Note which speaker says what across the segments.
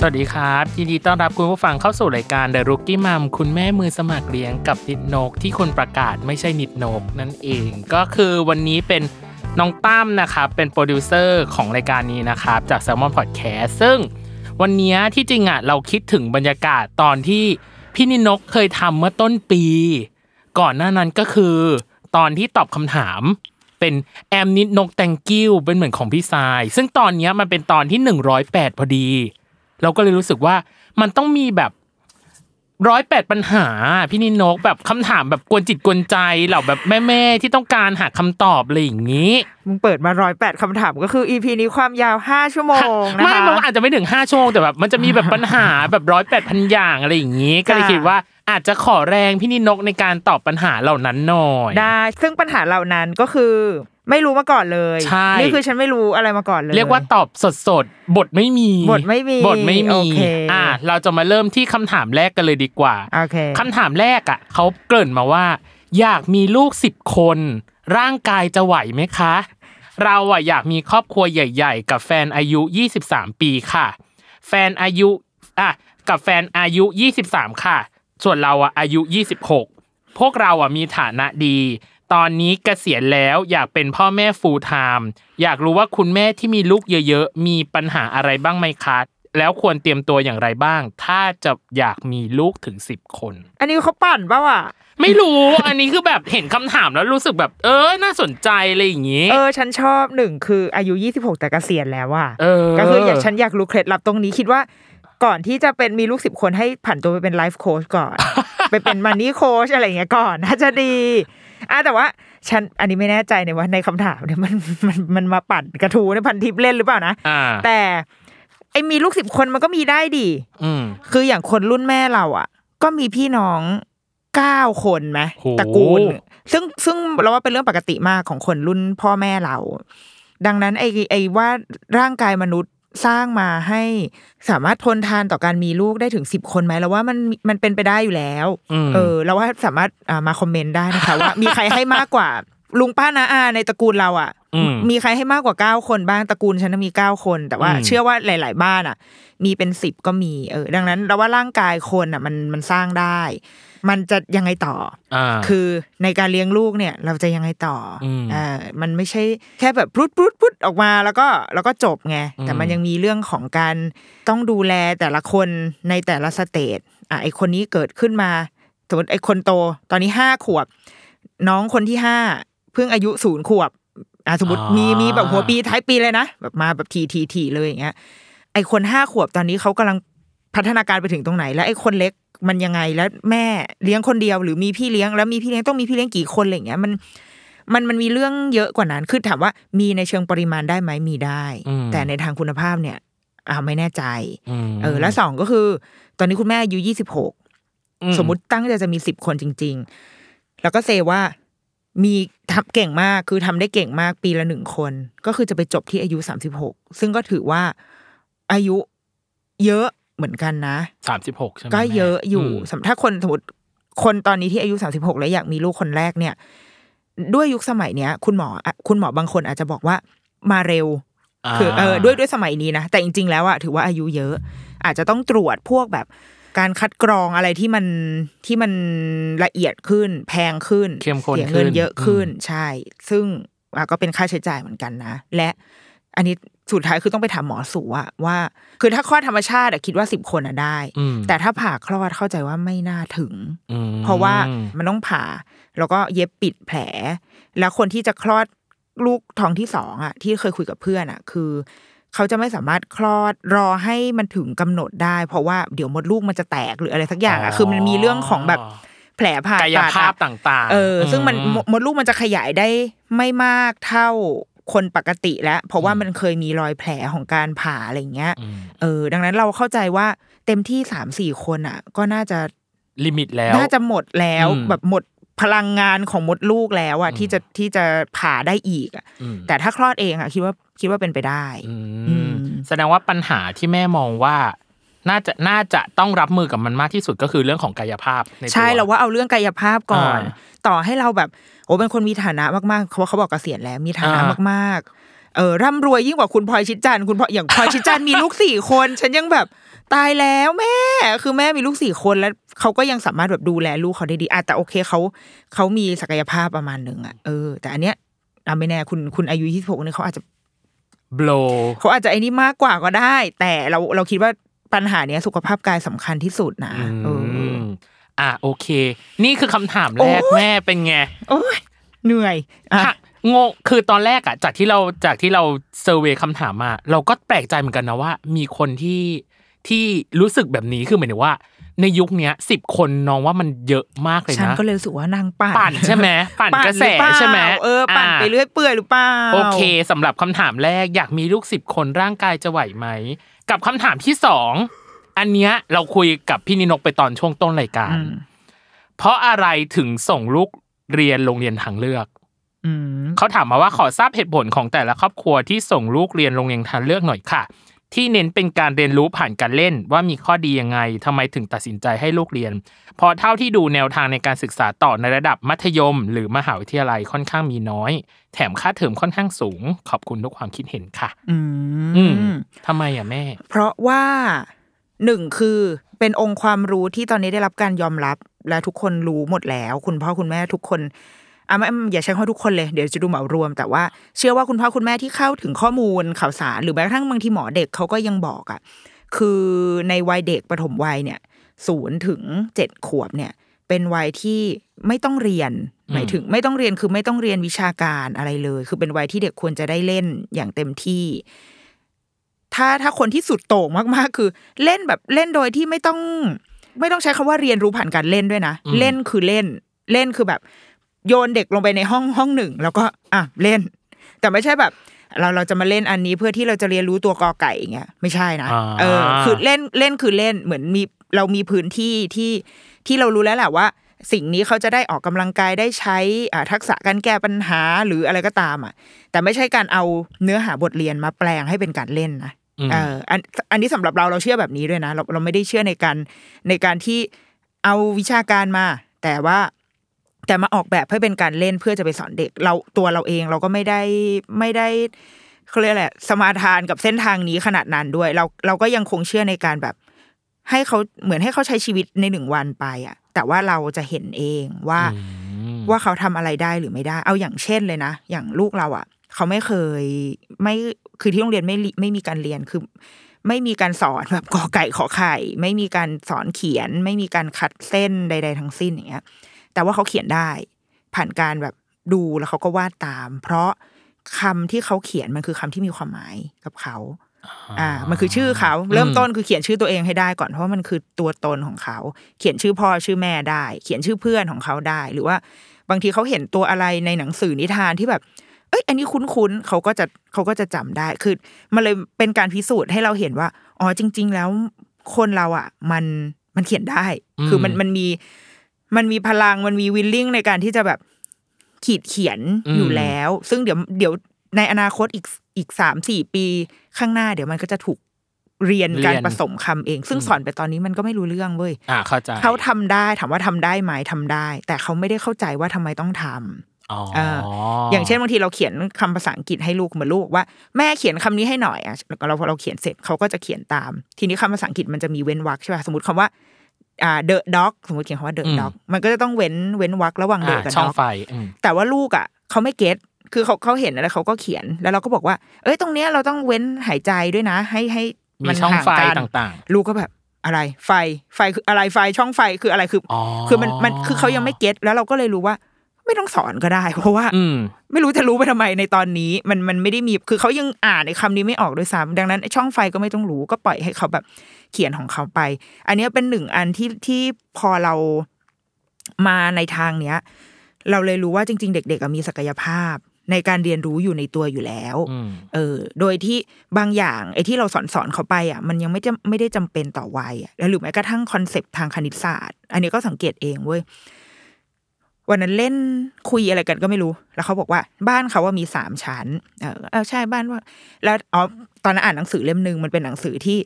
Speaker 1: สวัสดีครับยินดีต้อนรับคุณผู้ฟังเข้าสู่รายการ The Rookie Mom คุณแม่มือสมัครเลี้ยงกับนิดนกที่คนประกาศไม่ใช่นิดนกนั่นเอง ก็คือวันนี้เป็นน้องตั้มนะครับ เป็นโปรดิวเซอร์ของรายการนี้นะครับ จาก Salmon Podcast ซึ่งวันนี้ที่จริงอ่ะเราคิดถึงบรรยากาศตอนที่พี่นิดนกเคยทำเมื่อต้นปี ก่อนหน้านั้นก็คือตอนที่ตอบคำถาม เป็นแอมนิดนกแตงกิ้วเป็นเหมือนของพี่ทราย ซึ่งตอนเนี้ยมันเป็นตอนที่ 108 พอดี เราก็เลยรู้สึกว่ามันต้องมีแบบร้อยแปดปัญหาพี่นินกแบบคำถามแบบกวนจิตกวนใจเหล่าแบบแม่ๆที่ต้องการหาคำตอบอะไรอย่างนี้
Speaker 2: มึงเปิดมาร้อยแปดคำถามก็คือ EP นี้ความยาว 5 ชั่วโมงนะ
Speaker 1: ไม่
Speaker 2: คะ
Speaker 1: มันอาจจะไม่ถึงห้าชั่วโมงแต่แบบมันจะมีแบบปัญหา แบบร้อยแปดพันอย่างอะไรอย่างนี้ ก็เลย
Speaker 2: ค่ะ
Speaker 1: คิดว่าอาจจะขอแรงพี่นินกในการตอบปัญหาเหล่านั้นหน่อย
Speaker 2: ได้ซึ่งปัญหาเหล่านั้นก็คือ ไม่รู้มาก่อนเลย
Speaker 1: ใช่
Speaker 2: นี่คือฉันไม่รู้อะไรมาก่อนเลย
Speaker 1: เรียกว่าตอบสดสดๆบทไม่มี
Speaker 2: บทไม่มี
Speaker 1: บทไม่
Speaker 2: โอ
Speaker 1: มี
Speaker 2: เค
Speaker 1: อ่ะเราจะมาเริ่มที่คำถามแรกกันเลยดีกว่า
Speaker 2: โอเค
Speaker 1: คำถามแรกอ่ะเขาเกริ่นมาว่า อยากมีลูกสิบคน ร่างกายจะไหวไหมคะ เราอ่ะอยากมีครอบครัวใหญ่ ๆ กับแฟนอายุ 23 ปีค่ะ แฟนอายุอ่ะกับแฟนอายุ 23 ค่ะ ส่วนเราอ่ะอายุ 26 พวกเราอ่ะมีฐานะดี ตอนนี้เกษียณแล้วอยากเป็นพ่อแม่ full time อยากรู้ว่าคุณแม่ที่มีลูกเยอะๆ มีปัญหาอะไรบ้างไหมคะ แล้วควรเตรียมตัวอย่างไรบ้าง ถ้าจะอยากมีลูกถึง 10 คน
Speaker 2: อันนี้เขาปั่นปะวะ
Speaker 1: ไม่รู้ อันนี้คือแบบเห็นคำถามแล้วรู้สึกแบบ เออ น่าสนใจอะไรอย่างงี้
Speaker 2: เออ ฉันชอบหนึ่งคืออายุ 26 แต่เกษียณแล้วว่ะ
Speaker 1: เออ
Speaker 2: ก็คืออยากฉันอยากรู้เคล็ดลับตรงนี้คิดว่าก่อนที่จะเป็นมีลูกสิบคนให้ผันตัวไปเป็นไลฟ์โค้ชก่อน ไปเป็นมันนี่โค้ชอะไรอย่างเงี้ยก่อนน่าจะดีอ่ะแต่ว่าฉันอันนี้ไม่แน่ใจในว่าในคำถามเนี่ย มันมันมันมาปั่นกระทูในพันทิปเล่นหรือเปล่านะ
Speaker 1: อ่า
Speaker 2: แต่ไอ้มีลูกสิบคนมันก็มีได้ดิ
Speaker 1: อืม
Speaker 2: คืออย่างคนรุ่นแม่เราอ่ะ ก็มีพี่น้องเก้าคนไหม
Speaker 1: โห
Speaker 2: ตระกูล ซึ่งซึ่งเราว่าเป็นเรื่องปกติมากของคนรุ่นพ่อแม่เรา ดังนั้นไอ้ไอ้ว่าร่างกายมนุษย์สร้างมาให้สามารถทนทานต่อการมีลูกได้ถึงสิบคนไหมเราว่ามันมันเป็นไปได้อยู่แล้ว
Speaker 1: อืม
Speaker 2: เออเราว่าสามารถอ่ามาคอมเมนต์ได้นะคะ ว่ามีใครให้มากกว่าลุงป้านาอาในตระกูลเราอ่ะ
Speaker 1: ม
Speaker 2: มีใครให้มากกว่าเก้าคนบ้างตระกูลฉันน่ะมีเก้าคน แต่ว่า
Speaker 1: อืม
Speaker 2: เชื่อว่าหลาย ๆ บ้านอ่ะ มีเป็นสิบก็มีเออ ดังนั้นเราว่าร่างกายคนอ่ะ มันมันสร้างได้ มันจะยังไงต่อ
Speaker 1: อ่า
Speaker 2: คือในการเลี้ยงลูกเนี่ย เราจะยังไงต่ออ
Speaker 1: ม
Speaker 2: เออมันไม่ใช่แค่แบบพรุดพรุดพรุดออกมาแล้วก็แล้วก็จบไง
Speaker 1: อืม
Speaker 2: แต่มันยังมีเรื่องของการต้องดูแลแต่ละคนในแต่ละสเตจอ่ะไอคนนี้เกิดขึ้นมา สมมติไอคนโตตอนนี้ห้าขวบ น้องคนที่ห้าเพิ่งอายุศูนย์ขวบอ่ะสมมติ
Speaker 1: อ่ามี
Speaker 2: มีมีแบบหัวปีท้ายปีเลยนะแบบมาแบบทีทีทีเลยอย่างเงี้ยไอคนห้าขวบตอนนี้เขากำลังพัฒนาการไปถึงตรงไหน แล้วไอคนเล็กมันยังไงแล้วแม่เลี้ยงคนเดียวหรือมีพี่เลี้ยงแล้วมีพี่เลี้ยงต้องมีพี่เลี้ยงกี่คนอะไรอย่างเงี้ยมันมันมันมีเรื่องเยอะกว่านั้นคือถามว่ามีในเชิงปริมาณได้ไหมมีได้
Speaker 1: อืม
Speaker 2: แต่ในทางคุณภาพเนี่ยอ่าไม่แน่ใจ
Speaker 1: ม
Speaker 2: เออแล้วสองก็คือ ตอนนี้คุณแม่อายุยี่สิบหก
Speaker 1: อื
Speaker 2: สมมุติตั้งใจจะมีสิบคนจริง ๆ แล้วก็เซว่ามีทำเก่งมากคือทำได้เก่งมากปีละหนึ่งคน ก็คือจะไปจบที่อายุสามสิบหกซึ่งก็ถือว่าอายุเยอะเหมือนกันนะ
Speaker 1: สามสิบหกใช่ไหม
Speaker 2: ก็เยอะอยู่
Speaker 1: ม
Speaker 2: สำถ้าคนสมมติคนตอนนี้ที่อายุสามสิบหกแล้วอยากมีลูกคนแรกเนี่ย ด้วยยุคสมัยเนี้ย คุณหมออ่ะคุณหมอบางคนอาจจะบอกว่ามาเร็ว
Speaker 1: า
Speaker 2: คือเออด้วยด้วยสมัยนี้นะ แต่จริง ๆ แล้วอะถือว่าอายุเยอะ อาจจะต้องตรวจพวกแบบการคัดกรองอะไรที่มันที่มันละเอียดขึ้น แพงขึ้น
Speaker 1: เข้มข้น
Speaker 2: สียเงิน
Speaker 1: ขึ้น
Speaker 2: เยอะขึ้นใช่ ซึ่งอ่ะก็เป็นค่าใช้จ่ายเหมือนกันนะ และอันนี้สุดท้ายคือต้องไปถามหมอสูอะว่า คือถ้าคลอดธรรมชาติอะคิดว่าสิบคนอะได้
Speaker 1: อืม
Speaker 2: แต่ถ้าผ่าคลอดเข้าใจว่าไม่น่าถึง
Speaker 1: อืม
Speaker 2: เพราะว่ามันต้องผ่าแล้วก็เย็บปิดแผล แล้วคนที่จะคลอดลูกท้องที่สองอ่ะ ที่เคยคุยกับเพื่อนอ่ะ คือ เขาจะไม่สามารถคลอดรอให้มันถึงกำหนดได้ เพราะว่าเดี๋ยวมดลูกมันจะแตกหรืออะไรสักอย่างอ่ะ
Speaker 1: อ๋อ
Speaker 2: คือมันมีเรื่องของแบบแผลผ่าก
Speaker 1: าย
Speaker 2: ตัด
Speaker 1: ภาพ
Speaker 2: อ่ะ
Speaker 1: ต่างๆ
Speaker 2: เออ ซึ่งมัน
Speaker 1: อื
Speaker 2: มดมดลูกมันจะขยายได้ไม่มากเท่าคนปกติแล้ว เพราะว่ามันเคยมีรอยแผลของการผ่าอะไรอย่างเงี้ย
Speaker 1: อืม
Speaker 2: เออ ดังนั้นเราเข้าใจว่าเต็มที่สามสี่คนอ่ะ ก็น่าจะ
Speaker 1: ลิมิตแล้ว
Speaker 2: น่าจะหมดแล้ว
Speaker 1: อืม
Speaker 2: แบบหมดพลังงานของมดลูกแล้วอะ
Speaker 1: อืม
Speaker 2: ที่จะที่จะผ่าได้อีกอะ
Speaker 1: อืม
Speaker 2: แต่ถ้าคลอดเองอะคิดว่าคิดว่าเป็นไปได้
Speaker 1: อืม
Speaker 2: อืม
Speaker 1: แสดงว่าปัญหาที่แม่มองว่า น่าจะน่าจะต้องรับมือกับมันมากที่สุดก็คือเรื่องของกายภาพในตัว
Speaker 2: ใช่เราว่าเอาเรื่องกายภาพก่อน
Speaker 1: อ่า
Speaker 2: ต่อให้เราแบบโอ้เป็นคนมีฐานะมากๆเขาเขาบอกเกษียณแล้วมีฐานะ
Speaker 1: อ่าม
Speaker 2: มากๆเออร่ำรวยยิ่งกว่าคุณพลอยชิดจันทร์คุณพลอยอย่างพลอยชิดจันทร์ มีลูกสี่คน ฉันยังแบบตายแล้วแม่ คือแม่มีลูกสี่คนแล้วเขาก็ยังสามารถแบบดูแลลูกเขาได้ดีอ่ะแต่โอเคเขาเขามีศักยภาพประมาณหนึ่งอ่ะเออ แต่อันเนี้ยอ่ะไม่แน่คุณคุณอายุยี่สิบหกเนี่ยเขาอาจจะ
Speaker 1: blow
Speaker 2: เขาอาจจะไอ้นี่มากกว่าก็ได้ แต่เราเราคิดว่าปัญหาเนี้ยสุขภาพกายสำคัญที่สุดนะเอ
Speaker 1: อื
Speaker 2: อ
Speaker 1: มอ่ะโอเค นี่คือคำถามแรก
Speaker 2: โอ้ย
Speaker 1: แม่เป็นไง
Speaker 2: โอ้ยเหนื่อยอ่ะ
Speaker 1: ค่ะงงคือตอนแรกอ่ะ จากที่เราจากที่เราเซอร์เวยคำถามมาเราก็แปลกใจเหมือนกันนะว่า มีคนที่ที่รู้สึกแบบนี้คือหมายถึงว่า ในยุคเนี้ยสิบคนน้องว่ามันเยอะมากเลย
Speaker 2: ฉัน
Speaker 1: นะ
Speaker 2: ก็เลยรู้สึกว่านางปั่น
Speaker 1: ปั่นใช่ไหมปั่นกระแส
Speaker 2: หอเปล่า
Speaker 1: ใช่ไหม
Speaker 2: เออปั่นไป
Speaker 1: อ่า
Speaker 2: เรื่อยเปื่อยหรือเปล่า
Speaker 1: โอเคสำหรับคำถามแรกอยากมีลูกสิบคนร่างกายจะไหวไหม กับคำถามที่สองอันเนี้ยเราคุยกับพี่นินกไปตอนช่วงต้นรายการ
Speaker 2: อืม
Speaker 1: เพราะอะไรถึงส่งลูกเรียนโรงเรียนทางเลือก
Speaker 2: อืม
Speaker 1: เขาถามมาว่าขอทราบเหตุผลของแต่ละครอบครัวที่ส่งลูกเรียนโรงเรียนทางเลือกหน่อยค่ะ ที่เน้นเป็นการเรียนรู้ผ่านการเล่นว่ามีข้อดียังไงทำไมถึงตัดสินใจให้ลูกเรียน เพราะเท่าที่ดูแนวทางในการศึกษาต่อในระดับมัธยม หรือมหาวิทยาลัยค่อนข้างมีน้อย แถมค่าเทอมค่อนข้างสูง ขอบคุณทุกความคิดเห็นค่ะ
Speaker 2: อื
Speaker 1: อืม
Speaker 2: ม
Speaker 1: ทำไมอ่ะแม่
Speaker 2: เพราะว่าหนึ่งคือเป็นองค์ความรู้ที่ตอนนี้ได้รับการยอมรับ และทุกคนรู้หมดแล้ว คุณพ่อคุณแม่ทุกคนอ่ะไม่อย่าใช้คำว่าทุกคนเลย เดี๋ยวจะดูเหมารวม แต่ว่าเชื่อว่าคุณพ่อคุณแม่ที่เข้าถึงข้อมูลข่าวสารหรือแม้กระทั่งบางทีหมอเด็กเขาก็ยังบอกอ่ะ คือในวัยเด็กปฐมวัยเนี่ยศูนย์ถึงเจ็ดขวบเนี่ย เป็นวัยที่ไม่ต้องเรียน
Speaker 1: อืม
Speaker 2: หมายถึงไม่ต้องเรียนคือไม่ต้องเรียนวิชาการอะไรเลย คือเป็นวัยที่เด็กควรจะได้เล่นอย่างเต็มที่ ถ้าถ้าคนที่สุดโต่งมากๆ คือเล่นแบบเล่นโดยที่ไม่ต้อง ไม่ต้องใช้คำว่าเรียนรู้ผ่านการเล่นด้วยนะ
Speaker 1: อืม
Speaker 2: เล่นคือเล่น เล่นคือแบบ โยนเด็กลงไปในห้องห้องหนึ่ง แล้วก็อ่ะเล่น แต่ไม่ใช่แบบ เราเราจะมาเล่นอันนี้เพื่อที่เราจะเรียนรู้ตัวกอไก่อย่างเงี้ยไม่ใช่นะ
Speaker 1: อ่า
Speaker 2: เออ คือเล่นเล่นคือเล่นเหมือนมีเรามีพื้นที่ที่ที่เรารู้แล้วแหละว่า สิ่งนี้เขาจะได้ออกกำลังกายได้ใช้อ่าทักษะการแก้ปัญหาหรืออะไรก็ตามอ่ะ แต่ไม่ใช่การเอาเนื้อหาบทเรียนมาแปลงให้เป็นการเล่นนะ
Speaker 1: อืม
Speaker 2: เอออันอันนี้สำหรับเราเราเชื่อแบบนี้ด้วยนะ เราเราไม่ได้เชื่อในการในการที่เอาวิชาการมา แต่ว่าแต่มาออกแบบเพื่อเป็นการเล่นเพื่อจะไปสอนเด็ก เราตัวเราเองเราก็ไม่ได้ไม่ได้เขาเรียกอะไรสมาทานกับเส้นทางนี้ขนาดนั้นด้วย เราเราก็ยังคงเชื่อในการแบบ ให้เขาเหมือนให้เขาใช้ชีวิตในหนึ่งวันไปอ่ะ แต่ว่าเราจะเห็นเองว่า ว่าเขาทำอะไรได้หรือไม่ได้ เอาอย่างเช่นเลยนะ อย่างลูกเราอ่ะ เขาไม่เคยไม่คือที่โรงเรียนไม่ลิไม่มีการเรียนคือ ไม่มีการสอน แบบกอไก่ขอไข่ ไม่มีการสอนเขียน ไม่มีการคัดเส้นใด ๆ ทั้งสิ้นอย่างเงี้ย แต่ว่าเขาเขียนได้ ผ่านการแบบดูแล้วเขาก็วาดตาม เพราะคำที่เขาเขียนมันคือคำที่มีความหมายกับเขา อ่ามันคือชื่อเขาเริ่มต้นคือเขียนชื่อตัวเองให้ได้ก่อนเพราะว่ามันคือตัวตนของเขา เขียนชื่อพ่อชื่อแม่ได้ เขียนชื่อเพื่อนของเขาได้ หรือว่าบางทีเขาเห็นตัวอะไรในหนังสือนิทานที่แบบ เอ้ย อันนี้คุ้นๆเขาก็จะเขาก็จะจำได้คือมันเลยเป็นการพิสูจน์ให้เราเห็นว่าอ๋อจริง ๆ แล้วคนเราอ่ะ มันมันเขียนได้
Speaker 1: อืม
Speaker 2: คือมันมันมีมันมีพลังมันมีวิลลิ่งในการที่จะแบบขีดเขียนอยู่แล้ว แล้วซึ่งเดี๋ยวเดี๋ยวในอนาคตอีกอีกสามสี่ปีข้างหน้า เดี๋ยวมันก็จะถูกเรียนการ
Speaker 1: เรียน
Speaker 2: ผสมคำเอง ซึ่ง
Speaker 1: อืม
Speaker 2: สอนไปตอนนี้มันก็ไม่รู้เรื่องเว้ย
Speaker 1: อ่าเข้าใจ
Speaker 2: เขาทำได้ถามว่าทำได้ไหมทำได้ แต่เขาไม่ได้เข้าใจว่าทำไมต้องทำ
Speaker 1: อ๋อ
Speaker 2: เอ อย่างเช่นบางทีเราเขียนคำภาษาอังกฤษให้ลูกเหมือนลูกบอกว่าแม่เขียนคำนี้ให้หน่อยอ่ะเราพอเราเขียนเสร็จเขาก็จะเขียนตาม ทีนี้คำภาษาอังกฤษมันจะมีเว้นวรรคใช่ป่ะสมมติคำว่าอ่า the dog สมมติเขียนคำว่า the dog มันก็จะต้องเว้นเว้นวรรคระหว่าง the
Speaker 1: อ่า
Speaker 2: กับ
Speaker 1: ช่อง
Speaker 2: dog
Speaker 1: ไฟอืม
Speaker 2: แต่ว่าลูกอ่ะเขาไม่เก็ตคือเขาเขาเห็นอะไรเขาก็เขียนแล้วเราก็บอกว่า เอ้ยตรงเนี้ยเราต้องเว้นหายใจด้วยนะ ให้ให้
Speaker 1: มี
Speaker 2: มัน
Speaker 1: ช่อง
Speaker 2: ห่าง
Speaker 1: ไฟ
Speaker 2: กัน
Speaker 1: ต่าง
Speaker 2: ลูกก็แบบอะไรไฟไฟคืออะไรไฟช่องไฟคืออะไรคือ
Speaker 1: ๆ อ๋อ
Speaker 2: คือมันมันคือเขายังไม่เก็ตแล้วเราก็เลยรู้ว่าไม่ต้องสอนก็ได้ เพราะว่า
Speaker 1: อืม
Speaker 2: ไม่รู้จะรู้ไปทำไมในตอนนี้มันมันไม่ได้มีคือเขายังอ่านในคำนี้ไม่ออกด้วยซ้ำดังนั้นไอ้ช่องไฟก็ไม่ต้องรู้ก็ปล่อยให้เขาแบบเขียนของเขาไป อันเนี้ยเป็นหนึ่งอันที่ที่พอเรามาในทางเนี้ย เราเลยรู้ว่าจริง ๆ เด็กๆอะมีศักยภาพ ในการเรียนรู้อยู่ในตัวอยู่แล้ว
Speaker 1: อืม
Speaker 2: เออ โดยที่บางอย่างไอ้ที่เราสอนสอนเขาไปอ่ะ มันยังไม่จะไม่ได้จำเป็นต่อวัยอ่ะแล้วหรือแม้กระทั่งคอนเซปต์ทางคณิตศาสตร์ อันนี้ก็สังเกตเองเว้ย วันนั้นเล่นคุยอะไรกันก็ไม่รู้ แล้วเขาบอกว่าบ้านเขาว่ามีสามชั้น เออเออใช่บ้านว่า แล้วอ๋อตอนนั้นอ่านหนังสือเล่มหนึ่งมันเป็นหนังสือที่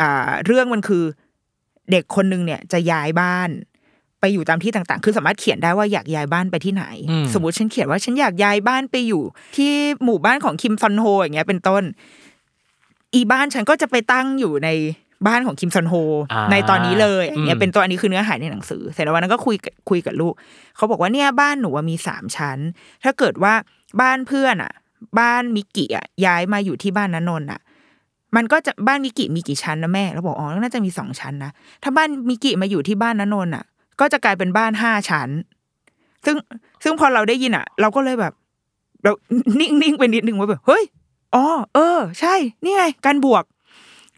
Speaker 2: อ่าเรื่องมันคือเด็กคนหนึงเนี่ยจะย้ายบ้าน ไปอยู่ตามที่ต่างๆ คือสามารถเขียนได้ว่าอยากย้ายบ้านไปที่ไหน
Speaker 1: อืม
Speaker 2: สมมติฉันเขียนว่าฉันอยากย้ายบ้านไปอยู่ ที่หมู่บ้านของคิมซอนโฮอย่างเงี้ยเป็นต้น อีบ้านฉันก็จะไปตั้งอยู่ในบ้านของคิมซอนโฮ
Speaker 1: อ่า
Speaker 2: ในตอนนี้เลยอย่างเงี้ย
Speaker 1: อืม
Speaker 2: เป็นตัวอันนี้คือเนื้อหาในหนังสือ เสร็จแล้ววันนั้นก็คุยกับคุยกับลูก เขาบอกว่าเนี่ยบ้านหนูอะมีสามชั้น ถ้าเกิดว่าบ้านเพื่อนอ่ะ บ้านมิกิอ่ะย้ายมาอยู่ที่บ้านนนนท์อ่ะ มันก็จะบ้านมิกิมีกี่ชั้นนะแม่เราบอกอ๋อน่าจะมีสองชั้นนะถ้าบ้านมิกิมาอยู่ที่บ้านนนนท์อ่ะ ก็จะกลายเป็นบ้านห้าชั้น ซึ่งซึ่งพอเราได้ยินอ่ะ เราก็เลยแบบ เรา นิ่งนิ่งไปนิดนึงว่าแบบเฮ้ยอ๋อเออ ใช่ นี่ไงการบวก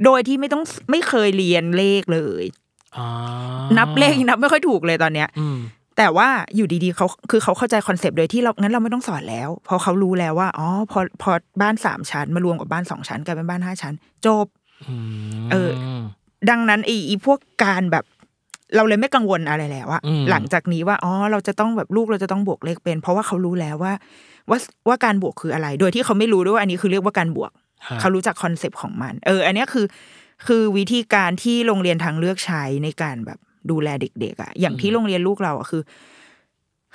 Speaker 2: โดยที่ไม่ต้องไม่เคยเรียนเลขเลย
Speaker 1: อ๋อ
Speaker 2: นับเลขยัง นับไม่ค่อยถูกเลยตอนเนี้ย
Speaker 1: อืม
Speaker 2: แต่ว่าอยู่ดีๆเขาคือเขาเข้าใจคอนเซปต์โดยที่เรางั้นเราไม่ต้องสอนแล้ว พอเขารู้แล้วว่าอ๋อพอพอบ้านสามชั้นมารวมกับบ้านสองชั้นกลายเป็นบ้านห้าชั้น จบ
Speaker 1: อืม
Speaker 2: เออ ดังนั้นไอไอ้พวกการแบบ เราเลยไม่กังวลอะไรแล้วอะ
Speaker 1: อืม
Speaker 2: หลังจากนี้ว่าอ๋อเราจะต้องแบบลูกเราจะต้องบวกเลขเป็น เพราะว่าเขารู้แล้วว่า ว่าว่าการบวกคืออะไร โดยที่เขาไม่รู้ด้วยว่าอันนี้คือเรียกว่าการบวก
Speaker 1: ฮะ
Speaker 2: เขารู้จักคอนเซปต์ของมัน เออ อันเนี้ยคือ คือวิธีการที่โรงเรียนทางเลือกใช้ในการแบบดูแลเด็ก ๆอะอย่างที่โรงเรียนลูกเราอะคือ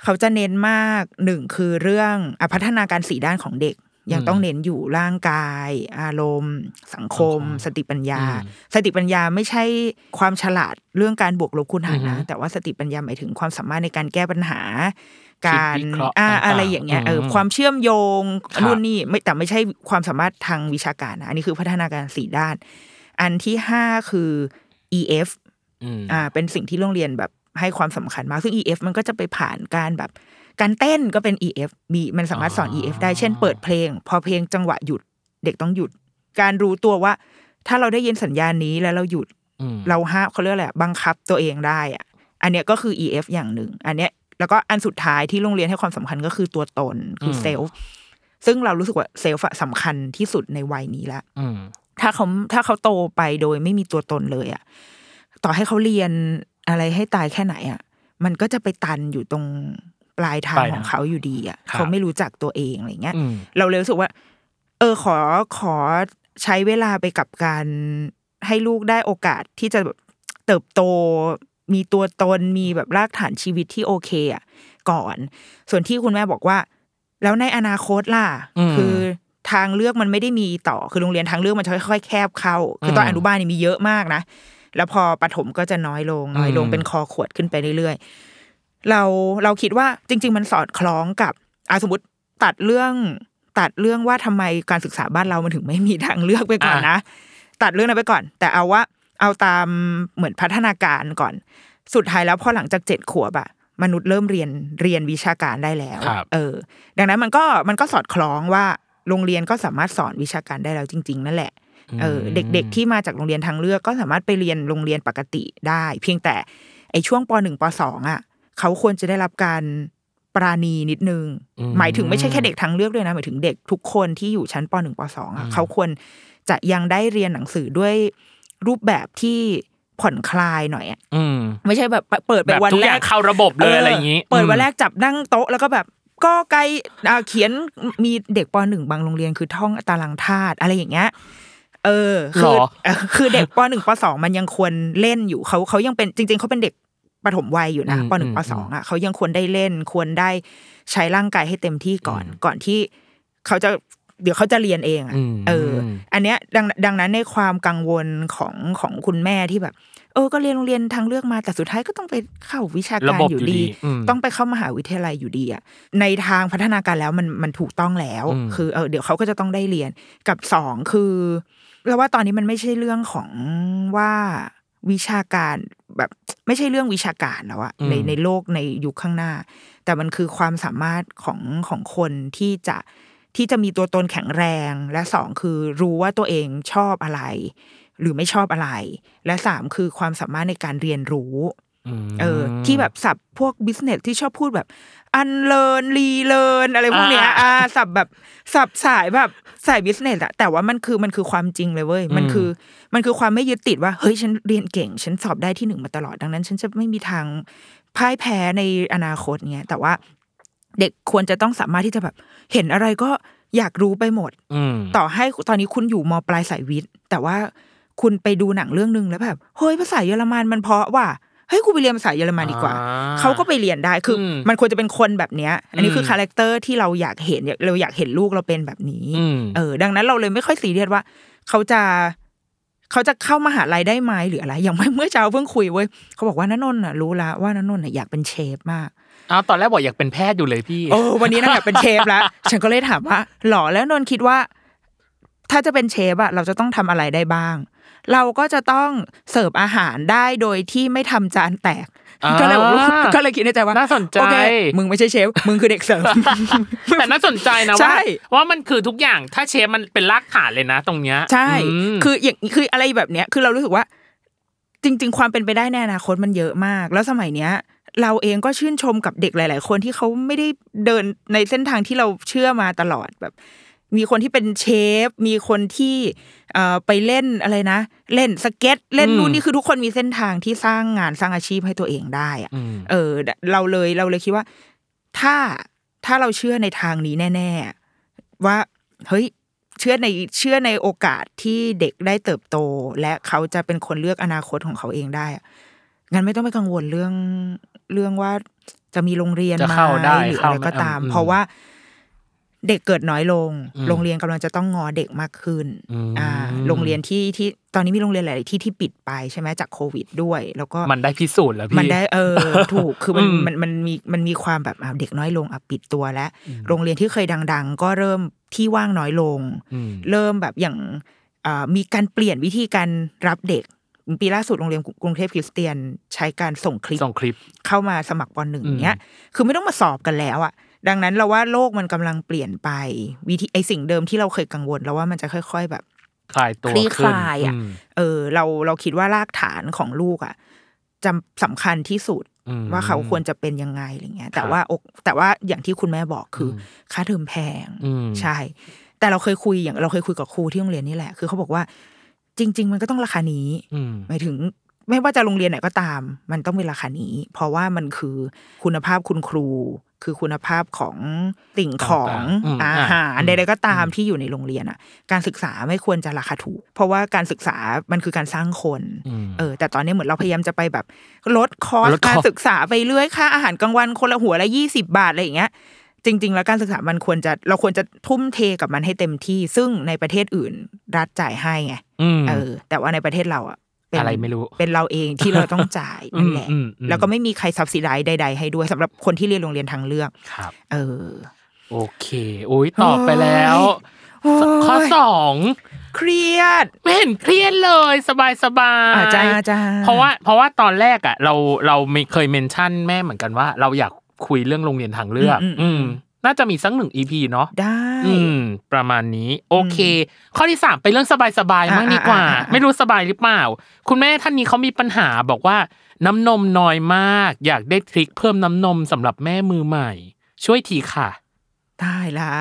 Speaker 2: เขาจะเน้นมากหนึ่งคือเรื่องอะพัฒนาการสีด้านของเด็ก ยังต้องเน้นอยู่ร่างกาย อารมณ์ สังคม สติปัญญา สติปัญญาไม่ใช่ความฉลาดเรื่องการบวกลบคูณหารนะแต่ว่าสติปัญญาหมายถึงความสามารถในการแก้ปัญหา การ
Speaker 1: คิดวิเคราะห์
Speaker 2: อ่า
Speaker 1: ต่างๆ
Speaker 2: อะไรอย่างเงี้ยเออ
Speaker 1: อืม
Speaker 2: ความ ความเชื่อมโยง
Speaker 1: ครับ
Speaker 2: นู่นนี่ไม่แต่ไม่ใช่ความสามารถทางวิชาการนะอันนี้คือพัฒนาการสี่ด้าน อันที่ห้าคือ EF
Speaker 1: อืม
Speaker 2: อ่าเป็นสิ่งที่โรงเรียนแบบให้ความสำคัญมากซึ่ง EF มันก็จะไปผ่านการแบบการเต้นก็เป็น EF มีมันสามารถสอน
Speaker 1: อ๋อ
Speaker 2: EF ได้เช่นเปิดเพลง พอเพลงจังหวะหยุดเด็กต้องหยุด การรู้ตัวว่า ถ้าเราได้ยินสัญญาณนี้แล้วเราหยุด
Speaker 1: อืม
Speaker 2: เราห้ามเขาเรียกอะไรอะบังคับตัวเองได้อะอันเนี้ยก็คือ EF อย่างหนึ่ง อันเนี้ยแล้วก็อันสุดท้ายที่โรงเรียนให้ความสำคัญก็คือตัวตนคือ
Speaker 1: ม
Speaker 2: เซลฟ์ซึ่งเรารู้สึกว่าเซลฟ์สำคัญที่สุดในวัยนี้ละ
Speaker 1: อืม
Speaker 2: ถ้าเขาถ้าเขาโตไปโดยไม่มีตัวตนเลยอะต่อให้เขาเรียนอะไรให้ตายแค่ไหนอะมันก็จะไปตันอยู่ตรงปลายทาง
Speaker 1: ปลายทาง
Speaker 2: ของเขาอยู่ดีอะ
Speaker 1: ครับ
Speaker 2: เขาไม่รู้จักตัวเองอะไรเงี้ย
Speaker 1: อืม
Speaker 2: เราเลยรู้สึกว่า เออขอขอใช้เวลาไปกับการให้ลูกได้โอกาสที่จะแบบเติบโต มีตัวตนมีแบบรากฐานชีวิตที่โอเคอ่ะก่อน ส่วนที่คุณแม่บอกว่า แล้วในอนาคตล่ะ
Speaker 1: อืม
Speaker 2: คือทางเลือกมันไม่ได้มีต่อคือโรงเรียนทางเลือกมันจะค่อยๆแคบเข้า คือตอน
Speaker 1: อืม
Speaker 2: อนุบาลนี่มีเยอะมากนะ แล้วพอปฐมก็จะน้อยลงน้อยลง
Speaker 1: อืม
Speaker 2: เป็นคอขวดขึ้นไปเรื่อยๆ เราเราคิดว่าจริง ๆ มันสอดคล้องกับอ่ะสมมติตัดเรื่องตัดเรื่องว่าทำไมการศึกษาบ้านเรามันถึงไม่มีทางเลือกไปก่อนนะ ตัดเรื่องนั้นไปก่อน แต่เอาว่าเอาตามเหมือนพัฒนาการก่อน สุดท้ายแล้วพอหลังจากเจ็ดขวบอะมนุษย์เริ่มเรียนเรียนวิชาการได้แล้ว
Speaker 1: ครับ
Speaker 2: เออ ดังนั้นมันก็มันก็สอดคล้องว่าโรงเรียนก็สามารถสอนวิชาการได้แล้วจริง ๆ นั่นแหละ เออเด็กๆที่มาจากโรงเรียนทางเลือกก็สามารถไปเรียนโรงเรียนปกติได้ เพียงแต่ไอ้ช่วงปหนึ่งปสองอ่ะเขาควรจะได้รับการปราณีนิดนึง
Speaker 1: อืม
Speaker 2: หมายถึงไม่ใช่แค่เด็กทางเลือกด้วยนะหมายถึงเด็กทุกคนที่อยู่ชั้นปหนึ่งปสองอ่ะ
Speaker 1: อืม
Speaker 2: เขาควรจะยังได้เรียนหนังสือด้วยรูปแบบที่ผ่อนคลายหน่อยอะ
Speaker 1: อืม
Speaker 2: ไม่ใช่แบบเปิดไป
Speaker 1: แบบ
Speaker 2: วัน
Speaker 1: ทุก
Speaker 2: แร
Speaker 1: อย่าก งเข้าระบบเลยอะไรอย่างนี้
Speaker 2: เเปิดวัน
Speaker 1: อืม
Speaker 2: แรกจับนั่งโต๊ะแล้วก็แบบก็ไกลอ่าเขียนมีเด็กปหนึ่งบางโรงเรียนคือท่องตารางธาตุอะไรอย่างเงี้ยเออคือ
Speaker 1: หรอ
Speaker 2: เออคือเด็กปหนึ่งปสองมันยังควรเล่นอยู่เขาเขายังเป็นจริง ๆเขาเป็นเด็ก ปฐมวัยอยู่นะ
Speaker 1: อืม
Speaker 2: ปหนึ่ง
Speaker 1: อืม
Speaker 2: ปสองอ่ะเขายังควรได้เล่น ควรได้ใช้ร่างกายให้เต็มที่ก่อน ก่อนที่เขาจะเดี๋ยวเขาจะเรียนเองอ่ะ
Speaker 1: อืม
Speaker 2: เอออ
Speaker 1: ม
Speaker 2: อันเนี้ยดังดังนั้นในความกังวลของของคุณแม่ที่แบบ เออ ก็เรียนโรงเรียนทางเลือกมาแต่สุดท้ายก็ต้องไปเข้าวิชา
Speaker 1: ระ
Speaker 2: การ
Speaker 1: บบ
Speaker 2: อยู่
Speaker 1: อยู่ดี
Speaker 2: ดี
Speaker 1: อืม
Speaker 2: ต้องไปเข้ามหาวิทยาลัยอยู่ดีอะในทางพัฒนาการแล้วมันมันถูกต้องแล้ว
Speaker 1: อืม
Speaker 2: คือเออเดี๋ยวเขาก็จะต้องได้เรียนกับสองคือเราว่าตอนนี้มันไม่ใช่เรื่องของว่าวิชาการแบบไม่ใช่เรื่องวิชาการแล้วอะในในโลกในยุคข้างหน้า แต่มันคือความสามารถของของคนที่จะที่จะมีตัวตนแข็งแรง และสองคือรู้ว่าตัวเองชอบอะไร หรือไม่ชอบอะไร และสามคือความสามารถในการเรียนรู้
Speaker 1: ม
Speaker 2: เออที่แบบสับพวกบิสเนสที่ชอบพูดแบบอันเลินรีเลินอะไรพวกเนี้ย
Speaker 1: อ่า
Speaker 2: อ่าสับแบบสับสายแบบสายบิสเนสอะแต่ว่ามันคือมันคือความจริงเลยเว้ยมัน
Speaker 1: อืม
Speaker 2: คือมันคือความไม่ยึดติดว่าเฮ้ยฉันเรียนเก่ง ฉันสอบได้ที่หนึ่งมาตลอดดังนั้น ฉันจะไม่มีทางพ่ายแพ้ในอนาคตเงี้ยแต่ว่าเด็กควรจะต้องสามารถที่จะแบบเห็นอะไรก็อยากรู้ไปหมด
Speaker 1: อืม
Speaker 2: ต่อให้ตอนนี้คุณอยู่มปลายสายวิทย์ แต่ว่าคุณไปดูหนังเรื่องนึงแล้วแบบเฮ้ยภาษาเยอรมันมันเพราะว่าเฮ้ยกูไปเรียนภาษาเยอรมันดีกว่า
Speaker 1: อ่า
Speaker 2: เขาก็ไปเรียนได้คืออ
Speaker 1: ม
Speaker 2: มันควรจะเป็นคนแบบเนี้ย อันนี้คืออ
Speaker 1: ม
Speaker 2: คาแรคเตอร์ที่เราอยากเห็นเราอยากเห็นลูกเราเป็นแบบนี้
Speaker 1: อืม
Speaker 2: เออดังนั้นเราเลยไม่ค่อยซีเรียสว่า เขาจะเขาจะเข้ามหาลัยได้ไหมหรืออะไร อย่างเมื่อเมื่อเช้าเพิ่งคุยเว้ยเขาบอกว่านนนท์น่ะรู้ละว่านนนท์น่ะอยากเป็นเชฟมาก
Speaker 1: เอาตอนแรกบอกอยากเป็นแพทย์อยู่เลยพี่
Speaker 2: โอ้วันนี้นางอยากเป็นเชฟแล้ว ฉันก็เลยถามว่าหรอแล้วนนท์คิดว่า ถ้าจะเป็นเชฟอะเราจะต้องทำอะไรได้บ้าง เราก็จะต้องเสิร์ฟอาหารได้โดยที่ไม่ทำจานแตก
Speaker 1: อ่า
Speaker 2: ก็เลยบอก ว่าก็เลยคิดในใจว่า
Speaker 1: น่าสนใจ
Speaker 2: โอเคมึงไม่ใช่เชฟ มึงคือเด็กเสิร์ฟ
Speaker 1: แต่น่าสนใจนะ
Speaker 2: ใช่
Speaker 1: ว่าว่ามันคือทุกอย่างถ้าเชฟมันเป็นรากฐานเลยนะ ตรงเนี้ย
Speaker 2: ใช่
Speaker 1: ม
Speaker 2: คืออย่างคืออะไรแบบเนี้ย คือเรารู้สึกว่า จริง ๆ ความเป็นไปได้ในอนาคตมันเยอะมาก แล้วสมัยเนี้ย เราเองก็ชื่นชมกับเด็กหลาย ๆ คนที่เขาไม่ได้เดินในเส้นทางที่เราเชื่อมาตลอดแบบ มีคนที่เป็นเชฟ มีคนที่เอ่อไปเล่นอะไรนะ เล่นสเก็ต เล่นนู่
Speaker 1: อื
Speaker 2: น
Speaker 1: ม
Speaker 2: นี่คือทุกคนมีเส้นทางที่สร้างงานสร้างอาชีพให้ตัวเองได้อะ
Speaker 1: อืม
Speaker 2: เออเราเลยเราเลยคิดว่า ถ้าถ้าเราเชื่อในทางนี้แน่ ๆ ว่าเฮ้ยเชื่อในเชื่อในโอกาสที่เด็กได้เติบโต และเขาจะเป็นคนเลือกอนาคตของเขาเองได้อะงั้นไม่ต้องไปกังวลเรื่องเรื่องว่าจะมีโรงเรียน
Speaker 1: จะ
Speaker 2: ไหม
Speaker 1: เข้าได้
Speaker 2: หรืออะไร
Speaker 1: เข้าไม่
Speaker 2: ก็ตาม
Speaker 1: อืม
Speaker 2: เพราะว่าเด็กเกิดน้อยลง
Speaker 1: อืม
Speaker 2: โรงเรียนกำลังจะต้องงอเด็กมากขึ้น
Speaker 1: อืม
Speaker 2: โรงเรียนที่ที่ตอนนี้มีโรงเรียนหลายๆที่ที่ปิดไปใช่ไหมจากโควิดด้วย แล้วก็
Speaker 1: มันได้พิสูจน์แล้วพี่
Speaker 2: มันได้เออ ถูกคือมัน
Speaker 1: อืม
Speaker 2: มันมันมีมันมีความแบบอ้าวเด็กน้อยลงอ่ะปิดตัวแล้วโรงเรียนที่เคยดัง ๆ ก็เริ่มที่ว่างน้อยลง
Speaker 1: อืม
Speaker 2: เริ่มแบบอย่างอ่ามีการเปลี่ยนวิธีการรับเด็ก ปีล่าสุดโรงเรียนกรุงเทพคริสเตียนใช้การส่งคลิป
Speaker 1: ส่งคลิป
Speaker 2: เข้ามาสมัครปหนึ่ง
Speaker 1: อืม
Speaker 2: เนี้ย คือไม่ต้องมาสอบกันแล้วอะดังนั้นเราว่าโลกมันกำลังเปลี่ยนไปวิธีไอสิ่งเดิมที่เราเคยกังวลเราว่ามันจะค่อย ๆ แบบ
Speaker 1: คลายตัว
Speaker 2: คลี่ค
Speaker 1: ขึ้น
Speaker 2: ลายอ่ะ
Speaker 1: ม
Speaker 2: เออ เราเราคิดว่ารากฐานของลูกอะจำสำคัญที่สุด
Speaker 1: อืม
Speaker 2: ว่าเขาควรจะเป็นยังไงอะไรเงี้ย แต่
Speaker 1: ครับ
Speaker 2: ว่าอกแต่ว่าอย่างที่คุณแม่บอกคืออ
Speaker 1: ม
Speaker 2: ค่าเทอมแพง
Speaker 1: อืม
Speaker 2: ใช่ แต่เราเคยคุยอย่างเราเคยคุยกับครูที่โรงเรียนนี่แหละ คือเขาบอกว่า จริง ๆ มันก็ต้องราคานี้
Speaker 1: อืม
Speaker 2: หมายถึงไม่ว่าจะโรงเรียนไหนก็ตาม มันต้องเป็นราคานี้ เพราะว่ามันคือคุณภาพคุณครู คือคุณภาพของสิ่งของ
Speaker 1: ต่างๆอืม
Speaker 2: อาหาร
Speaker 1: อ่ะ
Speaker 2: ใดๆก็ตาม
Speaker 1: อืม
Speaker 2: ที่อยู่ในโรงเรียนอ่ะ การศึกษาไม่ควรจะราคาถูก เพราะว่าการศึกษามันคือการสร้างคน
Speaker 1: อืม
Speaker 2: เออ แต่ตอนนี้เหมือนเราพยายามจะไปแบบลดคอร์ส
Speaker 1: ลดคอร์ส
Speaker 2: การศึกษาไปเรื่อยค่าอาหารกลางวันคนละหัวละยี่สิบาทอะไรอย่างเงี้ย จริง ๆ แล้วการศึกษามันควรจะเราควรจะทุ่มเทกับมันให้เต็มที่ ซึ่งในประเทศอื่นรัฐจ่ายให้ไง
Speaker 1: อืม
Speaker 2: เออแต่ว่าในประเทศเราอ่ะเป็น
Speaker 1: อะไรไม่รู้
Speaker 2: เป็นเราเองที่เราต้องจ่ายนั่นแหละ
Speaker 1: อืมอืม
Speaker 2: แล้วก็ไม่มีใครซับซิไดใด ๆ ให้ด้วยสำหรับคนที่เรียนโรงเรียนทางเลือก
Speaker 1: ครับ
Speaker 2: เออ
Speaker 1: โอเคโอ้ยตอบไปแล้ว
Speaker 2: โอ้ย
Speaker 1: ข้อสอง
Speaker 2: เครียด
Speaker 1: ไม่เห็นเครียดเลยสบายสบาย
Speaker 2: อ่าจ้าจ้า
Speaker 1: เพราะว่าเพราะว่าตอนแรกอ่ะ เราเราไม่เคยเมนชั่นแม่เหมือนกันว่า เราอยากคุยเรื่องโรงเรียนทางเลือก อืม น่าจะมีสักหนึ่งอีพีเนาะ
Speaker 2: ได้
Speaker 1: อืม ประมาณนี้โอเค ข้อที่สามเป็นเรื่องสบายๆ
Speaker 2: อ่ะ
Speaker 1: มากดีกว่า
Speaker 2: อ่ะอ่ะอ่ะ
Speaker 1: ไม่รู้สบายหรือเปล่า คุณแม่ท่านนี้เขามีปัญหาบอกว่า น้ำนมน้อยมาก อยากได้ทริคเพิ่มน้ำนมสำหรับแม่มือใหม่ ช่วยทีค่ะ
Speaker 2: ได้ละ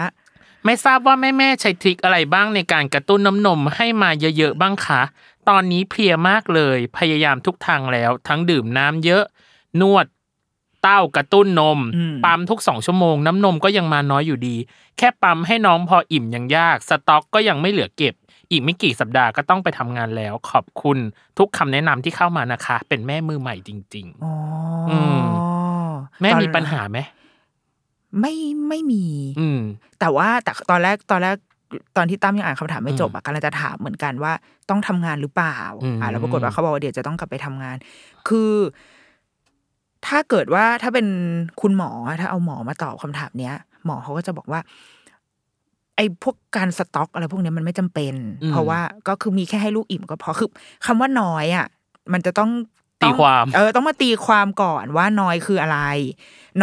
Speaker 1: ไม่ทราบว่าแม่ๆใช้ทริคอะไรบ้างในการกระตุ้นน้ำนมให้มาเยอะๆบ้างคะ ตอนนี้เพลียมากเลย พยายามทุกทางแล้ว ทั้งดื่มน้ำเยอะ นวดเต้ากระตุ้นนม ปั๊มทุกสองชั่วโมงน้ำนมก็ยังมาน้อยอยู่ดี แค่ปั๊มให้น้องพออิ่มยังยาก สต็อกก็ยังไม่เหลือเก็บ อีกไม่กี่สัปดาห์ก็ต้องไปทำงานแล้ว ขอบคุณทุกคำแนะนำที่เข้ามานะคะ เป็นแม่มือใหม่จริง
Speaker 2: อ๋ออ
Speaker 1: ม ๆ แม่
Speaker 2: ตอน
Speaker 1: มีปัญหาไหม
Speaker 2: ไม่ไม่มี
Speaker 1: อืม
Speaker 2: แต่ว่าแต่ตอนแรกตอนแรกตอนที่ตั้มยังอ่านคำถามไม่จบ
Speaker 1: อืม
Speaker 2: อ่ะกำลังจะถามเหมือนกันว่าต้องทำงานหรือเปล่า
Speaker 1: อืม
Speaker 2: แล้วปรากฏว่าเขาบอกว่าเดี๋ยวจะต้องกลับไปทำงาน คือ ถ้าเกิดว่าถ้าเป็นคุณหมอถ้าเอาหมอมาตอบคำถามเนี้ย หมอเขาก็จะบอกว่า ไอ้พวกการสต็อกอะไรพวกเนี้ยมันไม่จำเป็น เพราะว่าก็คือมีแค่ให้ลูกอิ่มก็พอคือคำว่าน้อยอ่ะ มันจะต้อง
Speaker 1: ตี
Speaker 2: อง
Speaker 1: ความ
Speaker 2: เออต้องมาตีความก่อนว่าน้อยคืออะไร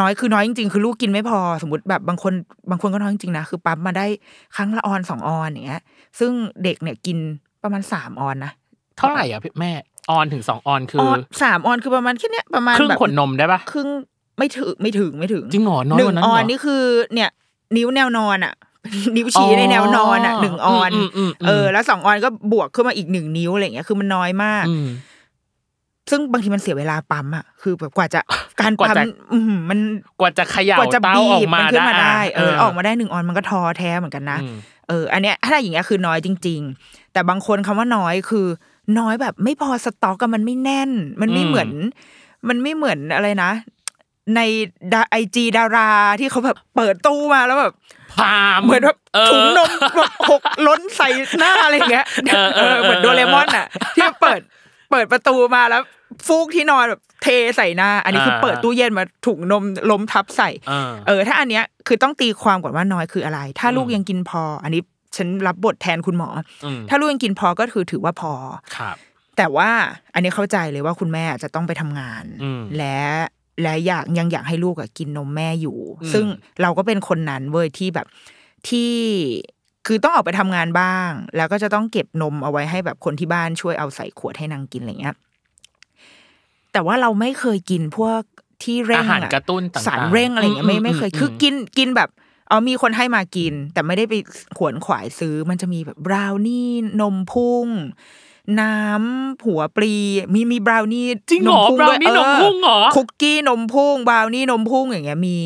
Speaker 2: น้อยคือน้อยจริงๆ คือลูกกินไม่พอสมมติแบบบางคนบางคนก็น้อยจริงๆนะคือปั๊มมาได้ครั้งละออนสองออนอย่างเงี้ย ซึ่งเด็กเนี่ยกินประมาณสามออนนะ
Speaker 1: เท่าไหร่อ่ะพี่แม่ออนถึงสองออนคือ
Speaker 2: อนสามออนคือประมาณแค่เนี้ยประมาณ
Speaker 1: ครึ่ง
Speaker 2: แบบ
Speaker 1: ขวดนมได้ปะ
Speaker 2: ครึ่งไม่ถึงไม่ถึงไม่ถึง
Speaker 1: จริงเหรอน้อย
Speaker 2: หนึ่
Speaker 1: ก
Speaker 2: ง
Speaker 1: ว่านั้น
Speaker 2: อ
Speaker 1: เหร
Speaker 2: อนนี่คือเนี่ย นิ้วแนวนอนอ่ะ นิ้วชี้ในแนวนอนอ่ะหนึ่งออน
Speaker 1: มมม
Speaker 2: เออ แล้วสองออนก็บวกขึ้นมาอีกหนึ่งนิ้วอะไรอย่างเงี้ยคือมันน้อยมาก
Speaker 1: อืม
Speaker 2: ซึ่งบางทีมันเสียเวลาปั๊มอ่ะ คือแบบกว่าจะ การ
Speaker 1: กว่า
Speaker 2: ปั๊ม
Speaker 1: จะ
Speaker 2: อื้อหือมัน
Speaker 1: กว่าจะเขย่าก
Speaker 2: ว่าจะ
Speaker 1: เต้า
Speaker 2: บี
Speaker 1: ออก
Speaker 2: บ
Speaker 1: มา
Speaker 2: มันขึ้นมาได้ เออแล้วออกมาได้หนึ่งออนมันก็ท้อแท้เหมือนกันนะ
Speaker 1: อืม
Speaker 2: เออ อันเนี้ยถ้าอย่างเงี้ยคือน้อยจริง ๆ แต่บางคนคำว่าน้อยคือ น้อยแบบไม่พอสต็อกกับมันไม่แน่น มันไม่
Speaker 1: อืม
Speaker 2: เหมือน มันไม่เหมือนอะไรนะ ในไอจีดาราที่เขาแบบเปิดตู้มาแล้วแบบ
Speaker 1: พาม
Speaker 2: เหมือนแบบ
Speaker 1: เออ
Speaker 2: ถุงนมแบบหกล้นใส่หน้าอะไรอย่างเงี้ย
Speaker 1: เออเออ
Speaker 2: เอ
Speaker 1: เออ
Speaker 2: อเหมือนโดเรมอนอ่ะ ที่เปิดเปิดประตูมาแล้ว ฟูกที่นอนแบบเทใส่หน้า อันนี้คือ
Speaker 1: เออ
Speaker 2: เปิดตู้เย็นมาถุงนมล้มทับใส่
Speaker 1: เออ
Speaker 2: เออ ถ้าอันเนี้ยคือต้องตีความก่อนว่าน้อยคืออะไร ถ้าลูก
Speaker 1: อืม
Speaker 2: ยังกินพอ อันนี้ฉันรับบทแทนคุณหมอ
Speaker 1: ม
Speaker 2: ถ้าลูกยังกินพอก็คือถือว่าพอ
Speaker 1: ครับ
Speaker 2: แต่ว่าอันนี้เข้าใจเลยว่าคุณแม่จะต้องไปทำงาน
Speaker 1: อืม
Speaker 2: และและอยากยังอยากให้ลูกอะกินนมแม่อยู่
Speaker 1: อืม
Speaker 2: ซึ่งเราก็เป็นคนนั้นเว้ยที่แบบที่คือต้องออกไปทำงานบ้าง แล้วก็จะต้องเก็บนมเอาไว้ให้แบบคนที่บ้านช่วยเอาใส่ขวดให้นางกินอะไรเงี้ยแต่ว่าเราไม่เคยกินพวกที่เร่
Speaker 1: อางหาร
Speaker 2: อะ
Speaker 1: กระตุ้นต่างๆ
Speaker 2: สารเร่งอะไรเงี้ยไม่ไม่เคยคือกินกินแบบ เอามีคนให้มากิน แต่ไม่ได้ไปขวนขวายซื้อ มันจะมีแบบบราวนี่นมพุ่ง น้ำหัวปลีมีมีบราวนี่
Speaker 1: จริงเหรอ
Speaker 2: พุ่
Speaker 1: บรา
Speaker 2: ด้
Speaker 1: ว
Speaker 2: วย
Speaker 1: นี่น
Speaker 2: เอ
Speaker 1: ม
Speaker 2: อ
Speaker 1: พุ่งเหรอ
Speaker 2: คุกกี้นมพุ่งบราวนี่นมพุ่งอย่างเงี้ยมี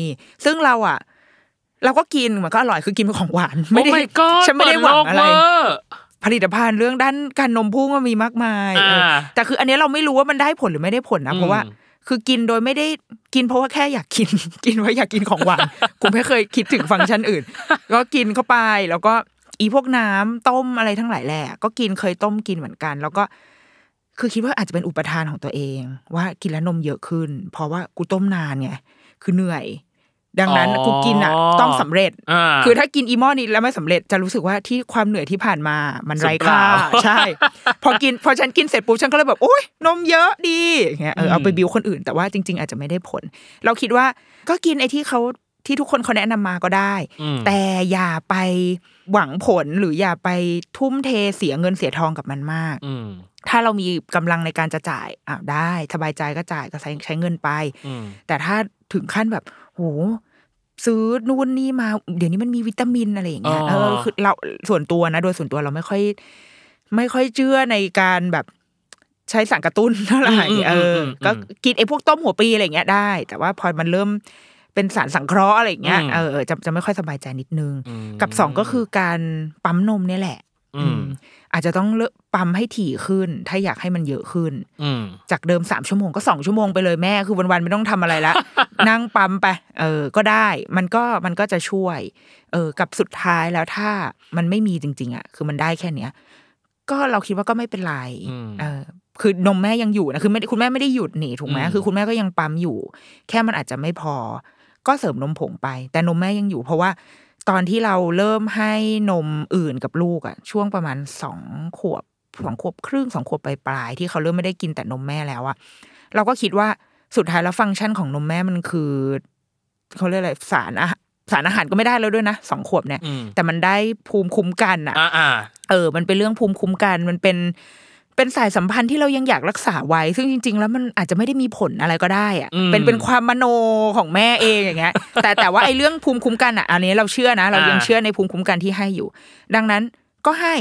Speaker 2: ซึ่งเราอ่ะ เราก็กินมันก็อร่อยคือกินเป็นของหวาน ไม่ได้
Speaker 1: Oh my god
Speaker 2: ฉันไม่ได้หวังอะไร
Speaker 1: เปิดโลกเวอร์
Speaker 2: ผลิตภัณฑ์เรื่องด้านการนมพุ่งก็มีมากมาย
Speaker 1: อ่า
Speaker 2: เออแต่คืออันเนี้ยเราไม่รู้ว่ามันได้ผลหรือไม่ได้ผลนะ
Speaker 1: อืม
Speaker 2: เพราะว่า คือกินโดยไม่ได้กินเพราะว่าแค่อยากกิน กินว่าอยากกินของหวาน กูไม่เคยคิดถึงฟังก์ชันอื่น ก็กินเข้าไปแล้วก็อีพวกน้ำต้มอะไรทั้งหลายแหละก็กินเคยต้มกินเหมือนกัน แล้วก็ คือคิดว่าอาจจะเป็นอุปทานของตัวเอง ว่ากินแล้วนมเยอะขึ้น เพราะว่ากูต้มนานไงคือเหนื่อย ดังนั้น
Speaker 1: อ๋อ
Speaker 2: กูกินอ่ะ ต้องสำเร็จ
Speaker 1: อ่า
Speaker 2: คือถ้ากินอีหมอนี้แล้วไม่สำเร็จจะรู้สึกว่าที่ความเหนื่อยที่ผ่านมามันไร้ค่า
Speaker 1: สูญเปล่า
Speaker 2: ใช่ พอกินพอฉันกินเสร็จปุ๊บฉันก็เลยแบบโอ๊ยนมเยอะดีอย่างเงี้ยเออเอาไป
Speaker 1: อืม
Speaker 2: บิวคนอื่นแต่ว่าจริง ๆ อาจจะไม่ได้ผล เราคิดว่าก็กินไอ้ที่เขาที่ทุกคนเขาแนะนำมาก็ได้
Speaker 1: อืม
Speaker 2: แต่อย่าไปหวังผลหรืออย่าไปทุ่มเทเสียเงินเสียทองกับมันมาก
Speaker 1: อืม
Speaker 2: ถ้าเรามีกำลังในการจะจ่ายอ่ะได้สบายใจก็จ่ายก็ใช้ใช้เงินไป
Speaker 1: อืม
Speaker 2: แต่ถ้าถึงขั้นแบบโหซื้อนู่นนี่มา เดี๋ยวนี้มันมีวิตามินอะไรอย่างเงี้ย
Speaker 1: อ๋อ
Speaker 2: เออคือเราส่วนตัวนะ โดยส่วนตัวเราไม่ค่อย ไม่ค่อยเชื่อในการแบบใช้สารกระตุ้น เท่าไหร่เอออก็กินไอ้พวกต้มหัวปลีอะไรอย่างเงี้ยได้ แต่ว่าพอมันเริ่มเป็นสารสังเคราะห์อะไรอย่างเงี้ยเออจะจะไม่ค่อยสบายใจนิดนึง
Speaker 1: อืม
Speaker 2: กับสองก็คือการปั๊มนมเนี่ยแหละ
Speaker 1: อืม
Speaker 2: อาจจะต้องเลิกปั๊มให้ถี่ขึ้น ถ้าอยากให้มันเยอะขึ้น
Speaker 1: อืม
Speaker 2: จากเดิมสามชั่วโมงก็สองชั่วโมงไปเลยแม่คือวันๆไม่ต้องทำอะไร ละ นั่งปั๊มไปเออ ก็ได้ มันก็มันก็จะช่วย เออ กับสุดท้ายแล้วถ้ามันไม่มีจริง ๆ อ่ะ คือมันได้แค่เนี้ยก็เราคิดว่าก็ไม่เป็นไร
Speaker 1: อืม
Speaker 2: เออ คือนมแม่ยังอยู่นะคือไม่คุณแม่ไม่ได้หยุดหนีถูกไหม
Speaker 1: อืม
Speaker 2: คือคุณแม่ก็ยังปั๊มอยู่ แค่มันอาจจะไม่พอ ก็เสริมนมผงไป แต่นมแม่ยังอยู่ เพราะว่าตอนที่เราเริ่มให้นมอื่นกับลูกอะช่วงประมาณสองขวบสองขวบครึ่งสองขวบปลายๆที่เขาเริ่มไม่ได้กินแต่นมแม่แล้วอะเราก็คิดว่าสุดท้ายแล้วฟังก์ชันของนมแม่มันคือเขาเรียกอะไรสารอาหารสารอาหารก็ไม่ได้แล้วด้วยนะสองขวบเนี่ย
Speaker 1: อืม
Speaker 2: แต่มันได้ภูมิคุ้มกันอะ
Speaker 1: อ่าอ่า
Speaker 2: เออ มันเป็นเรื่องภูมิคุ้มกัน มันเป็น เป็นสายสัมพันธ์ที่เรายังอยากรักษาไว้ ซึ่งจริง ๆ แล้วมันอาจจะไม่ได้มีผลอะไรก็ได้อะ
Speaker 1: อืม
Speaker 2: เป็นเป็นความมโนของแม่เองอย่างเงี้ย แต่แต่ว่าไอ้เรื่องภูมิคุ้มกันอ่ะ อันนี้เราเชื่อนะ เรายัง
Speaker 1: อ่า
Speaker 2: เชื่อในภูมิคุ้มกันที่ให้อยู่ ดังนั้นก็ให้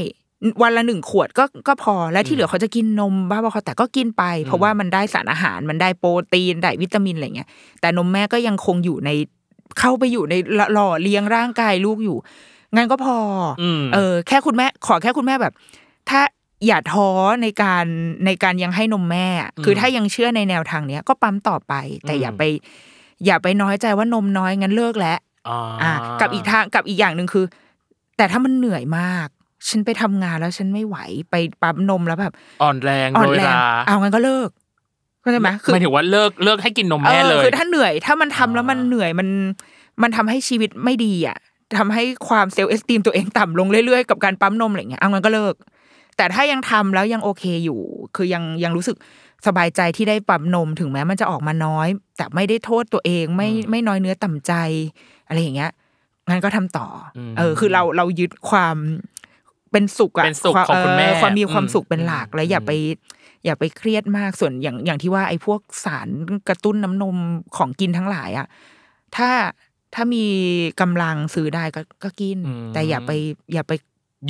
Speaker 2: วันละหนึ่งขวดก็ก็พอ และที่เหลือเขาจะกินนมบ้าบอเขาแต่ก็กินไป เพราะว่ามันได้สารอาหาร มันได้โปรตีน ได้วิตามินอะไรเงี้ย แต่นมแม่ก็ยังคงอยู่ใน เข้าไปอยู่ในหล่อเลี้ยงร่างกายลูกอยู่ งั้นก็พออ
Speaker 1: อืม
Speaker 2: เออ แค่คุณแม่ขอแค่คุณแม่แบบ ถ้าอย่าท้อในการในการยังให้นมแม่อะคือถ้ายังเชื่อในแนวทางเนี้ยก็ปั๊มต่อไป แต่อย่าไป อย่าไปน้อยใจว่านมน้อยงั้นเลิกแล้ว
Speaker 1: อ่า
Speaker 2: อ่ะกับอีกทางกับอีกอย่างหนึ่งคือ แต่ถ้ามันเหนื่อยมาก ฉันไปทำงานแล้วฉันไม่ไหวไปปั๊มนมแล้วแบบ
Speaker 1: อ่อนแรง
Speaker 2: อ่อน
Speaker 1: โดย
Speaker 2: แรง
Speaker 1: ลา
Speaker 2: เอางั้นก็เลิกเข้าใจไหมคือ
Speaker 1: หมายถึงว่าเลิกเลิกให้กินนม
Speaker 2: เอ
Speaker 1: แม่เล
Speaker 2: อย คือถ้าเหนื่อย ถ้ามันทำแล้วมัน
Speaker 1: อ่า
Speaker 2: เหนื่อยมันมันทำให้ชีวิตไม่ดีอ่ะทำให้ความเซลล์เอสติมตัวเองต่ำลงเรื่อยๆกับการปั๊มนมอะไรเงี้ยเอางั้นก็เลิก แต่ถ้ายังทำแล้วยังโอเคอยู่ คือยังยังรู้สึกสบายใจที่ได้ปั๊มนมถึงแม้มันจะออกมาน้อย แต่ไม่ได้โทษตัวเองไม่ไม่น้อยเนื้อต่ำใจ อะไรอย่างเงี้ย งั้นก็ทำต่ออ
Speaker 1: ม
Speaker 2: เออ คือเราเรายึดความเป็นสุขอะ
Speaker 1: เป็นสุข
Speaker 2: วา
Speaker 1: ของคุณแม่
Speaker 2: เความมีความ
Speaker 1: อืม
Speaker 2: สุขเป็นหลัก และอย่า
Speaker 1: อืม
Speaker 2: ไป อย่าไปเครียดมาก ส่วนอย่างอย่างที่ว่าไอ้พวกสารกระตุ้นน้ำนมของกินทั้งหลายอะถ้าถ้ามีกำลังซื้อได้ก็ก็กิน
Speaker 1: อืม
Speaker 2: แต่อย่าไปอย่าไป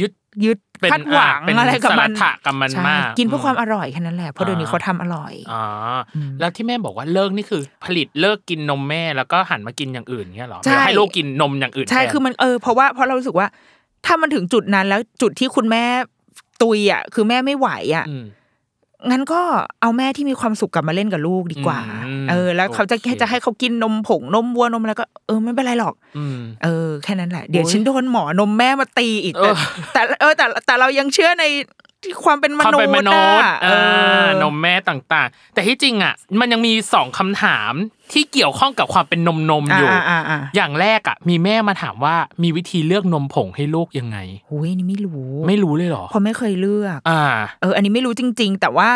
Speaker 1: ยึด
Speaker 2: ยึด
Speaker 1: เป็น
Speaker 2: คาดหวัง
Speaker 1: เป็น
Speaker 2: อะไรกับมัน
Speaker 1: สรถะกับมัน
Speaker 2: ใช่
Speaker 1: มาก
Speaker 2: กินเพื่อ
Speaker 1: ม
Speaker 2: อความอร่อยแค่นั้นแหละ เพราะเดี๋ยวนี้เขาทำอร่อย
Speaker 1: อ๋ออ
Speaker 2: ม
Speaker 1: แล้วที่แม่บอกว่าเลิกนี่คือ ผลิตเลิกกินนมแม่แล้วก็หันมากินอย่างอื่นเงี้ยเหรอ
Speaker 2: ใช่
Speaker 1: หรือให้ลูกกินนมอย่างอื่น
Speaker 2: ใช่
Speaker 1: แทน
Speaker 2: คือมันเออเพราะว่าเพราะเรารู้สึกว่า ถ้ามันถึงจุดนั้นแล้วจุดที่คุณแม่ตุยอ่ะคือแม่ไม่ไหวอ่ะ
Speaker 1: อืม
Speaker 2: งั้นก็เอาแม่ที่มีความสุขกลับมาเล่นกับลูกดีกว่า
Speaker 1: อืม
Speaker 2: เออ แล้วเขาจะ
Speaker 1: โอเค
Speaker 2: แค่จะให้เขากินนมผงนมวัวนมอะไรก็เออไม่เป็นไรหรอก
Speaker 1: อืม
Speaker 2: เออแค่นั้นแหละ เดี๋ยว
Speaker 1: โอ้ย
Speaker 2: ฉันโดนหมอนมแม่มาตีอีก
Speaker 1: เออ
Speaker 2: แต่แต่เออแต่แต่เรายังเชื่อในที่ความเป็นม
Speaker 1: ความ
Speaker 2: นุษ
Speaker 1: เป็น
Speaker 2: ย์
Speaker 1: มนุษย์
Speaker 2: ะ
Speaker 1: เออนมแม่ต่างๆ แต่ที่จริงอ่ะ มันยังมีสองคำถามที่เกี่ยวข้องกับความเป็นนมนมๆอยู่
Speaker 2: อ่าอ่าอ่า
Speaker 1: อย่างแรกอ่ะ มีแม่มาถามว่ามีวิธีเลือกนมผงให้ลูกยังไง
Speaker 2: โอ้ยอันนี่ไม่รู้
Speaker 1: ไม่รู้เลยเหรอ
Speaker 2: เพราะไม่เคยเลือก
Speaker 1: อ่า
Speaker 2: เออ อันนี้ไม่รู้จริง ๆ แต่ว่า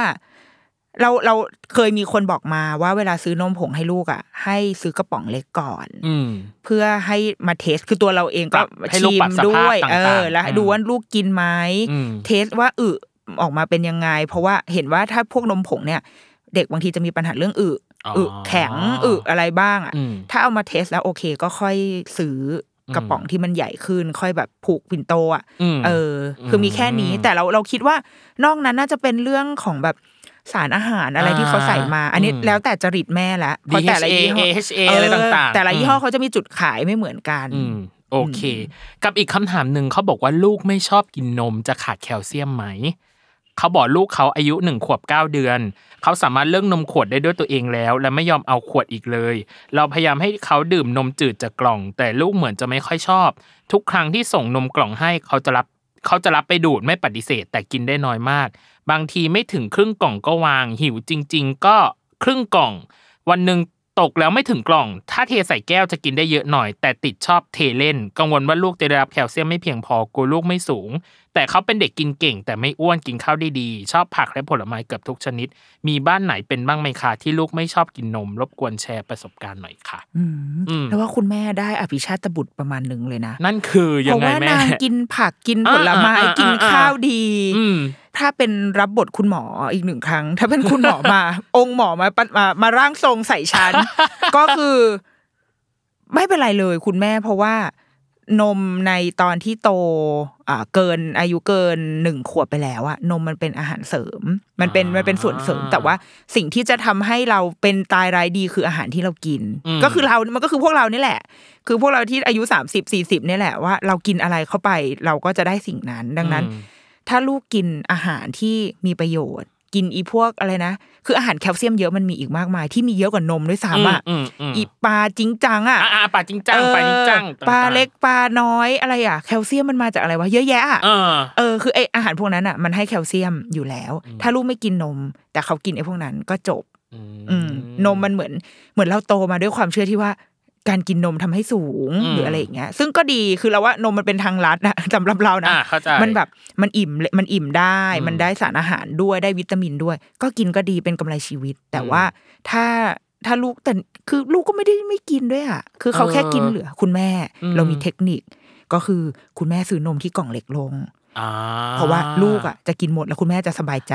Speaker 2: เราเราเคยมีคนบอกมาว่าเวลาซื้อนมผงให้ลูกอ่ะ ให้ซื้อกระป๋องเล็กก่อน
Speaker 1: อืม
Speaker 2: เพื่อให้มาเทสคือตัวเราเอง
Speaker 1: ป
Speaker 2: ก็
Speaker 1: รับให้ลูก
Speaker 2: ชิ
Speaker 1: ปรั
Speaker 2: ม
Speaker 1: บสภาพ
Speaker 2: ด้วย
Speaker 1: ต่างๆ
Speaker 2: เออ แล้ว
Speaker 1: อืม
Speaker 2: ดูว่าลูกกินไหม
Speaker 1: อืม
Speaker 2: เทสว่าอึออกมาเป็นยังไง เพราะว่าเห็นว่าถ้าพวกนมผงเนี่ย เด็กบางทีจะมีปัญหาเรื่องอึ
Speaker 1: อ๋ออึ
Speaker 2: อึแข็งอึอะไรบ้างอ่ะ
Speaker 1: อืม
Speaker 2: ถ้าเอามาเทสแล้วโอเคก็ค่อยซื้อกระป๋องที่มันใหญ่ขึ้น ค่อยแบบผูกปิ่นโตอ่ะ
Speaker 1: อืม
Speaker 2: เออ คือมีแค่นี้
Speaker 1: อืม
Speaker 2: แต่เราเราคิดว่านอกนั้นน่าจะเป็นเรื่องของแบบสารอาหารอะไรที่เขาใส่มา อันนี้
Speaker 1: อืม
Speaker 2: แล้วแต่จริตแม่ละเพราะแต่ละยี่ห้อ
Speaker 1: DHA อะไรต่างๆ
Speaker 2: แต่ละยี่ห้อเขาจะมีจุดขายไม่เหมือนกัน
Speaker 1: อืมโอเค กับอีกคำถามหนึ่งเขาบอกว่าลูกไม่ชอบกินนมจะขาดแคลเซียมไหม เขาบอกลูกเขาอายุหนึ่งขวบเก้าเดือน เขาสามารถเลือกนมขวดได้ด้วยตัวเองแล้ว และไม่ยอมเอาขวดอีกเลย เราพยายามให้เขาดื่มนมจืดจากกล่อง แต่ลูกเหมือนจะไม่ค่อยชอบ ทุกครั้งที่ส่งนมกล่องให้เขาจะรับเขาจะรับไปดูดไม่ปฏิเสธแต่กินได้น้อยมาก บางทีไม่ถึงครึ่งกล่องก็วาง หิวจริง ๆ ก็ครึ่งกล่อง วันหนึ่งตกแล้วไม่ถึงกล่อง ถ้าเทใส่แก้วจะกินได้เยอะหน่อย แต่ติดชอบเทเล่น กังวลว่าลูกจะได้รับแคลเซียมไม่เพียงพอกลัวลูกไม่สูง แต่เขาเป็นเด็กกินเก่ง แต่ไม่อ้วนกินข้าวได้ดี ชอบผักและผลไม้เกือบทุกชนิด มีบ้านไหนเป็นบ้างไหมคะที่ลูกไม่ชอบกินนม รบกวนแชร์ประสบการณ์หน่อยค่ะ
Speaker 2: อืม
Speaker 1: อืม
Speaker 2: แล้วว่าคุณแม่ได้อภิชาตบุตรประมาณหนึ่งเลยนะ
Speaker 1: นั่นคือยั
Speaker 2: เพ
Speaker 1: ง
Speaker 2: ราะ
Speaker 1: ไง
Speaker 2: ว่า
Speaker 1: แม่
Speaker 2: นางกินผักกิน
Speaker 1: อ่า
Speaker 2: ผลไม้
Speaker 1: อ่าอ่า
Speaker 2: กิน
Speaker 1: อ่า
Speaker 2: ข้าวดี
Speaker 1: อืม
Speaker 2: ถ้าเป็นรับบทคุณหมออีกหนึ่งครั้ง ถ้าเป็นคุณหมอมา องค์หมอมาปะมามาร่างทรงใส่ฉั น ก็คือ ไม่เป็นไรเลยคุณแม่เพราะว่านมในตอนที่โตอ่าเกินอายุเกินหนึ่งขวบไปแล้วอะนมมันเป็นอาหารเสริม มันเป็น
Speaker 1: อ่ามั
Speaker 2: มันเป็นส่วนเสริม แต่ว่าสิ่งที่จะทำให้เราเป็นตายรายดีคืออาหารที่เรากิน
Speaker 1: อืม
Speaker 2: ก็คือเรามันก็คือพวกเรานี่แหละ คือพวกเราที่อายุสามสิบสี่สิบนี่ยแหละว่าเรากินอะไรเข้าไปเราก็จะได้สิ่งนั้นดังนั้น
Speaker 1: อืม
Speaker 2: ถ้าลูกกินอาหารที่มีประโยชน์ กินอีพวกอะไรนะ คืออาหารแคลเซียมเยอะมันมีอีกมากมายที่มีเยอะกว่านมด้วยซ้ำอ่ะ
Speaker 1: อืมอืมอืม
Speaker 2: อีปลาจริงจังอ่ะ
Speaker 1: อ่าอ่าปลาจริงจังปลาจริงจัง
Speaker 2: เออ
Speaker 1: ต่งๆ
Speaker 2: ปลาเล็กปลาน้อยอะไรอ่ะแคลเซียมมันมาจากอะไรวะเยอะแยะอะ
Speaker 1: เออ
Speaker 2: เออคือไออาหารพวกนั้นอ่ะมันให้แคลเซียมอยู่แล้ว
Speaker 1: อืม
Speaker 2: ถ้าลูกไม่กินนม แต่เขากินไอพวกนั้นก็จบ
Speaker 1: อื
Speaker 2: อืมนมมันเหมือนเหมือนเราโตมาด้วยความเชื่อที่ว่า การกินนมทำให้สูงหรืออะไรอย่างเงี้ย ซึ่งก็ดีคือเราว่านมมันเป็นทางลัดนะ สำหรับเรานะ
Speaker 1: อ่าเข้าใจ
Speaker 2: มันแบบมันอิ่มเลยมันอิ่มได้
Speaker 1: อืม
Speaker 2: มันได้สารอาหารด้วยได้วิตามินด้วย ก็กินก็ดีเป็นกำไรชีวิต แต่
Speaker 1: อืม
Speaker 2: ว่าถ้าถ้าลูกแต่คือลูกก็ไม่ได้ไม่กินด้วยอ่ะคือเขา
Speaker 1: เออ
Speaker 2: แค่กินเหลือ คุณแม่
Speaker 1: อืม
Speaker 2: เรามีเทคนิค ก็คือคุณแม่ซื้อนมที่กล่องเล็กลง
Speaker 1: อ่า
Speaker 2: เพราะว่าลูกอ่ะจะกินหมดแล้วคุณแม่จะสบายใจ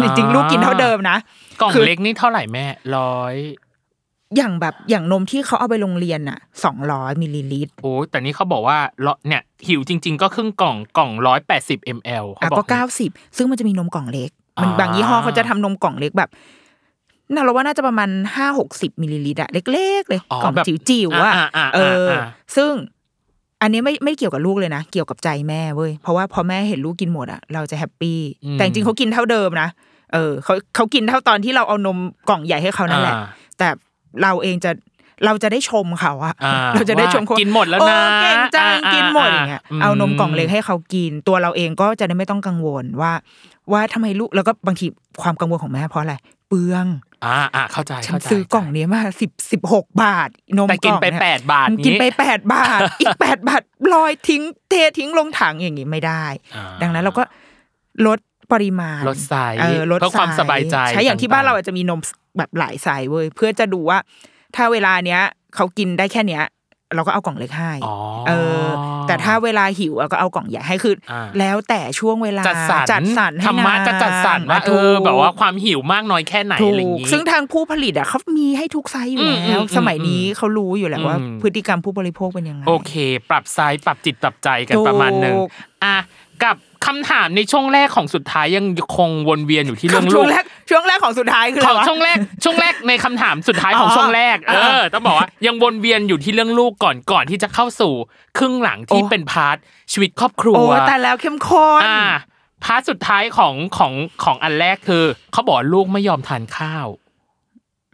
Speaker 1: อ่า
Speaker 2: จริงๆลูกกินเท่าเดิมนะ
Speaker 1: กล่อง
Speaker 2: คือ
Speaker 1: เล็กนี่เท่าไหร่แม่ร้อย
Speaker 2: อย่างแบบอย่างนมที่เขาเอาไปโรงเรียนอ่ะสองร้อยมิลลิลิตร
Speaker 1: โอ้แต่นี่เขาบอกว่าเลาะเนี่ยหิวจริง ๆ ก็ครึ่งกล่องกล่องร้อยแปดสิบมลเขา
Speaker 2: อ่ะ
Speaker 1: บอก
Speaker 2: ก็
Speaker 1: อย่
Speaker 2: เก้าง
Speaker 1: นี้
Speaker 2: สิบซึ่งมันจะมีนมกล่องเล็ก มัน
Speaker 1: อ่า
Speaker 2: บางยี่ห้อเขาจะทำนมกล่องเล็กแบบน่าเราว่าน่าจะประมาณห้าหกสิบมิลลิลิตรอะเล็กๆเลย
Speaker 1: อ๋อก
Speaker 2: ล่อง
Speaker 1: แบบ
Speaker 2: จิ๋วๆอะ
Speaker 1: าาา
Speaker 2: เอออ
Speaker 1: า
Speaker 2: ซึ่ง อันนี้ไม่ไม่เกี่ยวกับลูกเลยนะ เกี่ยวกับใจแม่เว้ยเพราะว่าพอแม่เห็นลูกกินหมดอะเราจะแฮปปี้
Speaker 1: อืม
Speaker 2: แต่จริงๆเขากินเท่าเดิมนะเออเขาเขากินเท่าตอนที่เราเอานมกล่องใหญ่ให้เขานั่นแหละ
Speaker 1: อ่า
Speaker 2: แต่เราเองจะเราจะได้ชมเขาอะ
Speaker 1: อ่า
Speaker 2: เราจะได้ชมเขา
Speaker 1: ว่ากินหมดแล้วนะ
Speaker 2: โอ้เก่งจัง
Speaker 1: อ่า
Speaker 2: กินหมดอย่างเงี้ย
Speaker 1: อ่า
Speaker 2: เอานมกล่องเล็ก
Speaker 1: อืม
Speaker 2: ให้เขากิน ตัวเราเองก็จะได้ไม่ต้องกังวลว่า ว่าทำไมลูกแล้วก็บางทีความกังวลของแม่เพราะอะไรเปลือง
Speaker 1: อ่าอ่าเข้าใจ
Speaker 2: ฉัน
Speaker 1: เข้าใจ
Speaker 2: ซื้อกล่องเนี้ยมาสิบสิบหกบาท นม
Speaker 1: แต่กิน
Speaker 2: ล่อง
Speaker 1: ไป
Speaker 2: เย
Speaker 1: แปดบาท
Speaker 2: กิน
Speaker 1: นี้
Speaker 2: ไปแปดบาท อีกแปดบาทลอยทิ้งเททิ้งลงถังอย่างนี้ไม่ได้
Speaker 1: อ่า
Speaker 2: ดังนั้นเราก็ลดปริมาณ
Speaker 1: ลดไซส์
Speaker 2: เออลด
Speaker 1: เพื่อความ
Speaker 2: ไซส์
Speaker 1: สบายใจ
Speaker 2: ใช่อย่างที่
Speaker 1: ต่างๆ
Speaker 2: บ้านเราอาจจะมีนมแบบหลายไซส์เว้ยเพื่อจะดูว่า ถ้าเวลาเนี้ยเขากินได้แค่เนี้ย เราก็เอากล่องเล็กให้
Speaker 1: อ๋อ
Speaker 2: เออ แต่ถ้าเวลาหิวเราก็เอากล่องใหญ่ให้คืออา แล้วแต่ช่วงเวลา
Speaker 1: จัดสรร
Speaker 2: ให้
Speaker 1: ธรรมะ
Speaker 2: น
Speaker 1: จะจัดสรรว่าเอ
Speaker 2: ถู
Speaker 1: อก แบบว่าความหิวมากน้อยแค่ไหน
Speaker 2: ถู
Speaker 1: อะไรอย่าง
Speaker 2: ก
Speaker 1: งี้
Speaker 2: ซึ่งทางผู้ผลิตอ่ะเขามีให้ทุกไซส์อยู่
Speaker 1: อืมอื
Speaker 2: แล้
Speaker 1: ม
Speaker 2: ว
Speaker 1: อืม
Speaker 2: สมัยนี้เขารู้อยู่แหละ
Speaker 1: อืม
Speaker 2: ว่าพฤติกรรมผู้บริโภคเป็นยังไง
Speaker 1: โอเค ปรับไซส์ปรับจิตปรับใจกัน
Speaker 2: ถูก
Speaker 1: ประมาณหนึ่งอ่ะกับคำถามในช่วงแรกของสุดท้ายยังคงวนเวียนอยู่ที่เรื่อง
Speaker 2: ช่
Speaker 1: ลู
Speaker 2: วง
Speaker 1: ก
Speaker 2: แรกช่วงแรกของสุดท้ายคืออะ
Speaker 1: ข
Speaker 2: ไร
Speaker 1: อง
Speaker 2: วะ
Speaker 1: ช่วงแรก ช่วงแรกในคำถามสุดท้ายของ
Speaker 2: อ๋อ
Speaker 1: ช่วงแรก เอ
Speaker 2: เอ
Speaker 1: อ
Speaker 2: อ
Speaker 1: ต้องบอกว่ายังวนเวียนอยู่ที่เรื่องลูกก่อนก่อนที่จะเข้าสู่ครึ่งหลังที่
Speaker 2: โอ้
Speaker 1: เป็นพาร์ทชีวิตครอบครัว
Speaker 2: โอ้แต่แล้วเข้มข้น
Speaker 1: อ่าพาร์ทสุดท้ายของของของอันแรกคือเขาบอกลูกไม่ยอมทานข้าว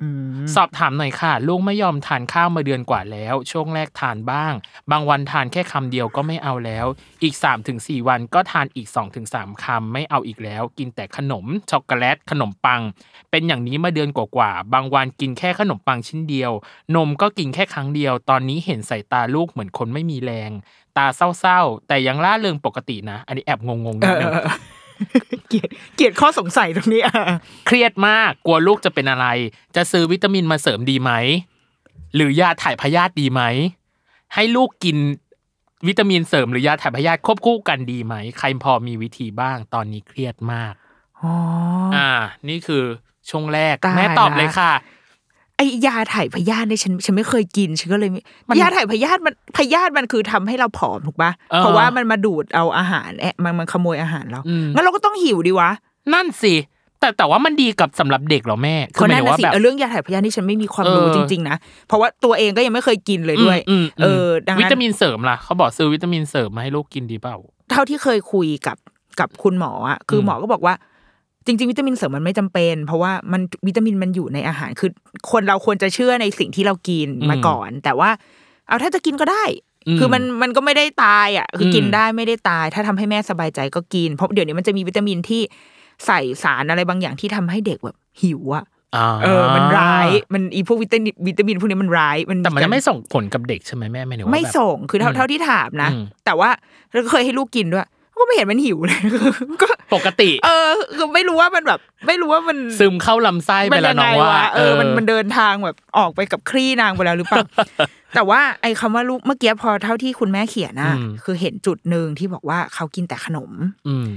Speaker 2: อืม
Speaker 1: สอบถามหน่อยค่ะ ลูกไม่ยอมทานข้าวมาเดือนกว่าแล้ว ช่วงแรกทานบ้าง บางวันทานแค่คำเดียวก็ไม่เอาแล้ว อีก 3-4 วันก็ทานอีก 2-3คำไม่เอาอีกแล้ว กินแต่ขนมช็อกโกแลตขนมปัง เป็นอย่างนี้มาเดือนกว่าๆบางวันกินแค่ขนมปังชิ้นเดียว นมก็กินแค่ครั้งเดียว ตอนนี้เห็นสายตาลูกเหมือนคนไม่มีแรง ตาเศร้าๆ แต่ยังล่าเริงปกตินะ อันนี้แอบงงๆนิดนึง
Speaker 2: เออ เกลียดเกลียดข้อสงสัยตรงนี้อ่ะ
Speaker 1: เครียดมากกลัวลูกจะเป็นอะไร จะซื้อวิตามินมาเสริมดีไหม หรือยาถ่ายพยาธิดีไหม ให้ลูกกินวิตามินเสริมหรือยาถ่ายพยาธิควบคู่กันดีไหม ใครพอมีวิธีบ้างตอนนี้เครียดมาก
Speaker 2: อ๋อ
Speaker 1: อ่า นี่คือช่วงแรก
Speaker 2: ตาย
Speaker 1: แม่ตอบ
Speaker 2: ละ
Speaker 1: เลยค่ะ
Speaker 2: ไอยาถ่ายพยาธิเนี่ยฉันฉันไม่เคยกินฉันก็เลยไม่
Speaker 1: มัน
Speaker 2: ยาถ่ายพยาธิมันพยาธิมันคือทำให้เราผอมถูกปะ
Speaker 1: เออ
Speaker 2: เพราะว่ามันมาดูดเอาอาหารแอะมันมันขโมยอาหารเรา
Speaker 1: อืม
Speaker 2: งั้นเราก็ต้องหิวดีวะ
Speaker 1: นั่นสิแต่แต่ว่ามันดีกับสำหรับเด็กเหรอแม่คื
Speaker 2: ก็
Speaker 1: อหมาย
Speaker 2: นั่น
Speaker 1: ถึง
Speaker 2: นะ
Speaker 1: ว่า
Speaker 2: สิ
Speaker 1: แบบ
Speaker 2: เออเรื่องยาถ่ายพยาธิที่ฉันไม่มีความรู้
Speaker 1: เออ
Speaker 2: จริง ๆ นะ เพราะว่าตัวเองก็ยังไม่เคยกินเลยด้วย
Speaker 1: อืมม
Speaker 2: เออดัง
Speaker 1: วิ
Speaker 2: นั้น
Speaker 1: ตามินเสริมล่ะเขาบอกซื้อวิตามินเสริมมาให้ลูกกินดีเปล่า
Speaker 2: เท่าที่เคยคุยกับกับคุณหมออ่ะคือ
Speaker 1: ม
Speaker 2: หมอก็บอกว่า จริง ๆ วิตามินเสริมมันไม่จำเป็น เพราะว่ามันวิตามินมันอยู่ในอาหารคือคนเราควรจะเชื่อในสิ่งที่เรากินมาก่อน แต่ว่า เอาถ้าจะกินก็ได้ คือมันมันก็ไม่ได้ตายอ่ะคืออ
Speaker 1: ม
Speaker 2: กินได้ไม่ได้ตาย ถ้าทำให้แม่สบายใจก็กิน เพราะเดี๋ยวนี้มันจะมีวิตามินที่ใส่สารอะไรบางอย่างที่ทำให้เด็กแบบหิวอ่ะ
Speaker 1: อ่า
Speaker 2: เออ มันร้ายมันอีพวกวิตามินวิตามินพวกนี้มันร้ายมัน
Speaker 1: แต่มันจะไม่ส่งผลกับเด็กใช่ไหมแม่หมายถึงว่า
Speaker 2: ไม่
Speaker 1: แบบ
Speaker 2: ส่งคือเท่า
Speaker 1: อืม
Speaker 2: เท่าที่ถามนะ
Speaker 1: อืม
Speaker 2: แต่ว่าเราเคยให้ลูกกินด้วย ก็ไม่เห็นมันหิวเลย ก็
Speaker 1: ปกติ
Speaker 2: เออคือไม่รู้ว่ามันแบบ ไม่รู้ว่ามัน
Speaker 1: ซึมเข้าลำไส้ไป
Speaker 2: มัน
Speaker 1: แล้ว
Speaker 2: ยังไง
Speaker 1: น้องว่า
Speaker 2: วะเออมันมันเดินทางแบบออกไปกับคลี่นางไปแล้วหรือ เปล่า แต่ว่าไอ้คำว่าลูกเมื่อกี้พอเท่าที่คุณแม่เขียนนะ
Speaker 1: อืม
Speaker 2: คือเห็นจุดหนึ่งที่บอกว่าเขากินแต่ขนม
Speaker 1: อืม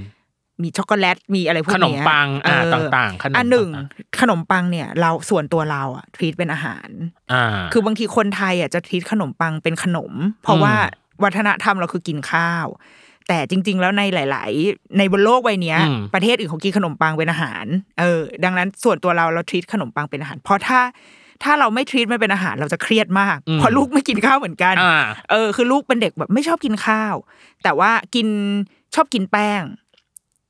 Speaker 2: มีช็อกโกแลตมีอะไรพวก
Speaker 1: ข
Speaker 2: เนี้ย
Speaker 1: นมปังอ่า
Speaker 2: เ
Speaker 1: ต่างๆขนม
Speaker 2: อันหนึ่ง
Speaker 1: ต่า
Speaker 2: ขนมปังเนี่ยเราส่วนตัวเราอะทรีตเป็นอาหาร
Speaker 1: ๆอ่า
Speaker 2: คือบางทีคนไทยอ่ะจะทิตขนมปังเป็นขนม เพราะว่าวัฒนธรรมเราคือกินข้าว แต่จริง ๆ แล้วในหลาย ๆ ในบนโลกใบเนี้ย
Speaker 1: อืม
Speaker 2: ประเทศอื่นเขากินขนมปังเป็นอาหารเออดังนั้นส่วนตัวเราเราทิตขนมปังเป็นอาหาร เพราะถ้าถ้าเราไม่ทิตมันเป็นอาหารเราจะเครียดมากเพราะลูกไม่กินข้าวเหมือนกัน
Speaker 1: อ่า
Speaker 2: เออคือลูกเป็นเด็กแบบไม่ชอบกินข้าว แต่ว่ากินชอบกินแป้ง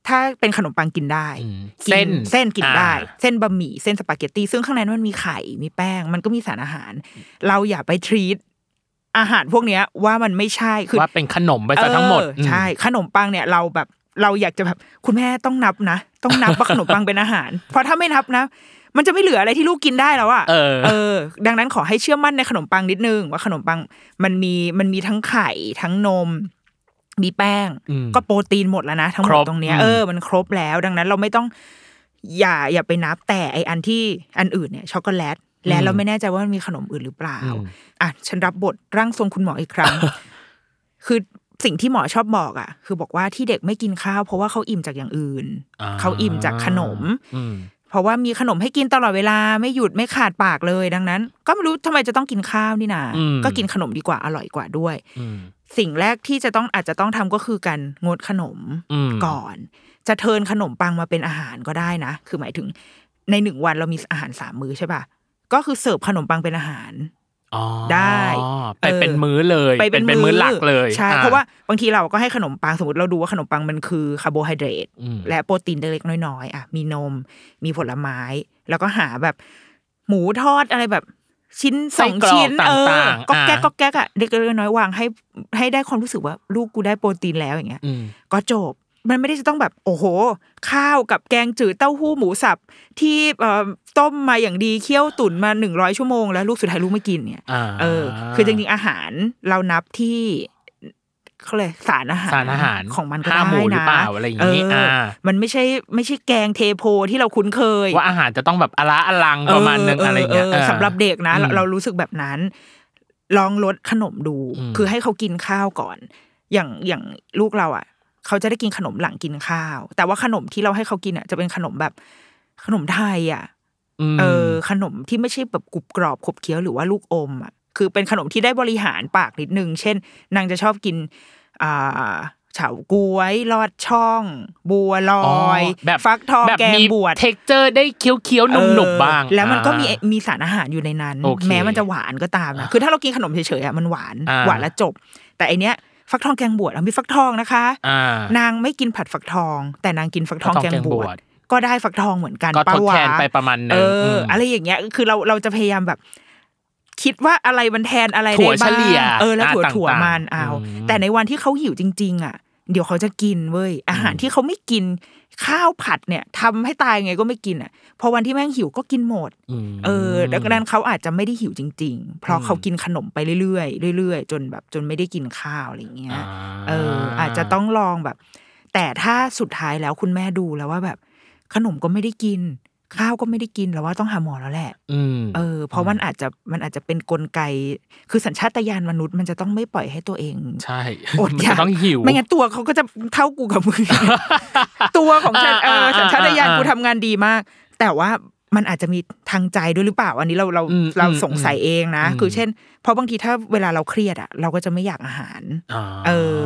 Speaker 2: ถ้าเป็นขนมปังกินได้
Speaker 1: อืม
Speaker 2: กิ
Speaker 1: เส้น
Speaker 2: เส้นกิน
Speaker 1: อ่า
Speaker 2: ได้ เส้นบะหมี่เส้นสปาเกตตีซึ่งข้างในนั้นมันมีไข่มีแป้ง มันก็มีสารอาหาร เราอย่าไปทรีตอาหารพวกเนี้ยว่ามันไม่ใช่คือ
Speaker 1: ว่าเป็นขนมไปซะทั้งหมด
Speaker 2: เออใช่ ขนมปังเนี่ยเราแบบเราอยากจะแบบคุณแม่ต้องนับนะ ต้องนับว่าข นมปังเป็นอาหาร เพราะถ้าไม่นับนะ มันจะไม่เหลืออะไรที่ลูกกินได้แล้วอะ
Speaker 1: เออ
Speaker 2: เออดังนั้นขอให้เชื่อมั่นในขนมปังนิดนึง ว่าขนมปังมันมีมันมีทั้งไข่ทั้งนม มีแป้ง
Speaker 1: อืม
Speaker 2: ก็โปรตีนหมดแล้วนะ ทั้งห
Speaker 1: ค
Speaker 2: ม
Speaker 1: ร
Speaker 2: ด
Speaker 1: บ
Speaker 2: ตรงเนี้ย
Speaker 1: อืม
Speaker 2: เออมันครบแล้ว ดังนั้นเราไม่ต้อง อย่าอย่าไปนับแต่ไออันที่อันอื่นเนี่ยช็อกโกแลตและเราไม่แน่ใจว่ามันมีขนมอื่นหรือเปล่า อ่ะฉันรับบทร่างทรงคุณหมออีกค รั้ง คือสิ่งที่หมอชอบบอกอ่ะ คือบอกว่าที่เด็กไม่กินข้าว เพราะว่าเขาอิ่มจากอย่างอื่น
Speaker 1: อ่
Speaker 2: เขาอิ่มจากขนม
Speaker 1: อืม
Speaker 2: เพราะว่ามีขนมให้กินตลอดเวลาไม่หยุดไม่ขาดปากเลยดังนั้น ก็ไม่รู้ทำไมจะต้องกินข้าวนี่นา
Speaker 1: อืม
Speaker 2: ก็กินขนมดีกว่าอร่อยกว่าด้วย
Speaker 1: อืม
Speaker 2: สิ่งแรกที่จะต้องอาจจะต้องทำก็คือการงดขนม
Speaker 1: อืม
Speaker 2: ก่อน จะเทิร์นขนมปังมาเป็นอาหารก็ได้นะ คือหมายถึงในหนึ่งวันเรามีอาหารสามมื้อใช่ป่ะก็คือเสิร์ฟขนมปังเป็นอาหาร
Speaker 1: อ๋อ
Speaker 2: ได้
Speaker 1: ไป
Speaker 2: เออ
Speaker 1: เป็นมื้อเลย
Speaker 2: ไปเป็น
Speaker 1: เป็นมื้อหลักเลย
Speaker 2: ใช่
Speaker 1: อ่
Speaker 2: เพราะว่าบางทีเราก็ให้ขนมปังสมมติเราดูว่าขนมปังมันคือคาร์โบไฮเดรต
Speaker 1: อืม
Speaker 2: และโปรตีนเล็กๆน้อยๆอ่ะมีนม มีผลไม้ แล้วก็หาแบบ หมูทอดอะไรแบบ ชิ้นส
Speaker 1: ไส้
Speaker 2: อง
Speaker 1: กรอก
Speaker 2: ชิ้น เออ
Speaker 1: ต่างๆ
Speaker 2: ก็แก๊ก
Speaker 1: อ่ะ
Speaker 2: ก็แก๊กอ่ะเล็กๆน้อยๆวางให้ให้ได้ความรู้สึกว่า ลูกกูได้โปรตีนแล้วอย่างเงี้ย
Speaker 1: อืม
Speaker 2: ก็จบ มันไม่ได้จะต้องแบบ โอ้โห ข้าวกับแกงจืดเต้าหู้หมูสับ ที่เอ่อต้มมาอย่างดีเคี่ยวตุ๋นมาหนึ่งร้อยชั่วโมงแล้วลูกสุดท้ายลูกไม่กินเนี่ย
Speaker 1: อ่า
Speaker 2: เออ คือจริงๆอาหารเรานับที่เขาเลยกสารอาหาร
Speaker 1: สารอาหาร
Speaker 2: ของมันก็
Speaker 1: ห้า
Speaker 2: ได้
Speaker 1: หมู่หรือ
Speaker 2: นะ
Speaker 1: เปล่าอะไรอย่างนี้
Speaker 2: เ
Speaker 1: อ่า
Speaker 2: มันไม่ใช่ไม่ใช่แกงเทโพที่เราคุ้นเคย
Speaker 1: ว่าอาหารจะต้องแบบอลาอลังประมาณนึงอะไรเงี้ย
Speaker 2: เออ
Speaker 1: เออ
Speaker 2: สำหรับเด็กนะเรา
Speaker 1: อืม
Speaker 2: เรารู้สึกแบบนั้น ลองลดขนมดู
Speaker 1: อืม
Speaker 2: คือให้เขากินข้าวก่อน อย่างอย่างลูกเราอ่ะ เขาจะได้กินขนมหลังกินข้าว แต่ว่าขนมที่เราให้เขากินอ่ะจะเป็นขนมแบบขนมไทยอ่ะ
Speaker 1: ม
Speaker 2: เออขนมที่ไม่ใช่แบบกรุบกรอบขบเคี้ยวหรือว่าลูกอมอ่ะคือเป็นขนมที่ได้บริหารปากนิดนึง เช่น นางจะชอบกินอ่าเฉาก๊วยลอดช่อง บัวล
Speaker 1: อ๋อ
Speaker 2: อย
Speaker 1: แบบ
Speaker 2: ฟักทอง
Speaker 1: บบ
Speaker 2: แกง
Speaker 1: มี
Speaker 2: บวช
Speaker 1: texture ได้เคี้ยวเคี้ยวๆหนุ่มหนุบบ้าง
Speaker 2: เออแล้วมันก็มีมีสารอาหารอยู่ในนั้น
Speaker 1: โอเค
Speaker 2: แม้มันจะหวานก็ตามนะคือถ้าเรากินขนมเฉยๆอ่ะมันหวาน
Speaker 1: อ่า
Speaker 2: หวานแล้วจบ แต่อันเนี้ยฟักทองแกงบวชอ่ะมีฟักทองนะคะ
Speaker 1: อ่าน
Speaker 2: างไม่กินผัดฟักทอง แต่นางกินฟักทองแกงบวชก็ได้ฟักทองเหมือนกัน
Speaker 1: ก็ท
Speaker 2: ปะ
Speaker 1: ด
Speaker 2: วะ
Speaker 1: แทนไปประมาณนึ
Speaker 2: เอง ออ
Speaker 1: ม
Speaker 2: อะไรอย่างเงี้ยคือเราเราจะพยายามแบบ คิดว่าอะไรมันแทนอะไรได้
Speaker 1: ถั่ว
Speaker 2: บ้าง
Speaker 1: เฉลี่ย
Speaker 2: เออแล้ว
Speaker 1: อ่ะ
Speaker 2: ถั่ว
Speaker 1: ต่างๆ
Speaker 2: ถั่วมันเอา
Speaker 1: อืม
Speaker 2: แต่ในวันที่เขาหิวจริง ๆ อ่ะ เดี๋ยวเขาจะกินเว้ยอาหาร
Speaker 1: อืม
Speaker 2: ที่เขาไม่กินข้าวผัดเนี่ยทำให้ตายไงก็ไม่กินอ่ะ พอวันที่แม่งหิวก็กินหมด
Speaker 1: ม
Speaker 2: เออดังนั้นเขาอาจจะไม่ได้หิวจริง ๆ เพราะ
Speaker 1: อืม
Speaker 2: เขากินขนมไปเรื่อยๆเรื่อยๆ จนแบบจนไม่ได้กินข้าวอะไรอย่างเงี้ย
Speaker 1: อ่า
Speaker 2: เอออาจจะต้องลองแบบ แต่ถ้าสุดท้ายแล้วคุณแม่ดูแล้วว่าแบบ ขนมก็ไม่ได้กิน ข้าวก็ไม่ได้กินแล้วว่าต้องหาหมอแล้วแหละ
Speaker 1: อืม
Speaker 2: เออเพราะมันอาจจะมันอาจจะเป็นกลไก คือสัญชาตญาณมนุษย์มันจะต้องไม่ปล่อยให้ตัวเอง
Speaker 1: ใช่
Speaker 2: อด
Speaker 1: มัน
Speaker 2: อยา
Speaker 1: จะ
Speaker 2: ก
Speaker 1: ต้องหิว
Speaker 2: ไม่งั้นตัวเขาก็จะเท่ากูกับมึง ตัวของฉันเออสัญชาตญาณกูทำงานดีมาก แต่ว่ามันอาจจะมีทางใจด้วยหรือเปล่า อันนี้เราเรา
Speaker 1: อืม
Speaker 2: เรา
Speaker 1: อืม
Speaker 2: สงสัยเองนะ
Speaker 1: อืม
Speaker 2: คือเช่นเพราะบางทีถ้าเวลาเราเครียดอ่ะ เราก็จะไม่อยากอาหาร
Speaker 1: อ่า
Speaker 2: เออ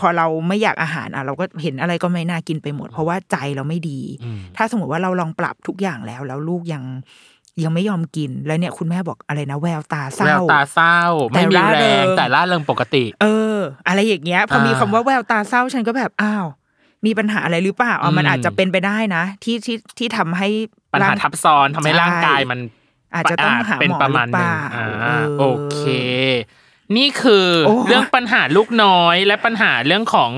Speaker 2: พอเราไม่อยากอาหารอ่ะเราก็เห็นอะไรก็ไม่น่ากินไปหมด เพราะว่าใจเราไม่ดี
Speaker 1: ม
Speaker 2: ถ้าสมมติว่าเราลองปรับทุกอย่างแล้ว แล้วลูกยังยังไม่ยอมกินแล้วเนี่ยคุณแม่บอกอะไรนะแววตาเศร้า
Speaker 1: แววตาเศร้า
Speaker 2: แต่
Speaker 1: ไม่มี
Speaker 2: ร่า
Speaker 1: แร
Speaker 2: เริง
Speaker 1: งแต่ล่าเริงปกติ
Speaker 2: เออ อะไรอย่างเงี้ยพอมี
Speaker 1: อ่า
Speaker 2: คำว่าแววตาเศร้าฉันก็แบบอ้าว มีปัญหาอะไรหรือเปล่าอ๋อมัน
Speaker 1: อืม
Speaker 2: อาจจะเป็นไปได้นะ ที่ที่ที่ทำให้
Speaker 1: ปัญหา
Speaker 2: ร่ง
Speaker 1: ทับซ้อนทำให้ร่างกายมัน
Speaker 2: อาจจะต้องหาหมอ
Speaker 1: เป็นประมาณหนึ่ง
Speaker 2: หรือเปล่า
Speaker 1: อ่า
Speaker 2: เออ
Speaker 1: โอเค นี่คือ
Speaker 2: โอ้
Speaker 1: เรื่องปัญหาลูกน้อยและปัญหาเรื่องของ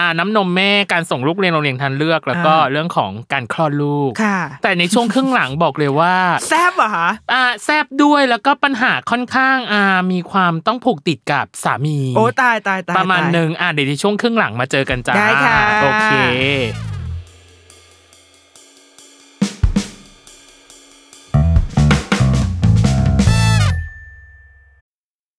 Speaker 1: อ่าน้ำนมแม่การส่งลูกเรียนโรงเรียนทางเลือกแล้วก็เรื่องของการคลอดลูก
Speaker 2: ค่ะ
Speaker 1: แต่ในช่วงครึ่งหลังบอกเลยว่า
Speaker 2: แซบเหรอคะ
Speaker 1: อ่าแซบด้วยแล้วก็ปัญหาค่อนข้างอ่ามีความต้องผูกติดกับสามี
Speaker 2: โอ้ตายตายตาย
Speaker 1: ประมาณ
Speaker 2: ตย
Speaker 1: หนึ่งอ่ะเดี๋ยวในช่วงครึ่งหลังมาเจอกันจ้า
Speaker 2: ได้ค่ะ
Speaker 1: โอเค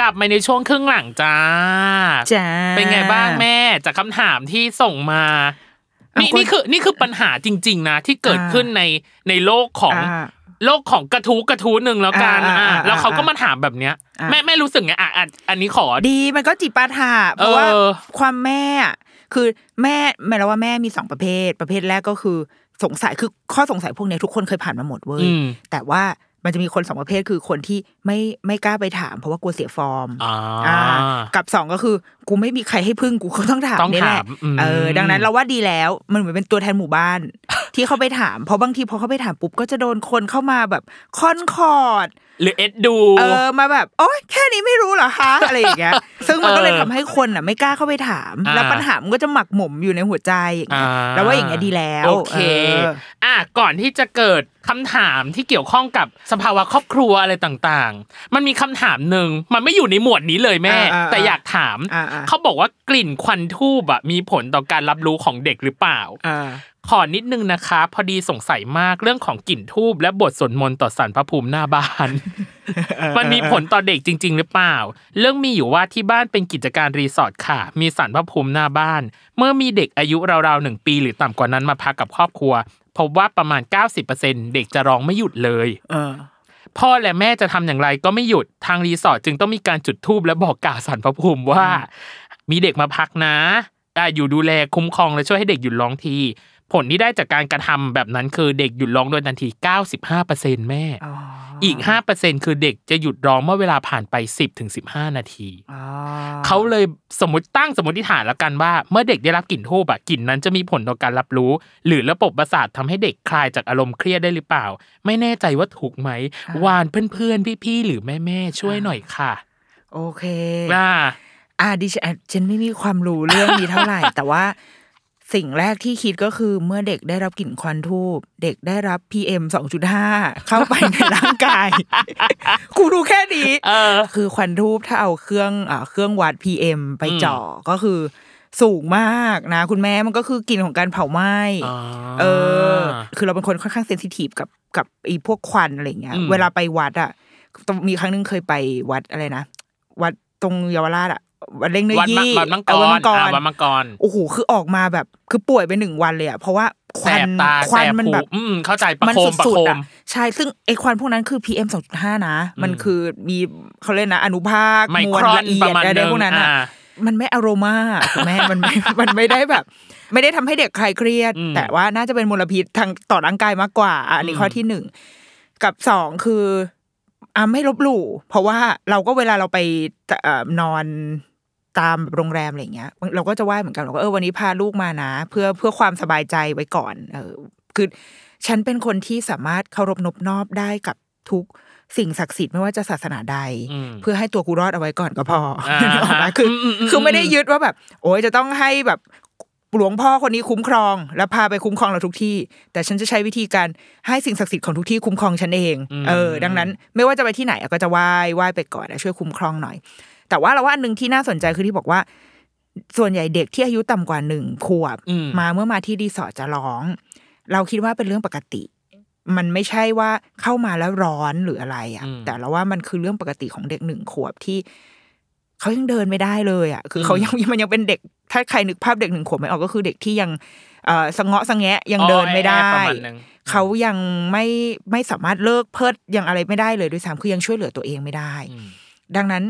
Speaker 1: กลับมาในช่วงครึ่งหลังจ้า
Speaker 2: จ้า
Speaker 1: เป็นไงบ้างแม่จากคำถามที่ส่งมา นี่
Speaker 2: เอาก็
Speaker 1: นี่คือนี่คือปัญหาจริง ๆ นะ ที่เกิด
Speaker 2: อ่า
Speaker 1: ขึ้นในในโลกของ
Speaker 2: อ่า
Speaker 1: โลกของกระทู้กระทู้หนึ่งแล้วกัน
Speaker 2: อ่า
Speaker 1: อ่า
Speaker 2: อ่าอ่า
Speaker 1: แล้วเขาก็มาถามแบบเนี้ย
Speaker 2: อ่า
Speaker 1: แม่แม่รู้สึกไงอ่ะอ่ะอันนี้ขอ
Speaker 2: ดีมันก็จิปาถะเพราะว่า
Speaker 1: เออ
Speaker 2: ความแม่อะคือแม่แม่เราว่าแม่มีสองประเภท ประเภทแรกก็คือสงสัยคือข้อสงสัยพวกเนี้ยทุกคนเคยผ่านมาหมดเว้ย
Speaker 1: อืม
Speaker 2: แต่ว่า มันจะมีคนสองประเภทคือคนที่ไม่ไม่กล้าไปถาม เพราะว่ากลัวเสียฟอร์ม
Speaker 1: อ่า
Speaker 2: อ่ากับสองก็คือกูไม่มีใครให้พึ่งกูก็ต้องถาม
Speaker 1: ต้อง
Speaker 2: นี่แห
Speaker 1: ถา
Speaker 2: ละ
Speaker 1: มอืม
Speaker 2: เออดังนั้นเราว่าดีแล้วมันเหมือนเป็นตัวแทนหมู่บ้าน ที่เขาไปถามเพราะบางทีพอเขาไปถามปุ๊บก็จะโดนคนเข้ามาแบบคอนคอร์ด
Speaker 1: หรือเอ็ดดู
Speaker 2: เออมาแบบโอ๊ยแค่นี้ไม่รู้เหรอคะ อะไรอย่างเงี้ยซึ่งมันก็เลยทำให้คนอ่ะไม่กล้าเข้าไปถาม
Speaker 1: อ่า
Speaker 2: แล้วปัญหามันก็จะหมักหมมอยู่ในหัวใจอย่าง
Speaker 1: อ่
Speaker 2: เงี้ยเราว่าอย่างเงี้ยดีแล้ว
Speaker 1: โอเค
Speaker 2: เออ
Speaker 1: อ่ะก่อนที่จะเกิดคำถามที่เกี่ยวข้องกับสภาวะครอบครัวอะไรต่างๆ มันมีคำถามหนึ่งมันไม่อยู่ในหมวดนี้เลยแม่
Speaker 2: อ่าๆๆ
Speaker 1: แต่อยากถาม
Speaker 2: อ่าๆ
Speaker 1: เขาบอกว่ากลิ่นควันทูบอะมีผลต่อการรับรู้ของเด็กหรือเปล่า
Speaker 2: อ่า
Speaker 1: ขอนิดนึงนะคะ พอดีสงสัยมากเรื่องของกลิ่นทูบและบทสวดมนต์ต่อสารพระภูมิหน้าบ้าน มันมีผลต่อเด็กจริง ๆ หรือเปล่า เรื่องมีอยู่ว่าที่บ้านเป็นกิจการรีสอร์ทค่ะ มีสารพระภูมิหน้าบ้าน เมื่อมีเด็กอายุราวๆหนึ่งปีหรือต่ำกว่านั้นมาพักกับครอบครัว พบว่าประมาณ 90%เด็กจะร้องไม่หยุดเลย
Speaker 2: เออ
Speaker 1: พ่อและแม่จะทำอย่างไรก็ไม่หยุดทางรีสอร์ทจึงต้องมีการจุดธูปและบอกกล่าวสารพระภูมิว่า มีเด็กมาพักนะอ่ะอยู่ดูแลคุ้มครองและช่วยให้เด็กหยุดร้องที ผลที่ได้จากการกระทำแบบนั้นคือเด็กหยุดร้องโดยทันที 95%แม่ อีก 5%คือเด็กจะหยุดร้องเมื่อเวลาผ่านไป 10-15 นาที เขาเลยสมมติตั้งสมมติฐานแล้วกันว่า เมื่อเด็กได้รับกลิ่นทูบอะกลิ่นนั้นจะมีผลต่อการรับรู้ หรือระบบประสาททำให้เด็กคลายจากอารมณ์เครียดได้หรือเปล่า ไม่แน่ใจว่าถูกไหมวานเพื่อนๆพี่ๆหรือแม่ๆช่วยหน่อยค่ะ
Speaker 2: โอเค
Speaker 1: อ่า
Speaker 2: อ่าดิฉันอ่ะฉันไม่มีความรู้เรื่องนี้ เท่าไหร่ แต่ว่าสิ่งแรกที่คิดก็คือเมื่อเด็กได้รับกลิ่นควันทูบเด็กได้รับ PM 2.5 เข้าไปในร่างกาย กูรู้แค่นี้
Speaker 1: เออ
Speaker 2: คือควันทูบถ้าเอาเครื่องอ่าเครื่องวัด PM ไป
Speaker 1: อืม
Speaker 2: จ่อก็คือสูงมากนะ คุณแม่มันก็คือกลิ่นของการเผาไหม้ เออ คือเราเป็นคนค่อนข้างเซนซิทีฟกับกับไอ้พวกควันอะไรเงี้ย
Speaker 1: อืม
Speaker 2: เวลาไปวัดอ่ะต้องมีครั้งหนึงเคยไปวัดอะไรนะ วัดตรงเยาวราชอ่ะ วัดเล่งเนื้อ
Speaker 1: วัดมัง
Speaker 2: ยี่
Speaker 1: วัดมังกร
Speaker 2: เออวัดมังกร
Speaker 1: อ่าวัดมังกร
Speaker 2: โอ้โห คือออกมาแบบ คือป่วยไปหนึ่งวันเลยอ่ะ เพราะว่าค
Speaker 1: แส
Speaker 2: วัน
Speaker 1: บตา
Speaker 2: ควั
Speaker 1: แสบ
Speaker 2: มัน
Speaker 1: หู
Speaker 2: แบบ
Speaker 1: อืมเข้าใจประ
Speaker 2: มัน
Speaker 1: โคมประ
Speaker 2: สุด
Speaker 1: โค
Speaker 2: ๆอ่ะ
Speaker 1: ม
Speaker 2: ใช่ ซึ่งไอ้ควันพวกนั้นคือ PM 2.5 นะ มันคือมีเขาเรียกนะ อนุภาค
Speaker 1: ไม
Speaker 2: มวล
Speaker 1: ครอน
Speaker 2: ละเอีย
Speaker 1: ป
Speaker 2: ด
Speaker 1: ระมาณ
Speaker 2: อะไรพวกนั้น
Speaker 1: หนึ่งอ่า
Speaker 2: มันไม่อารมาคุณแม่ มันไม่ มันไม่ได้แบบ ไม่ได้ทำให้เด็กใครเครียด
Speaker 1: อืม
Speaker 2: แต่ว่าน่าจะเป็นมลพิษทางต่อร่างกายมากกว่าอะอันนี้
Speaker 1: อืม
Speaker 2: ข้อที่หนึ่ง กับสองคืออ่ะไม่ลบหลู่เพราะว่าเราก็เวลาเราไปเอ่อนอนตามโรงแรมอะไรอย่างเงี้ย เราก็จะไหว้เหมือนกันเราก็เออวันนี้พาลูกมานะ เพื่อเพื่อความสบายใจไว้ก่อน เออคือฉันเป็นคนที่สามารถเคารพนบนอบได้กับทุกสิ่งศักดิ์สิทธิ์ไม่ว่าจะศาสนาใด
Speaker 1: อืม
Speaker 2: เพื่อให้ตัวกูรอดเอาไว้ก่อนก็พออา นึกออกไหมคืออ
Speaker 1: มอืมอืม
Speaker 2: คือไม่ได้ยึดว่าแบบ โอ้ยจะต้องให้แบบหลวงพ่อคนนี้คุ้มครอง แล้วพาไปคุ้มครองเราทุกที่ แต่ฉันจะใช้วิธีการให้สิ่งศักดิ์สิทธิ์ของทุกที่คุ้มครองฉันเอง
Speaker 1: อืม
Speaker 2: เออดังนั้น ไม่ว่าจะไปที่ไหนอะก็จะไหว้ไหว้ไปก่อนอะช่วยคุ้มครองหน่อย แต่ว่าเราว่าอันหนึ่งที่น่าสนใจคือที่บอกว่า ส่วนใหญ่เด็กที่อายุต่ำกว่าหนึ่งขวบ
Speaker 1: อืม
Speaker 2: มาเมื่อมาที่รีสอร์ทจะร้อง เราคิดว่าเป็นเรื่องปกติ มันไม่ใช่ว่าเข้ามาแล้วร้อนหรืออะไรอ่ะ
Speaker 1: อืม
Speaker 2: แต่เราว่ามันคือเรื่องปกติของเด็กหนึ่งขวบที่เขายังเดินไม่ได้เลยอ่ะ คืออ
Speaker 1: ม
Speaker 2: เขายังมันยังเป็นเด็ก ถ้าใครนึกภาพเด็กหนึ่งขวบไม่ออกก็คือเด็กที่ยังเอ่อสะเงาะสะแงะยังเดินไม่ได้
Speaker 1: อ๋อแอบๆประมาณนึง
Speaker 2: เขายังไม่ไม่สามารถเลิกเพิดยังอะไรไม่ได้เลยด้วยซ้ำคือยังช่วยเหลือตัวเองไม่ได้
Speaker 1: อืม
Speaker 2: ดังนั้น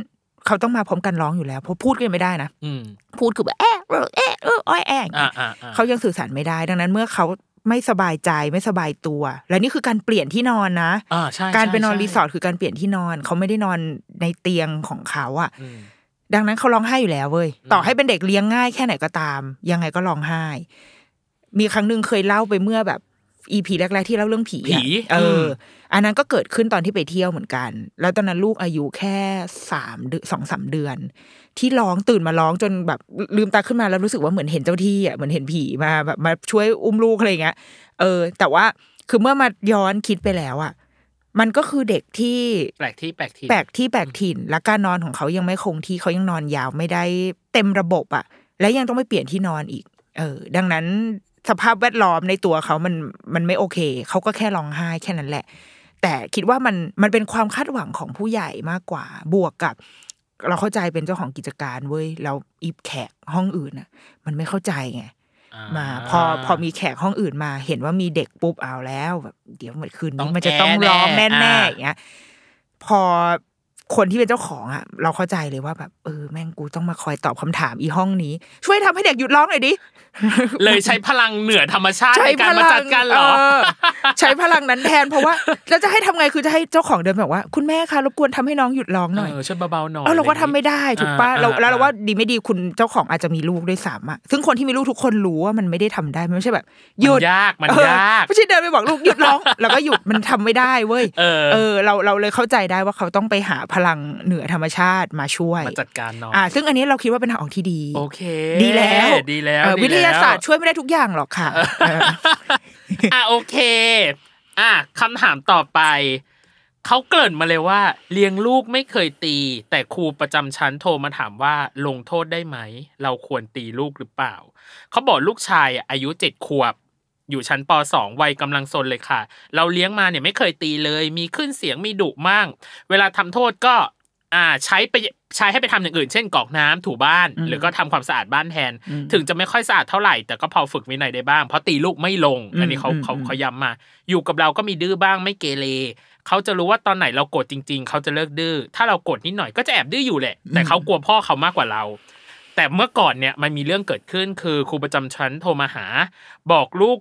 Speaker 2: เขาต้องมาพร้อมกันร้องอยู่แล้วเพราะพูดกันไม่ได้นะ
Speaker 1: อืม
Speaker 2: พูดคือแบบแอะเออแอะเอออ้อยแอะอย่างเงี้ย
Speaker 1: อ่าอ่าอ่า
Speaker 2: เขายังสื่อสารไม่ได้ ดังนั้นเมื่อเขาไม่สบายใจไม่สบายตัว และนี่คือการเปลี่ยนที่นอนนะ
Speaker 1: อ่าใช่ใช่
Speaker 2: การไปนอน
Speaker 1: ใช่
Speaker 2: รีสอร์ทคือการเปลี่ยนที่นอน เขาไม่ได้นอนในเตียงของเขาอะ
Speaker 1: อืม
Speaker 2: ดังนั้นเขาร้องไห้อยู่แล้วเว้ยต่อให้เป็นเด็กเลี้ยงง่ายแค่ไหนก็ตาม ยังไงก็ร้องไห้ มีครั้งหนึ่งเคยเล่าไปเมื่อแบบอีพีแรก ๆ ที่เล่าเรื่องผีอะ
Speaker 1: ผี
Speaker 2: เอออ
Speaker 1: ม
Speaker 2: อันนั้นก็เกิดขึ้นตอนที่ไปเที่ยวเหมือนกัน แล้วตอนนั้นลูกอายุแค่สามเดือนสองสามเดือน ที่ร้องตื่นมาร้องจนแบบลืมตาขึ้นมาแล้วรู้สึกว่าเหมือนเห็นเจ้าที่อ่ะเหมือนเห็นผีมาแบบมาช่วยอุ้มลูกอะไรอย่างเงี้ยเออ แต่ว่าคือเมื่อมาย้อนคิดไปแล้วอ่ะ มันก็คือเด็กที่
Speaker 1: แปลกที่แปลกที่
Speaker 2: แปลกที่แปลกถิ่น และการนอนของเขายังไม่คงที่เขายังนอนยาวไม่ได้เต็มระบบอ่ะ และยังต้องไปเปลี่ยนที่นอนอีก เออ ดังนั้นสภาพแวดล้อมในตัวเขามันมันไม่โอเค เขาก็แค่ร้องไห้แค่นั้นแหละ แต่คิดว่ามันมันเป็นความคาดหวังของผู้ใหญ่มากกว่า บวกกับ เราเข้าใจเป็นเจ้าของกิจการเว้ยแล้วอีแขกห้องอื่นน่ะ มันไม่เข้าใจไงมาพอพอมีแขกห้องอื่นมา เห็นว่ามีเด็กปุ๊บเอาแล้วแบบเดี๋ยวเหมือนคืน
Speaker 1: ต้อ
Speaker 2: นี้
Speaker 1: ง
Speaker 2: มันจะต้อง
Speaker 1: แอะแน่
Speaker 2: ร้องแน่
Speaker 1: อ่า
Speaker 2: ๆอย่างเงี้ยพอ คนที่เป็นเจ้าของอ่ะ เราเข้าใจเลยว่าแบบเออแม่งกูต้องมาคอยตอบคำถามอีห้องนี้ ช่วยทำให้เด็กหยุดร้องหน่อยดิ
Speaker 1: เลยใช้พลังเหนือธรรมชาติ
Speaker 2: ใช้
Speaker 1: ในการมาจัดการเหร
Speaker 2: พ
Speaker 1: อ
Speaker 2: ลังเออใช้พลังนั้นแทนเพราะว่าเราจะให้ทำไงคือจะให้เจ้าของเดิมแบบว่า คุณแม่คะรบกวนทำให้น้องหยุดร้องหน่อย
Speaker 1: เออช่วยเบาๆหน่อย
Speaker 2: เออเราก็ทำไม่ได้ถูกปะ
Speaker 1: อ่า
Speaker 2: เราแล้ว
Speaker 1: อ่า
Speaker 2: เราว่าดีไม่ดีคุณเจ้าของอาจจะมีลูกด้วยซ้ำอ่ะซึ่งคนที่มีลูกทุกคนรู้ว่ามันไม่ได้ทำได้มันไม่ใช่แบบหยุ
Speaker 1: มั
Speaker 2: ด
Speaker 1: นยากมัน
Speaker 2: เออย
Speaker 1: าก
Speaker 2: ไม่ใช่เดินไปบอกลูกหยุดร้อง แล้วก็หยุดมันทำไม่ได้เว้ย
Speaker 1: เออ
Speaker 2: เราเราเลยเข้าใจได้ว่าเขาต้องไปหาพลังเหนือธรรมชาติมาช่วย
Speaker 1: มาจัดการหน่อย
Speaker 2: อ่า ซึ่งอันนี้เราคิดว่าเป็นทางออกที่ดี
Speaker 1: โอเค
Speaker 2: ดีแล้ว
Speaker 1: ดีแล้ว
Speaker 2: เออ
Speaker 1: ดีแล้ว
Speaker 2: วิทยาศาสตร์ช่วยไม่ได้ทุกอย่างหรอกค่ะเออ
Speaker 1: อ่ะโอเค อ่ะคำถามต่อไป เขาเกริ่นมาเลยว่า เลี้ยงลูกไม่เคยตี แต่ครูประจำชั้นโทรมาถามว่าลงโทษได้ไหม เราควรตีลูกหรือเปล่า เขาบอกลูกชายอายุเจ็ดขวบ อยู่ชั้นปสองวัยกำลังซนเลยค่ะ เราเลี้ยงมาเนี่ยไม่เคยตีเลย มีขึ้นเสียงมีดุมาก เวลาทำโทษก็อ่าใช้ไปใช้ให้ไปทำอย่างอื่น เช่นกรอกน้ำถูบ้าน
Speaker 2: อืม
Speaker 1: หรือก็ทำความสะอาดบ้านแทน
Speaker 2: อืม
Speaker 1: ถึงจะไม่ค่อยสะอาดเท่าไหร่ แต่ก็พอฝึกวินัยได้บ้าง เพราะตีลูกไม่ลง อันนี้เขา
Speaker 2: อืม
Speaker 1: เขา
Speaker 2: อืม
Speaker 1: เขาย้ำมา อยู่กับเราก็มีดื้อบ้างไม่เกเรเขาจะรู้ว่าตอนไหนเราโกรธจริง ๆ เขาจะเลิกดื้อถ้าเราโกรธนิดหน่อยก็จะแอบดื้ออยู่แหละ แต่เขากลัวพ่อเขามากกว่าเรา แต่เมื่อก่อนเนี่ยมันมีเรื่องเกิดขึ้นคือครูประจำชั้นโทรมาหา บอกลูก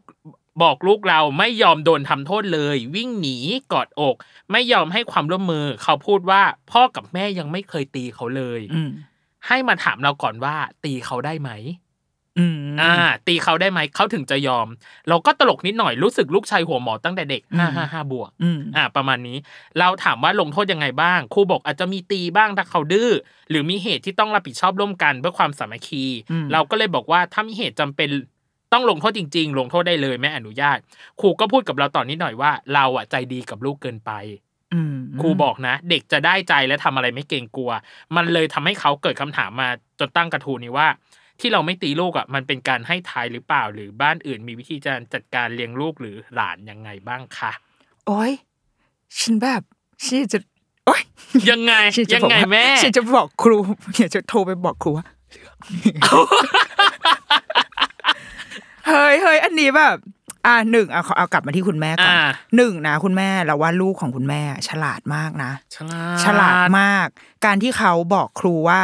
Speaker 1: บอกลูกเราไม่ยอมโดนทำโทษเลย วิ่งหนีกอดอก ไม่ยอมให้ความร่วมมือ เขาพูดว่าพ่อกับแม่ยังไม่เคยตีเขาเลย
Speaker 2: อืม
Speaker 1: ให้มาถามเราก่อนว่า ตีเขาได้ไหม
Speaker 2: อืม
Speaker 1: อ่า ตีเขาได้ไหมเขาถึงจะยอม เราก็ตลกนิดหน่อยรู้สึกลูกชายหัวหมอตั้งแต่เด็ก
Speaker 2: อืม
Speaker 1: ห้าห้าห้าบวก
Speaker 2: อืม
Speaker 1: อ่าประมาณนี้เราถามว่าลงโทษยังไงบ้างครูบอกอาจจะมีตีบ้างถ้าเขาดื้อหรือมีเหตุที่ต้องรับผิดชอบร่วมกันเพื่อความสามัคคี
Speaker 2: อืม
Speaker 1: เราก็เลยบอกว่าถ้ามีเหตุจำเป็นต้องลงโทษจริง ๆ ลงโทษได้เลยแม่อนุญาตครูก็พูดกับเราต่อนนิดหน่อยว่า เราอ่ะใจดีกับลูกเกินไป
Speaker 2: อืม
Speaker 1: ครูบอกนะ เด็กจะได้ใจและทำอะไรไม่เกรงกลัว มันเลยทำให้เขาเกิดคำถามมาจนตั้งกระทูนี้ว่า ที่เราไม่ตีลูกอ่ะมันเป็นการให้ทายหรือเปล่า หรือบ้านอื่นมีวิธีการจัดการเลี้ยงลูกหรือหลานยังไงบ้างคะ
Speaker 2: โอ้ยฉันแบบฉันจะโอ้ย
Speaker 1: ยัง ไง
Speaker 2: ฉันจะ
Speaker 1: ยัง
Speaker 2: บอก
Speaker 1: ไง
Speaker 2: ว่า
Speaker 1: แม่
Speaker 2: ฉันจะบอกครูอยากจะโทรไปบอกครูว่า เฮ้ยเฮ้ยอันนี้แบบ อ่าหนึ่งเอาเอากลับมาที่คุณแม่ก่อน
Speaker 1: อ่า
Speaker 2: หนึ่งนะคุณแม่เราว่าลูกของคุณแม่ ฉลาดมากนะ
Speaker 1: ฉลาด
Speaker 2: ฉลาดมาก การที่เขาบอกครูว่า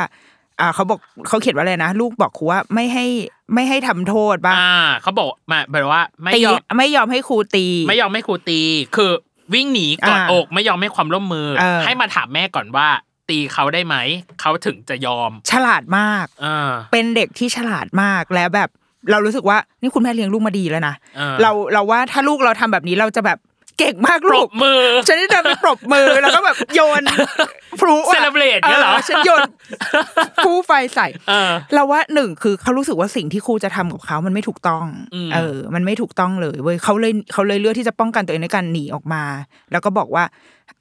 Speaker 2: อ่าเขาบอกเขาเขียนว่าอะไรนะ ลูกบอกครูว่าไม่ให้ไม่ให้ทำโทษบ้าง
Speaker 1: อ่า เขาบอกมาแปลว่า ไม่
Speaker 2: ตี
Speaker 1: ยอม
Speaker 2: ไม่ยอมให้ครูตี
Speaker 1: ไม่ยอมให้ครูตี คือวิ่งหนีกอด
Speaker 2: อ่า
Speaker 1: อกไม่ยอมให้ความร่วมมือ
Speaker 2: เออ
Speaker 1: ให้มาถามแม่ก่อนว่า ตีเขาได้ไหม เขาถึงจะยอม
Speaker 2: ฉลาดมาก
Speaker 1: อ่า
Speaker 2: เป็นเด็กที่ฉลาดมากและแบบเรารู้สึกว่านี่คุณแม่เลี้ยงลูกมาดีแล้วนะ
Speaker 1: เออ
Speaker 2: เราเราว่าถ้าลูกเราทำแบบนี้เราจะแบบเก่งมาก
Speaker 1: ปร
Speaker 2: ลูก
Speaker 1: บมือ
Speaker 2: ฉันจะเดินไปปรบมือแล้วก็แบบโย นพลุอะ
Speaker 1: Celebrate เนี่ยเหรอ
Speaker 2: ฉัน โยนฟูไฟใส่
Speaker 1: เออ
Speaker 2: เราว่าหนึ่งคือเขารู้สึกว่าสิ่งที่ครูจะทำกับเขามันไม่ถูกต้อง
Speaker 1: อืม
Speaker 2: เออ มันไม่ถูกต้องเลยเว้ยเขาเลยเขาเลยเลือกที่จะป้องกันตัวเองด้วยการหนีออกมา แล้วก็บอกว่า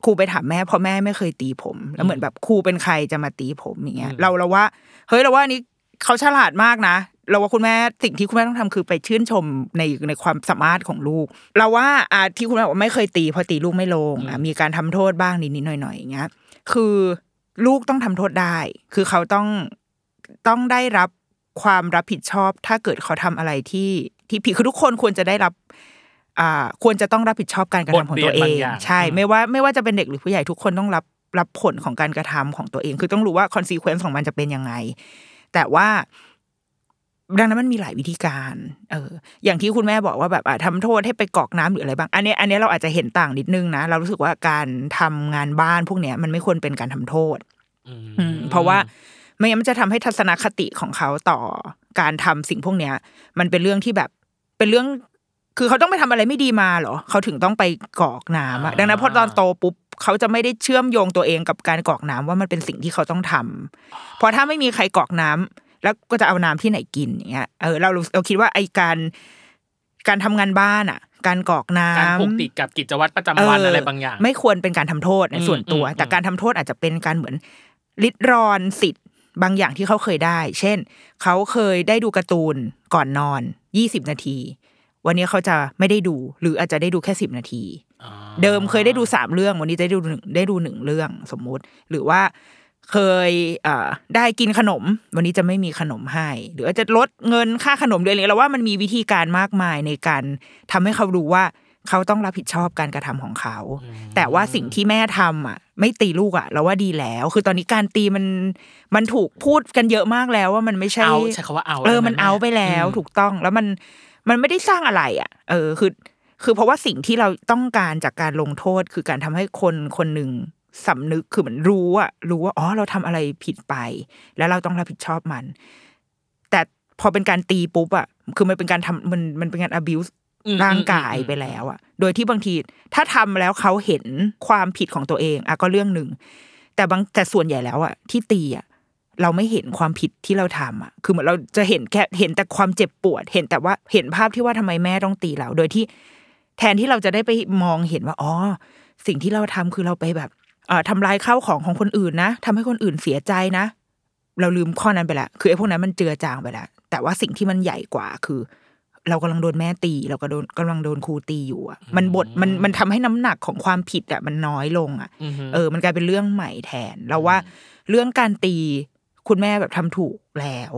Speaker 2: ครูไปถามแม่เพราะแม่ไม่เคยตีผม แล้วเหมือนแบบครูเป็นใครจะมาตีผมอย่างเงี้ย
Speaker 1: อืม
Speaker 2: เราเราว่า เฮ้ยเราว่าอันนี้เขาฉลาดมากนะ เราว่าคุณแม่สิ่งที่คุณแม่ต้องทำคือไปชื่นชมในในความสามารถของลูก เราว่าอาที่คุณแม่บอกว่าไม่เคยตีเพอตีลูกไม่ลงอ่ะมีการทำโทษบ้างนิดๆหน่อยๆอย่างเงี้ย คือลูกต้องทำโทษได้ คือเขาต้องต้องได้รับความรับผิดชอบ ถ้าเกิดเขาทำอะไรที่ที่ผิดคือทุกคนควรจะได้รับ อ่า ควรจะต้องรับผิดชอบการกระทำของตัวเอบ
Speaker 1: ทเรียนบาง งอย่าง
Speaker 2: ใช่
Speaker 1: อืม
Speaker 2: ไม่ว่าไม่ว่าจะเป็นเด็กหรือผู้ใหญ่ทุกคนต้องรับรับผลของการกระทำของตัวเอง คือต้องรู้ว่าคอนซีเควนซ์ของมันจะเป็นยังไง แต่ว่าดังนั้นมันมีหลายวิธีการ เออ อย่างที่คุณแม่บอกว่าแบบอ่ะทำโทษให้ไปกรอกน้ำหรืออะไรบ้าง อันเนี้ยอันเนี้ยเราอาจจะเห็นต่างนิดนึงนะ เรารู้สึกว่าการทำงานบ้านพวกเนี้ยมันไม่ควรเป็นการทำโทษ
Speaker 1: อืม
Speaker 2: อืมเพราะว่าไม่งั้นมันจะทำให้ทัศนคติของเขาต่อการทำสิ่งพวกเนี้ย มันเป็นเรื่องที่แบบเป็นเรื่อง คือเขาต้องไปทำอะไรไม่ดีมาเหรอเขาถึงต้องไปกรอกน้ำอะ
Speaker 1: อ่า
Speaker 2: ดังนั้นพอตอนโตปุ๊บเขาจะไม่ได้เชื่อมโยงตัวเองกับการกรอกน้ำว่ามันเป็นสิ่งที่เขาต้องทำเพราะถ้าไม่มีใครกรอกน้ำแล้วก็จะเอาน้ำที่ไหนกินอย่างเงี้ยเออเรารู้เราคิดว่าไอการการทำงานบ้านอะการกรอกน้ำ
Speaker 1: การผูกติดกับกิจวัตรประจำวัน
Speaker 2: เ
Speaker 1: อะไรบางอย่าง
Speaker 2: ไม่ควรเป็นการทำโทษใน
Speaker 1: อืม
Speaker 2: ส่วนตัว
Speaker 1: อืม
Speaker 2: แต่การทำโทษอาจจะเป็นการเหมือนลิดรอนสิทธิ์บางอย่างที่เขาเคยได้ เช่น เขาเคยได้ดูการ์ตูนก่อนนอน 20 นาที วันนี้เขาจะไม่ได้ดู หรืออาจจะได้ดูแค่ 10 นาที เดิมเคยได้ดูสามเรื่อง วันนี้ได้ดูหนึ่งได้ดูหนึ่งเรื่องสมมุติ หรือว่าเคยเอ่อได้กินขนม วันนี้จะไม่มีขนมให้ หรืออาจจะลดเงินค่าขนมเดือนอะไรเราว่ามันมีวิธีการมากมายในการทำให้เขารู้ว่า เขาต้องรับผิดชอบการกระทำของเขา แต่ว่าสิ่งที่แม่ทำอ่ะ ไม่ตีลูกอ่ะเราว่าดีแล้ว คือตอนนี้การตีมันมันถูกพูดกันเยอะมากแล้วว่ามันไม่ใช่
Speaker 1: เอาใช้คำว่าเอา
Speaker 2: เออ
Speaker 1: แล้วนะ
Speaker 2: มันเอาไปแล้ว
Speaker 1: อืม
Speaker 2: ถูกต้องแล้วมันมันไม่ได้สร้างอะไรอ่ะ เออคือ คือเพราะว่าสิ่งที่เราต้องการจากการลงโทษ คือการทำให้คนคนหนึ่งสำนึกคือเหมือนรู้อ่ะรู้ว่าอ๋อเราทำอะไรผิดไป แล้วเราต้องรับผิดชอบมัน แต่พอเป็นการตีปุ๊บอ่ะคือมันเป็นการทำมันมันเป็นการ abuse
Speaker 1: อืม
Speaker 2: ร่างกายไปแล้วอ่ะ โดยที่บางทีถ้าทำแล้วเขาเห็นความผิดของตัวเองอ่ะก็เรื่องหนึ่งแต่บางแต่ส่วนใหญ่แล้วอ่ะที่ตีอ่ะ เราไม่เห็นความผิดที่เราทำอ่ะ คือเหมือนเราจะเห็นแค่เห็นแต่ความเจ็บปวด เห็นแต่ว่าเห็นภาพที่ว่าทำไมแม่ต้องตีเรา โดยที่แทนที่เราจะได้ไปมองเห็นว่าอ๋อสิ่งที่เราทำคือเราไปแบบเอ่อทำลายข้าวของของคนอื่นนะทำให้คนอื่นเสียใจนะ เราลืมข้อนั้นไปละ คือไอ้พวกนั้นมันเจือจางไปละ แต่ว่าสิ่งที่มันใหญ่กว่าคือ เรากำลังโดนแม่ตี เราก็โดนกำลังโดนครูตีอยู่อ่ะ มันบทมันมันทำให้น้ำหนักของความผิดอ่ะมันน้อยลงอ่ะ
Speaker 1: อืม
Speaker 2: เออ มันกลายเป็นเรื่องใหม่แทน เราว่าเรื่องการตีคุณแม่แบบทำถูกแล้ว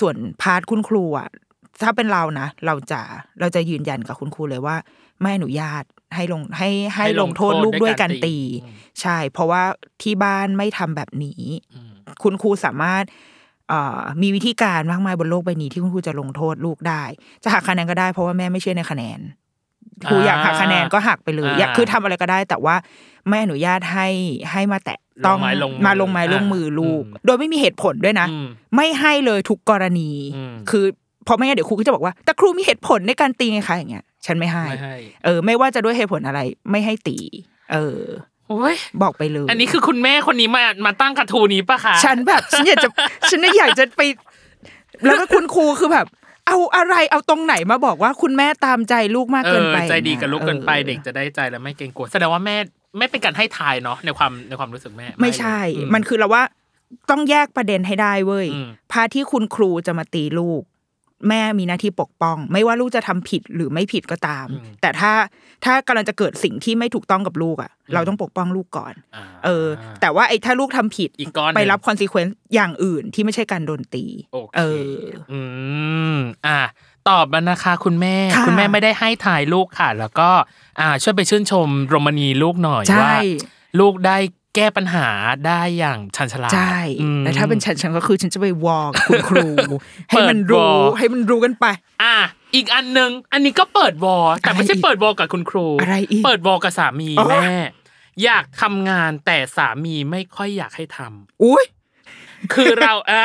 Speaker 2: ส่วนพาร์ทคุณครูอ่ะ ถ้าเป็นเรานะ เราจะเราจะยืนยันกับคุณครูเลยว่า ไม่อนุญาตให้ลงให้ให้ลงโทษลูกด้วยการตี ใช่ เพราะว่าที่บ้านไม่ทำแบบนี้
Speaker 1: อืม
Speaker 2: คุณครูสามารถเอ่อมีวิธีการมากมายบนโลกใบนี้ที่คุณครูจะลงโทษลูกได้ จะหักคะแนนก็ได้เพราะว่าแม่ไม่เชื่อในคะแนนครูอยากหักคะแนนก็หักไปเลย
Speaker 1: อ่า
Speaker 2: อยากคือทำอะไรก็ได้ แต่ว่าไม่อนุญาตให้ให้มาแตะต้อง
Speaker 1: ลงไม้ลงมือ
Speaker 2: มาลงไม้ลงมือลูก
Speaker 1: อ่า
Speaker 2: โดยไม่มีเหตุผลด้วยนะ
Speaker 1: อืม
Speaker 2: ไม่ให้เลยทุกกรณี
Speaker 1: อืม
Speaker 2: คือเพราะไม่งั้นเดี๋ยวครูก็จะบอกว่า แต่ครูมีเหตุผลในการตีไงคะอย่างเงี้ยฉันไม่ให้
Speaker 1: ไม่ให้
Speaker 2: เออ ไม่ว่าจะด้วยเหตุผลอะไร ไม่ให้ตี เออ
Speaker 1: โอ้ย
Speaker 2: บอกไปเลย
Speaker 1: อันนี้คือคุณแม่คนนี้มามาตั้งกระทูนี้ปะคะ
Speaker 2: ฉันแบบฉันอยากจะฉันน่ะอยากจะไป แล้วก็คุณครูคือแบบ เอาอะไรเอาตรงไหนมาบอกว่าคุณแม่ตามใจลูกมาก
Speaker 1: เอ
Speaker 2: เกิน
Speaker 1: อ
Speaker 2: ไป
Speaker 1: ใจดีกับลูกเกินไป
Speaker 2: ออ
Speaker 1: เด็กจะได้ใจและไม่เกรงกลัวแสดงว่าแม่ไม่เป็นการให้ทายเนาะในความในความรู้สึกแม่
Speaker 2: ไม่ใช่
Speaker 1: เลย
Speaker 2: มันคือเราว่าต้องแยกประเด็นให้ได้เว้ย
Speaker 1: อืม
Speaker 2: พาที่คุณครูจะมาตีลูก แม่มีหน้าที่ปกป้อง ไม่ว่าลูกจะทำผิดหรือไม่ผิดก็ตาม แต่ถ้าถ้ากำลังจะเกิดสิ่งที่ไม่ถูกต้องกับลูกอ่ะ เราต้องปกป้องลูกก่อน
Speaker 1: อ่า
Speaker 2: เออ แต่ว่าไอ้ถ้าลูกทำผิด
Speaker 1: อีกก้อนหนึ่ง
Speaker 2: ไปรับคอนซีเควนซ์อย่างอื่นที่ไม่ใช่การโดนตี
Speaker 1: โอเค
Speaker 2: เออ
Speaker 1: อืมอ่ะตอบมานะคะคุณแม่
Speaker 2: ค่ะ
Speaker 1: คุณแม่ไม่ได้ให้ทายลูกค่ะ แล้วก็อ่าช่วยไปชื่นชมโรมนีลูกหน่อย
Speaker 2: ใช่
Speaker 1: ว่าลูกได้แก้ปัญหาได้อย่างชันฉลาด
Speaker 2: ใช่
Speaker 1: อืม
Speaker 2: แล้วถ้าเป็นฉันฉันก็คือฉันจะไปวอลกบคุณ ครู ให้มัน
Speaker 1: เปิดว
Speaker 2: รู้
Speaker 1: อล
Speaker 2: ให้มันรู้กันไป
Speaker 1: อ่ะอีกอันหนึ่งอันนี้ก็เปิดวอลแต่ไม่ใช่
Speaker 2: อะไรอีก
Speaker 1: เปิดวอลกับคุณครู
Speaker 2: อะไรอีก
Speaker 1: เปิดวอลกับสามี
Speaker 2: อ๋อ
Speaker 1: แม่ อยากทำงานแต่สามีไม่ค่อยอยากให้ทำ
Speaker 2: อุ้ย
Speaker 1: คือเรา อ่า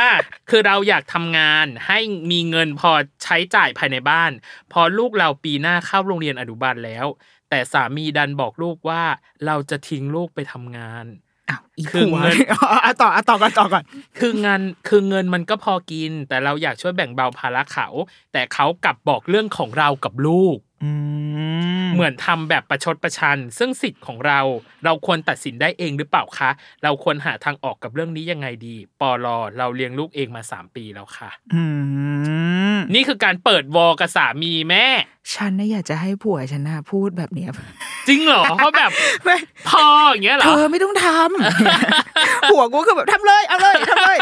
Speaker 1: คือเราอยากทำงานให้มีเงินพอใช้จ่ายภายในบ้าน พอลูกเราปีหน้าเข้าโรงเรียนอนุบาลแล้ว แต่สามีดันบอกลูกว่าเราจะทิ้งลูกไปทำงาน
Speaker 2: อ้าวอี
Speaker 1: คือ
Speaker 2: ผัว
Speaker 1: เงิน
Speaker 2: อ๋ออ่ะต่ออ่ะต่อก่อนต่อก่อน
Speaker 1: คืองานคือเงินมันก็พอกิน แต่เราอยากช่วยแบ่งเบาภาระเขา แต่เขากลับบอกเรื่องของเรากับลูก
Speaker 2: อืม
Speaker 1: เหมือนทำแบบประชดประชัน ซึ่งสิทธิ์ของเรา เราควรตัดสินได้เองหรือเปล่าคะ เราควรหาทางออกกับเรื่องนี้ยังไงดีปอลอเราเลี้ยงลูกเองมาสามปีแล้วค่ะ
Speaker 2: อืม
Speaker 1: นี่คือการเปิดวอลกับสามีแม่
Speaker 2: ฉันน่ะอยากจะให้ผัวฉันนะพูดแบบเนี้ย
Speaker 1: จริงเหรอ เพราะแบบ
Speaker 2: ไม่
Speaker 1: พออย่างเงี้ยเหร
Speaker 2: เธ
Speaker 1: อ
Speaker 2: อไม่ต้องท ำ ผัวกูคือแบบทำเลยเอาเลยทำเลย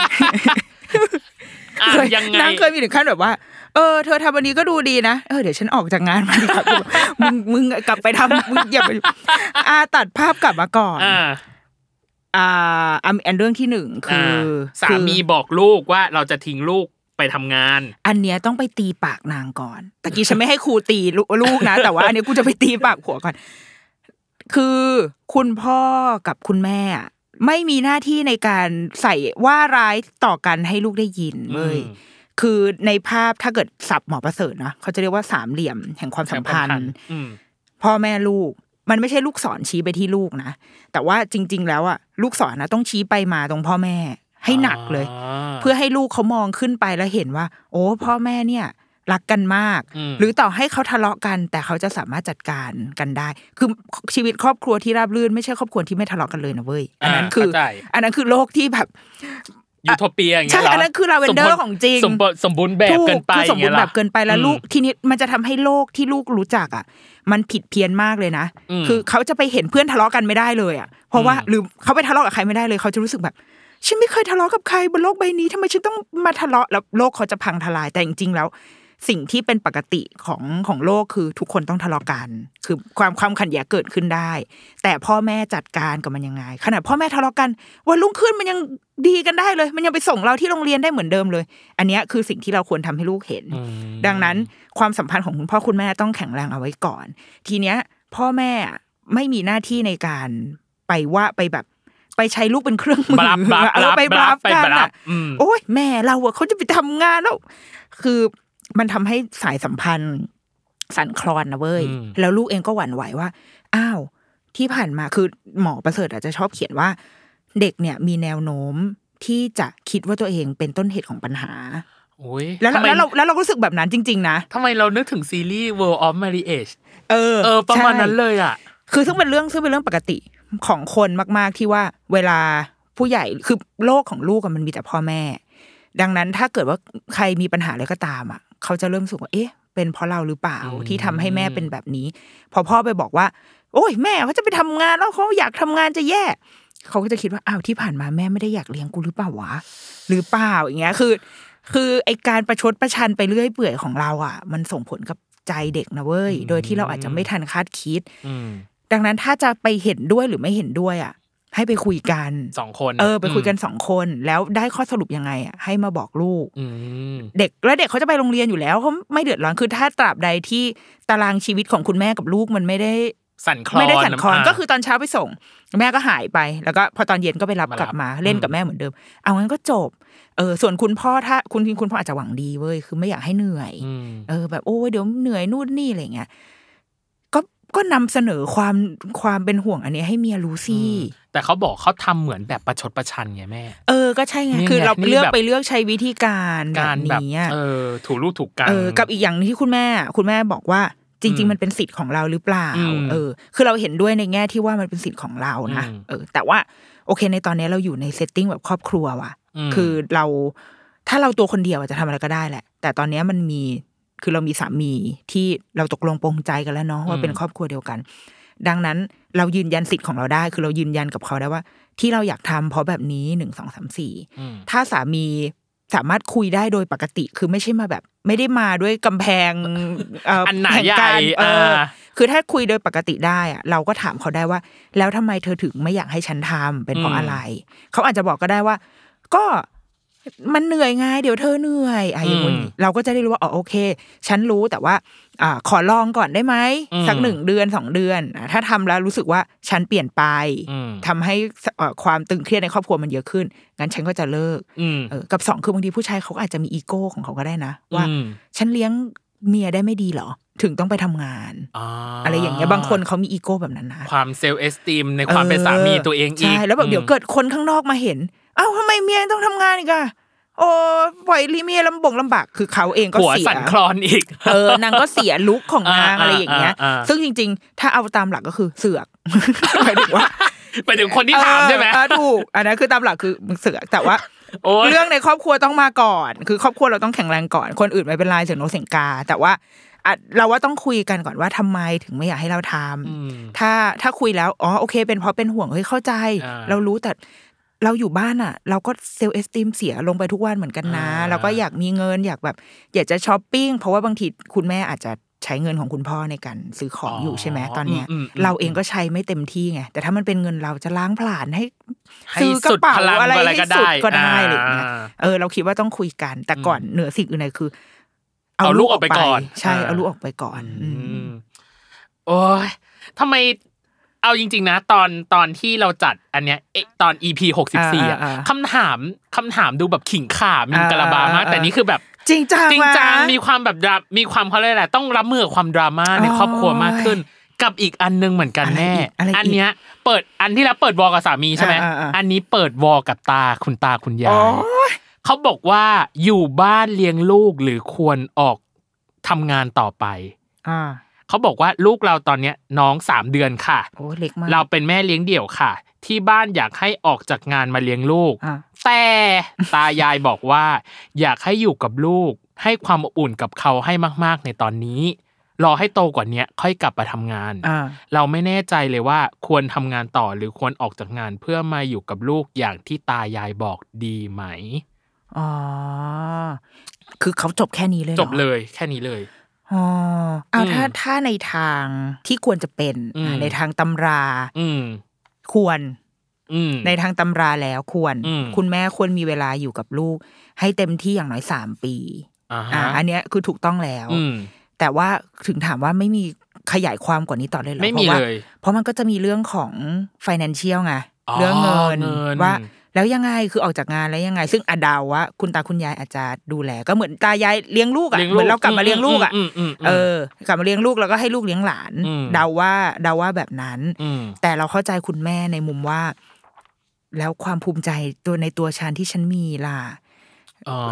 Speaker 1: อ่ะ
Speaker 2: เค
Speaker 1: ยังไง
Speaker 2: นางเคยมีถึงขั้นแบบว่า เออเธอทำวันนี้ก็ดูดีนะ เออเดี๋ยวฉันออกจากงาน มาดีกว่ามึงมึงกลับไปทำมึงอย่าไปอาตัดภาพกลับมาก่อน
Speaker 1: อ่า
Speaker 2: อ่าอันอันเรื่องที่หนึ่งคื
Speaker 1: า
Speaker 2: อ
Speaker 1: สามี
Speaker 2: คือ
Speaker 1: บอกลูกว่าเราจะทิ้งลูกไปทำงาน
Speaker 2: อันเนี้ยต้องไปตีปากนางก่อนตะกี้ฉันไม่ให้ครูตีลูลูกนะ แต่ว่าอันเนี้ยกูจะไปตีปากผัวก่อน คือคุณพ่อกับคุณแม่อะไม่มีหน้าที่ในการใส่ว่าร้ายต่อกันให้ลูกได้ยินเว้ย
Speaker 1: อืม
Speaker 2: คือในภาพถ้าเกิดสับหมอประเสริฐนะเขาจะเรียกว่าสามเหลี่ยมแห่งความสัมพัน
Speaker 1: แห่งความสัมพัน
Speaker 2: ธ์
Speaker 1: ธ์อืม
Speaker 2: พ่อแม่ลูก มันไม่ใช่ลูกศรชี้ไปที่ลูกนะ แต่ว่าจริง ๆ แล้วอ่ะลูกศรนะต้องชี้ไปมาตรงพ่อแม่ ให้หนักเลย เพื่อให้ลูกเขามองขึ้นไปแล้วเห็นว่า โอ้พ่อแม่เนี่ย รักกันมาก
Speaker 1: อืม
Speaker 2: หรือต่อให้เขาทะเลาะกัน แต่เขาจะสามารถจัดการกันได้ คือชีวิตครอบครัวที่ราบรื่น ไม่ใช่ครอบครัวที่ไม่ทะเลาะกันเลยนะเว้ยอันนั้นคือ
Speaker 1: เข้าใจ
Speaker 2: อันนั้นคือโลกที่แบบ
Speaker 1: ยูโทเปียอย่างเงี้
Speaker 2: ใช่
Speaker 1: ยเหรอ
Speaker 2: อั
Speaker 1: อั
Speaker 2: นนั้นคือ lavender ของจริง
Speaker 1: สมบูรณ์สมบูรณ์แบบเกินไป
Speaker 2: ถูคือสมบูรณ์แบบเกินไปแล้ว
Speaker 1: อืม
Speaker 2: ลูกทีนี้มันจะทำให้โลกที่ลูกรู้จักอ่ะ มันผิดเพี้ยนมากเลยนะ
Speaker 1: อืม
Speaker 2: คือเขาจะไปเห็นเพื่อนทะเลาะกันไม่ได้เลยอ่ะ เพราะว่า
Speaker 1: อืม
Speaker 2: หรือเขาไปทะเลาะกับใครไม่ได้เลยเขาจะรู้สึกแบบ ฉันไม่เคยทะเลาะกับใครบนโลกใบนี้ทำไมฉันต้องมาทะเลาะแล้วโลกเขาจะพังทลายแต่จริงๆแล้ว สิ่งที่เป็นปกติของของโลกคือทุกคนต้องทะเลาะกัน คือความความขัดแย้งเกิดขึ้นได้ แต่พ่อแม่จัดการกับมันยังไงขนาดพ่อแม่ทะเลาะกันวันรุ่งขึ้นมันยังดีกันได้เลย มันยังไปส่งเราที่โรงเรียนได้เหมือนเดิมเลย อันเนี้ยคือสิ่งที่เราควรทำให้ลูกเห็น
Speaker 1: อืม
Speaker 2: ดังนั้นความสัมพันธ์ของคุณพ่อคุณแม่ต้องแข็งแรงเอาไว้ก่อน ทีเนี้ย พ่อแม่ไม่มีหน้าที่ในการไปว่าไปแบบ ไปใช้ลูกเป็นเครื่องมื
Speaker 1: บลับ
Speaker 2: อบ
Speaker 1: ลับ
Speaker 2: เออไป
Speaker 1: บบ ลั
Speaker 2: ลั
Speaker 1: บบ ไป
Speaker 2: กัน
Speaker 1: บลั
Speaker 2: อะ
Speaker 1: บอืม
Speaker 2: โอ้ยแม่เราอะเขาจะไปทำงานแล้ว คือมันทำให้สายสัมพันธ์สั่นคลอนนะเว้ย
Speaker 1: อืม
Speaker 2: แล้วลูกเองก็หวั่นไหวว่า อ้าว ที่ผ่านมาคือหมอประเสริฐอาจจะชอบเขียนว่า เด็กเนี่ยมีแนวโน้มที่จะคิดว่าตัวเองเป็นต้นเหตุของปัญหา
Speaker 1: โอ้ย
Speaker 2: แล้ว
Speaker 1: ทำไม
Speaker 2: แล้วเราแล้วเราก็รู้สึกแบบนั้นจริง ๆ นะ
Speaker 1: ทำไมเรานึกถึงซีรีส์ World of Marriage
Speaker 2: เออ
Speaker 1: เออ ประมาณนั้น
Speaker 2: ใช่
Speaker 1: เลยอ่ะ
Speaker 2: คือซึ่งเป็นเรื่องซึ่งเป็นเรื่องปกติของคนมาก ๆ ที่ว่าเวลาผู้ใหญ่คือโลกของลูกอะมันมีแต่พ่อแม่ ดังนั้นถ้าเกิดว่าใครมีปัญหาอะไรก็ตามอ่ะ เขาจะเริ่มรู้สึกว่าเอ๊ะ เป็นเพราะเราหรือเปล่า
Speaker 1: อืม
Speaker 2: ที่ทำให้แม่เป็นแบบนี้ พอพ่อไปบอกว่า โอ้ยแม่เขาจะไปทำงานแล้วเขาอยากทำงานจะแย่ เขาก็จะคิดว่าอ้าวที่ผ่านมาแม่ไม่ได้อยากเลี้ยงกูหรือเปล่าวะหรือเปล่าอย่างเงี้ยคือ คือไอการประชดประชันไปเรื่อยเปื่อยของเราอ่ะ มันส่งผลกับใจเด็กนะเว้ย โดยที่เราอาจจะไม่ทันคาดคิด
Speaker 1: อืม
Speaker 2: ดังนั้นถ้าจะไปเห็นด้วยหรือไม่เห็นด้วยอ่ะ ให้ไปคุยกัน
Speaker 1: สองคน
Speaker 2: เออ ไปคุยกันสองคนแล้วได้ข้อสรุปยังไงอ่ะให้มาบอกลูก
Speaker 1: อืม
Speaker 2: เด็กและเด็กเขาจะไปโรงเรียนอยู่แล้วเขาไม่เดือดร้อนคือถ้าตราบใดที่ตารางชีวิตของคุณแม่กับลูกมันไม่ได้
Speaker 1: สั่นคลอน
Speaker 2: ไม่ได้สั่นคลอนะ ก็คือตอนเช้าไปส่ง แม่ก็หายไป แล้วก็พอตอนเย็นก็ไปรับ
Speaker 1: มารับ
Speaker 2: กลับมาเล่นกับแม่เหมือนเดิม เอางั้นก็จบเออส่วนคุณพ่อถ้าคุณคุณพ่ออาจจะหวังดีเว้ยคือไม่อยากให้เหนื่อย
Speaker 1: อืม
Speaker 2: เออแบบโอ้ยเดี๋ยวเหนื่อยนู่นนี่อะไรเงี้ยก็ก็นำเสนอความความเป็นห่วงอันเนี้ยให้เมียรู้สิ
Speaker 1: แต่เขาบอกเขาทำเหมือนแบบประชดประชันไงแม่
Speaker 2: เออก็ใช่ไง
Speaker 1: นี่ไง
Speaker 2: คือเรา
Speaker 1: นี่
Speaker 2: เลือก
Speaker 1: แบบ
Speaker 2: ไปเลือกใช้วิธีการแบ
Speaker 1: การ
Speaker 2: บ
Speaker 1: แบบ
Speaker 2: นี้อะ
Speaker 1: เออ ถูกลูกถูกกัน
Speaker 2: เออกับอีกอย่างที่คุณแม่ คุณแม่บอกว่า จ
Speaker 1: อื
Speaker 2: ริง
Speaker 1: ม
Speaker 2: ๆ มันเป็นสิทธิ์ของเราหรือเปล่า
Speaker 1: อืม
Speaker 2: เออ คือเราเห็นด้วยในแง่ที่ว่ามันเป็นสิทธิ์ของเรานะ
Speaker 1: อืม
Speaker 2: เออ แต่ว่าโอเค ในตอนนี้เราอยู่ในเซตติ้งแบบครอบครัวว่ะ
Speaker 1: อืม
Speaker 2: คือเราถ้าเราตัวคนเดียวอาจจะทำอะไรก็ได้แหละ แต่ตอนนี้มันมีคือเรามีสามีที่เราตกลงปรงใจกันแล้วเนาะว่าเป็นครอบครัวเดียวกัน ดังนั้นเรายืนยันสิทธิ์ของเราได้ คือเรายืนยันกับเขาได้ว่า ที่เราอยากทำเพราะแบบนี้หนึ่งสองสามสี่
Speaker 1: ม
Speaker 2: ถ้าสามีสามารถคุยได้โดยปกติ คือไม่ใช่มาแบบ ไม่ได้มาด้วยกำแพง เ
Speaker 1: อันหนา
Speaker 2: แห่งการ
Speaker 1: ใหญ่
Speaker 2: เอออา คือถ้าคุยโดยปกติได้อะเราก็ถามเขาได้ว่า แล้วทำไมเธอถึงไม่อยากให้ฉันทำเป็นเพราะอะไร เขาอาจจะบอกก็ได้ว่า ก็มันเหนื่อยไงเดี๋ยวเธอเหนื่อยอะไรอย่างงี้เราก็จะได้รู้ว่าอ๋อโอเค ฉันรู้แต่ว่าอ่าขอลองก่อนได้ไหม
Speaker 1: อืม
Speaker 2: สักหนึ่งเดือนสองเดือนอ่ะถ้าทำแล้วรู้สึกว่าฉันเปลี่ยนไป
Speaker 1: อืม
Speaker 2: ทำให้เอ่อความตึงเครียดในครอบครัวมันเยอะขึ้นงั้นฉันก็จะเลิก
Speaker 1: อืม
Speaker 2: เออกับสองคือบางทีผู้ชายเขาอาจจะมีอีโก้ของเขาก็ได้นะ ว่า
Speaker 1: อืม
Speaker 2: ฉันเลี้ยงเมียได้ไม่ดีเหรอ ถึงต้องไปทำงาน อะไรอย่างเงี้ยบางคนเขามีอีโก้แบบนั้นนะ
Speaker 1: ความเซลล์เอสติมในความเป็นสามีตัวเองอีก
Speaker 2: ใช่แล้วแบบเดี๋ยวเกิดคนข้างนอกมาเห็น เอ้าทำไมเมียต้องทำงานอีกอะโอ้ปล่อยลีเมียลำบงลำบากคือเขาเองก็
Speaker 1: หัว
Speaker 2: เสีย
Speaker 1: สั่นคลอนอีก
Speaker 2: เออนางก็เสียลุคของนาง
Speaker 1: อ่า
Speaker 2: อะไรอย่างเงี้ย
Speaker 1: อ่าอ่า
Speaker 2: ซึ่งจริง ๆ ถ้าเอาตามหลักก็คือเสือก หมายถึงว่า
Speaker 1: ไปถึงคนที่ถามใช่ไหม
Speaker 2: เออถูกอันนั้นคือตามหลักคือมึงเสือกแต่ว่า
Speaker 1: โอ้ย
Speaker 2: เรื่องในครอบครัวต้องมาก่อน คือครอบครัวเราต้องแข็งแรงก่อน คนอื่นไม่เป็นไรเสียงโนเสียงกา แต่ว่าอ่ะเราว่าต้องคุยกันก่อนว่าทำไมถึงไม่อยากให้เราทำ
Speaker 1: อืม
Speaker 2: ถ้าถ้าคุยแล้วอ๋อโอเค เป็นเพราะเป็นห่วงเฮ้ยเข้าใจ
Speaker 1: อ่า
Speaker 2: เรารู้แต่เราอยู่บ้านอ่ะ เราก็เซลล์เอสติมเสียลงไปทุกวันเหมือนกันนะ
Speaker 1: อ่า
Speaker 2: เราก็อยากมีเงินอยากแบบ อยากจะช้อปปิ้งเพราะว่าบางทีคุณแม่อาจจะใช้เงินของคุณพ่อในการซื้อของอยู่ใช่ไหมตอนเนี้ย
Speaker 1: มมม
Speaker 2: เราเองก็ใช้ไม่เต็มที่ไง แต่ถ้ามันเป็นเงินเราจะล้างผลาญให้
Speaker 1: ให้
Speaker 2: ซื้อกระเป๋า
Speaker 1: สุดพลัง
Speaker 2: อะไร
Speaker 1: อะไรก็
Speaker 2: ให้สุด
Speaker 1: ได้
Speaker 2: ก็ได้อะไรอย่างเงี้ย
Speaker 1: อ่า
Speaker 2: เออเราคิดว่าต้องคุยกัน แต่ก่อนเหนือสิ่งอื่นใดคือ
Speaker 1: เอาลูกออกไปก่อน
Speaker 2: ใช่
Speaker 1: อ่า
Speaker 2: เอาลูกออกไปก่อนอืม
Speaker 1: อืมโอ้ยทำไมเอาจริง ๆ นะ ตอนตอนที่เราจัดอันเนี้ยเอ๊ะตอน EP หกสิบสี่
Speaker 2: อ่า
Speaker 1: อะ
Speaker 2: อ่า
Speaker 1: คำถามคำถามดูแบบขิงข่ามีกระบามาก
Speaker 2: อ่า
Speaker 1: แต่นี่คือแบบ
Speaker 2: จริงจัง
Speaker 1: จริงจัง
Speaker 2: วะ
Speaker 1: มีความแบบดรามีความเขาเรียกอะไรต้องรับมือกับความดราม่าในครอบครัวมากขึ้น กับอีกอันนึงเหมือนกันแม่
Speaker 2: อะไรอีกอะไรอีก
Speaker 1: อันเนี้ยเปิดอันที่แล้วเปิดวอลกับสามีใช่ไหม
Speaker 2: อ่าอ่าอ่า
Speaker 1: อันนี้เปิดวอลกับตาคุณตาคุณยา
Speaker 2: โอ้
Speaker 1: ยเขาบอกว่าอยู่บ้านเลี้ยงลูกหรือควรออกทำงานต่อไป
Speaker 2: อ่า
Speaker 1: เขาบอกว่าลูกเราตอนเนี้ยน้องสามเดือนค่ะ
Speaker 2: โอ้เล็กมาก
Speaker 1: เราเป็นแม่เลี้ยงเดี่ยวค่ะ ที่บ้านอยากให้ออกจากงานมาเลี้ยงลูก
Speaker 2: อ่า
Speaker 1: แต่ตายายบอกว่า อยากให้อยู่กับลูก ให้ความอบอุ่นกับเขาให้มากๆในตอนนี้ รอให้โตกว่าเนี้ยค่อยกลับมาทำงาน
Speaker 2: อ่า
Speaker 1: เราไม่แน่ใจเลยว่าควรทำงานต่อหรือควรออกจากงานเพื่อมาอยู่กับลูกอย่างที่ตายายบอกดีไหม
Speaker 2: อ๋อ คือเขาจบแค่นี้เลยหรอ
Speaker 1: จบเลยแค่นี้เลย
Speaker 2: อ๋อเอา
Speaker 1: อืม
Speaker 2: ถ้าถ้าในทางที่ควรจะเป็น
Speaker 1: อืม
Speaker 2: อ่ะในทางตำรา
Speaker 1: อืม
Speaker 2: ควร
Speaker 1: อืม
Speaker 2: ในทางตำราแล้วควร
Speaker 1: อืม
Speaker 2: คุณแม่ควรมีเวลาอยู่กับลูก ให้เต็มที่อย่างน้อยสามปี
Speaker 1: อ่า
Speaker 2: อ่ะ
Speaker 1: ฮะ
Speaker 2: อันเนี้ยคือถูกต้องแล้ว
Speaker 1: อืม
Speaker 2: แต่ว่าถึงถามว่าไม่มีขยายความกว่านี้ต่อเลยเหรอ
Speaker 1: ไม่มี
Speaker 2: พราะว่า
Speaker 1: เลย
Speaker 2: เพราะมันก็จะมีเรื่องของ financial ไง
Speaker 1: อ๋อ
Speaker 2: เรื่องเงิน
Speaker 1: เงิน
Speaker 2: ว่า แล้วยังไงคือออกจากงานแล้วยังไง ซึ่งอะเดาวว่าคุณตาคุณยายอาจจะดูแล ก็เหมือนตายายเลี้ยงลูกอ่ะ
Speaker 1: ลี้ยง
Speaker 2: เหมือนเรากลับมาเลี้ยงลูกอ่ะ
Speaker 1: มมม
Speaker 2: เออ กลับมาเลี้ยงลูกแล้วก็ให้ลูกเลี้ยงหลาน
Speaker 1: อืม
Speaker 2: เดาว่าเดาว่าแบบนั้น
Speaker 1: ม
Speaker 2: แต่เราเข้าใจคุณแม่ในมุมว่า แล้วความภูมิใจตัวในตัวฉันที่ฉันมีล่ะ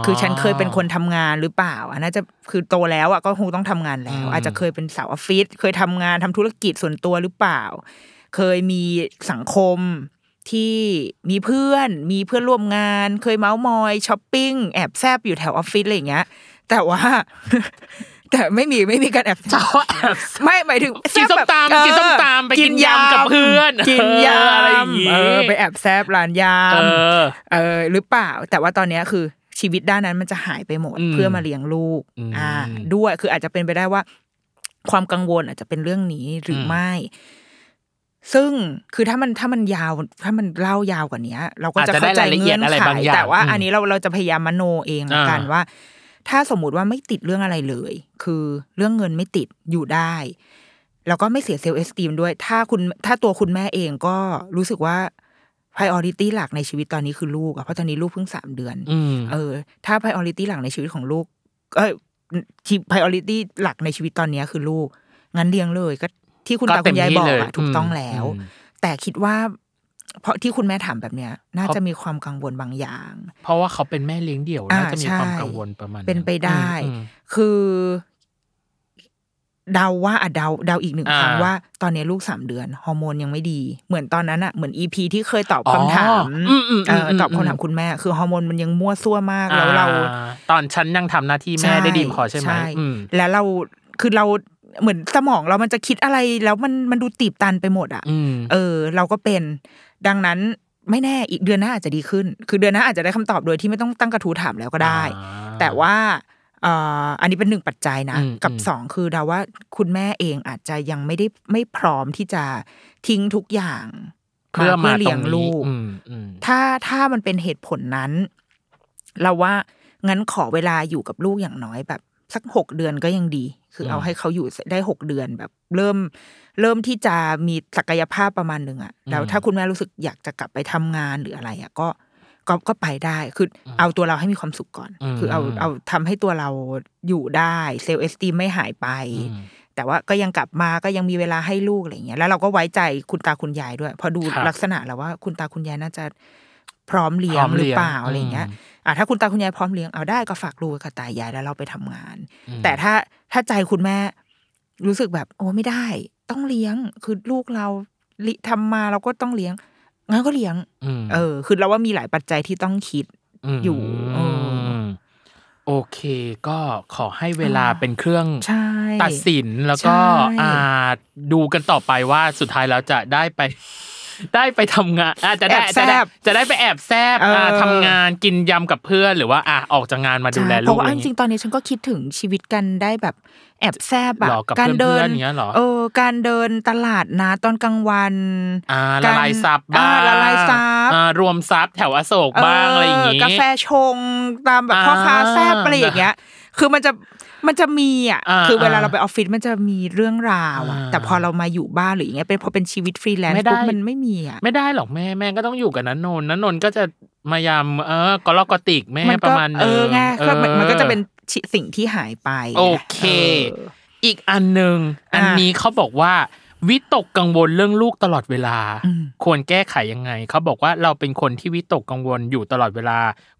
Speaker 2: คือฉันเคยเป็นคนทำงานหรือเปล่าอันน่าจะคือโตแล้วอ่ะก็คงต้องทำงานแล้ว อาจจะเคยเป็นสาวออฟฟิศเคยทำงานทำธุรกิจส่วนตัวหรือเปล่า เคยมีสังคมที่มีเพื่อน มีเพื่อนร่วมงาน เคยเมาส์มอยช้อปปิ้งแอบแซบอยู่แถวออฟฟิศอะไรอย่างเงี้ย แต่ว่า แต่ไม่มีไม่มีการแอบแซบ
Speaker 1: แอบ
Speaker 2: ไม่หมายถึง
Speaker 1: กิน
Speaker 2: แซ่บ
Speaker 1: ส้ม
Speaker 2: แบบ
Speaker 1: ตำ
Speaker 2: เออ
Speaker 1: กินส้มตำไปกินยำกับเพื่อน
Speaker 2: กินย
Speaker 1: เอออะไรอย่าง
Speaker 2: ำ
Speaker 1: งี้
Speaker 2: เออไปแอบแซบร้านย
Speaker 1: เออ
Speaker 2: ำเออหรือเปล่า แต่ว่าตอนเนี้ยคือชีวิตด้านนั้นมันจะหายไปหมด
Speaker 1: อืม
Speaker 2: เพื่อมาเลี้ยงลูก
Speaker 1: อืม
Speaker 2: ด้วยคืออาจจะเป็นไปได้ว่า ความกังวลอาจจะเป็นเรื่องนี้หรืออ
Speaker 1: ม
Speaker 2: ไม่ ซึ่งคือถ้ามันถ้ามันยาวถ้ามันเล่ายาวกว่าเนี้ย เราก็จะเข้าใจเงื่อนไขแต่ว่าอันนี้เราเราจะพยายามมโนเองละกันว่า ถ้าสมมติว่าไม่ติดเรื่องอะไรเลย คือเรื่องเงินไม่ติดอยู่ได้ แล้วก็ไม่เสียเซลล์เอสตีมด้วย ถ้าคุณถ้าตัวคุณแม่เองก็รู้สึกว่า priority หลักในชีวิตตอนนี้คือลูกอะเพราะตอนนี้ลูกเพิ่งสามเดือน
Speaker 1: อืม
Speaker 2: เออ ถ้า priority หลักในชีวิตของลูก เอ้ยที่ priority หลักในชีวิตตอนเนี้ยคือลูก งั้นเลี้ยงเลยก็ที่คุณ
Speaker 1: ก็
Speaker 2: ตาคุณยาย
Speaker 1: เต็
Speaker 2: บอ
Speaker 1: มที่
Speaker 2: ก
Speaker 1: เลย
Speaker 2: อะถูกต้องแล้ว
Speaker 1: อืม
Speaker 2: แต่คิดว่า เพราะที่คุณแม่ถามแบบเนี้ย น่าจะมีความกังวลบางอย่าง
Speaker 1: เพราะว่าเขาเป็นแม่เลี้ยงเดี่ยว
Speaker 2: อ่า
Speaker 1: น่าจะมีความ
Speaker 2: ใช่
Speaker 1: กังวลประมาณ
Speaker 2: เป็นไปได้
Speaker 1: อืม
Speaker 2: คือเดาว่าอ่ะเดาเดาอีกหนึ่ง
Speaker 1: อ่า
Speaker 2: ครั้งว่า ตอนนี้ลูกสามเดือน ฮอร์โมนยังไม่ดี เหมือนตอนนั้นอะเหมือนอีพีที่เคยตอบ
Speaker 1: อ๋อ
Speaker 2: คำถาม
Speaker 1: อืมอืม
Speaker 2: เอออ
Speaker 1: ม
Speaker 2: ตอบ
Speaker 1: อืม
Speaker 2: คำถามคุณแม่ คือฮอร์โมนมันยังมั่วซั่วมากแล้วเรา
Speaker 1: อ่ตอนฉันยังทำหน้าที่แม่ได้ดีพอใช่ไหมอืม
Speaker 2: แล้วเราคือเราเหมือนสมองเรามันจะคิดอะไรแล้วมันมันดูตีบตันไปหมดอ่ะ
Speaker 1: อืม
Speaker 2: เออ เราก็เป็นดังนั้นไม่แน่อีกเดือนหน้าอาจจะดีขึ้น คือเดือนหน้าอาจจะได้คำตอบโดยที่ไม่ต้องตั้งกระทู้ถามแล้วก็ได้
Speaker 1: อ่า
Speaker 2: แต่ว่าเอ่ออันนี้เป็นหนึ่งปัจจัยนะ
Speaker 1: อืม
Speaker 2: กับ
Speaker 1: อืม
Speaker 2: สองคือเราว่าคุณแม่เองอาจจะยังไม่ได้ไม่พร้อมที่จะทิ้งทุกอย่าง
Speaker 1: เพื่อมาตรงนี้
Speaker 2: ลูก
Speaker 1: อืมอืม
Speaker 2: ถ้าถ้ามันเป็นเหตุผลนั้น เราว่างั้นขอเวลาอยู่กับลูกอย่างน้อยแบบ สักหกเดือนก็ยังดี คืออ
Speaker 1: ม
Speaker 2: เอาให้เขาอยู่ได้หกเดือนแบบ เริ่ม เริ่มที่จะมีศักยภาพประมาณหนึ่งอะแล้วถ้าคุณแม่รู้สึกอยากจะกลับไปทำงานหรืออะไรอะก็ก็ก็ไปได้ คืออเอาตัวเราให้มีความสุขก่อน คือเอาเอาทำให้ตัวเราอยู่ได้เซลล์เอสตีไม่หายไป แต่ว่าก็ยังกลับมาก็ยังมีเวลาให้ลูกอะไรอย่างเงี้ยแล้วเราก็ไว้ใจคุณตาคุณยายด้วยเพอดู
Speaker 1: ครับ
Speaker 2: ลักษณะแล้วว่าคุณตาคุณยายน่าจะพร้อมเลี้ย
Speaker 1: พร้
Speaker 2: ง
Speaker 1: อม
Speaker 2: หรื
Speaker 1: เลี้
Speaker 2: อย
Speaker 1: ง
Speaker 2: เปล่าอะไรอย่างเงี้ย
Speaker 1: อืม
Speaker 2: อ่ะถ้าคุณตาคุณยายพร้อมเลี้ยงเอาได้ก็ฝากลูกไว้กับตายายแล้วเราไปทำงาน แต่ถ้าถ้าใจคุณแม่รู้สึกแบบโอ้ไม่ได้ ต้องเลี้ยงคือลูกเราลิทำมาเราก็ต้องเลี้ยงงั้นก็เลี้ยง
Speaker 1: ม
Speaker 2: เออ คือเราว่ามีหลายปัจจัยที่ต้องคิด อยู่เออ
Speaker 1: โอเค ก็ขอให้เวลาเป็นเครื่อง
Speaker 2: ใช่
Speaker 1: ตัดสินแล้วก็
Speaker 2: ใช่
Speaker 1: อ่าดูกันต่อไปว่าสุดท้ายแล้วจะได้ไป ได้ไปทำงานอาจจะได้
Speaker 2: แอบแซ
Speaker 1: จะได้
Speaker 2: บ
Speaker 1: จะได้ไปแอบแซบ
Speaker 2: เอออ่
Speaker 1: าทำงานกินยำกับเพื่อน หรือว่าอ่ะออกจากงานมาดูแล
Speaker 2: ใช่
Speaker 1: ลู
Speaker 2: เพ
Speaker 1: ก
Speaker 2: ราะ
Speaker 1: อะ
Speaker 2: ว่าจ
Speaker 1: ไรเงี้
Speaker 2: ริ
Speaker 1: ย
Speaker 2: งๆตอนนี้ฉันก็คิดถึงชีวิตกันได้แบบแอบแซบอะ
Speaker 1: หรอกับ
Speaker 2: การเดิ
Speaker 1: เพื่อน นๆอย่างเงี้ยหรอ
Speaker 2: เออ การเดินตลาดนะตอนกลางวัน
Speaker 1: อ่า
Speaker 2: การ
Speaker 1: ละลายซับบ้า
Speaker 2: อ่
Speaker 1: ง
Speaker 2: ละลายซับ
Speaker 1: อ่ารวมซับแถวอโศกบ้างอะไรอย่างงี้
Speaker 2: เกาแฟชงตามแบบ
Speaker 1: อ่า
Speaker 2: พ่อค้าแซบอะไรอย่างเงี้ย คือมันจะมันจะมีอ่ะ
Speaker 1: อ่า
Speaker 2: คือเวลาเราไปออฟฟิศมันจะมีเรื่องราวอะ
Speaker 1: อ่า
Speaker 2: แต่พอเรามาอยู่บ้านหรืออย่างเงี้ยเป็นพอเป็นชีวิตฟรีแลนซ์
Speaker 1: ไม่ได้
Speaker 2: ปุ๊บมันไม่มีอ่ะ
Speaker 1: ไม่ได้หรอกแม่แม่ก็ต้องอยู่กับนันนนท์นันนนท์ก็จะมายามเออกอลอกอติกแม่
Speaker 2: มัน
Speaker 1: ป
Speaker 2: ก็
Speaker 1: ระมาณห
Speaker 2: เอ
Speaker 1: นึ
Speaker 2: อไง
Speaker 1: เอ
Speaker 2: ก็
Speaker 1: อ
Speaker 2: มันมันก็จะเป็นชิสิ่งที่หายไป
Speaker 1: โอเค
Speaker 2: ออ
Speaker 1: อีกอันหนึ่ง
Speaker 2: อ่ะ
Speaker 1: อันนี้เขาบอกว่า วิตกกังวลเรื่องลูกตลอดเวลา ควรแก้ไขยังไง เขาบอกว่าเราเป็นคนที่วิตกกังวลอยู่ตลอดเวลา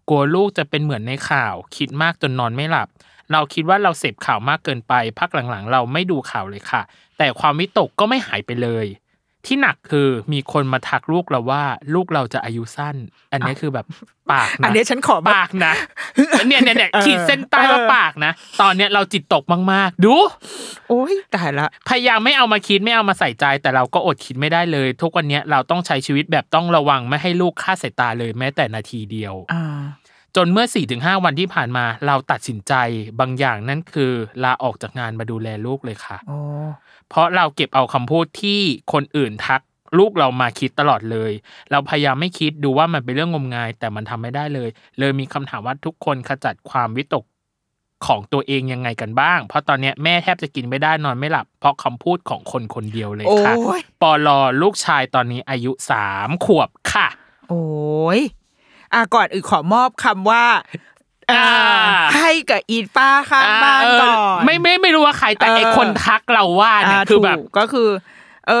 Speaker 1: กลัวลูกจะเป็นเหมือนในข่าว คิดมากจนนอนไม่หลับ เราคิดว่าเราเสพข่าวมากเกินไป พักหลังๆ เราไม่ดูข่าวเลยค่ะ แต่ความวิตกก็ไม่หายไปเลย ที่หนักคือมีคนมาทักลูกเราว่า ลูกเราจะอายุสั้น อันนี้คือแบบปากะ
Speaker 2: อันนี้ฉันขอแบบ
Speaker 1: ปาก นะ เนี่ยเนี่ยเนี่ย
Speaker 2: เออ
Speaker 1: ขีดเส้นใต้ว่า
Speaker 2: เออ
Speaker 1: ปากนะ ตอนเนี้ยเราจิตตกมาก ๆ ดู
Speaker 2: โอ้ยตายละ
Speaker 1: พยายามไม่เอามาคิดไม่เอามาใส่ใจ แต่เราก็อดคิดไม่ได้เลย ทุกวันเนี้ยเราต้องใช้ชีวิตแบบต้องระวังไม่ให้ลูกคลาดสายตาเลยแม้แต่นาทีเดียว
Speaker 2: อ่า
Speaker 1: จนเมื่อ 4-5 วันที่ผ่านมา เราตัดสินใจบางอย่างนั่นคือลาออกจากงานมาดูแลลูกเลยค่ะ
Speaker 2: อ๋อ
Speaker 1: เพราะเราเก็บเอาคำพูดที่คนอื่นทักลูกเรามาคิดตลอดเลย เราพยายามไม่คิดดูว่ามันเป็นเรื่องงมงาย แต่มันทำไม่ได้เลย เลยมีคำถามว่าทุกคนขจัดความวิตกของตัวเองยังไงกันบ้าง เพราะตอนเนี้ยแม่แทบจะกินไม่ได้นอนไม่หลับ เพราะคำพูดของคนคนเดียวเลย
Speaker 2: โอ้
Speaker 1: ค่ะ
Speaker 2: ย
Speaker 1: ปอลอลูกชายตอนนี้อายุสามขวบค่ะ
Speaker 2: โอ้ยอ่ะก่อนอื่นขอมอบคำว่าอ่า
Speaker 1: อ่า
Speaker 2: ให้กับอีป้าข้างบ้านก่อน
Speaker 1: ไม่ไม่ไม่รู้ว่าใครแต่
Speaker 2: เออ
Speaker 1: ไอคนทักเราว่าเนี่ยคือแบบ
Speaker 2: ถูกก็คือ เอ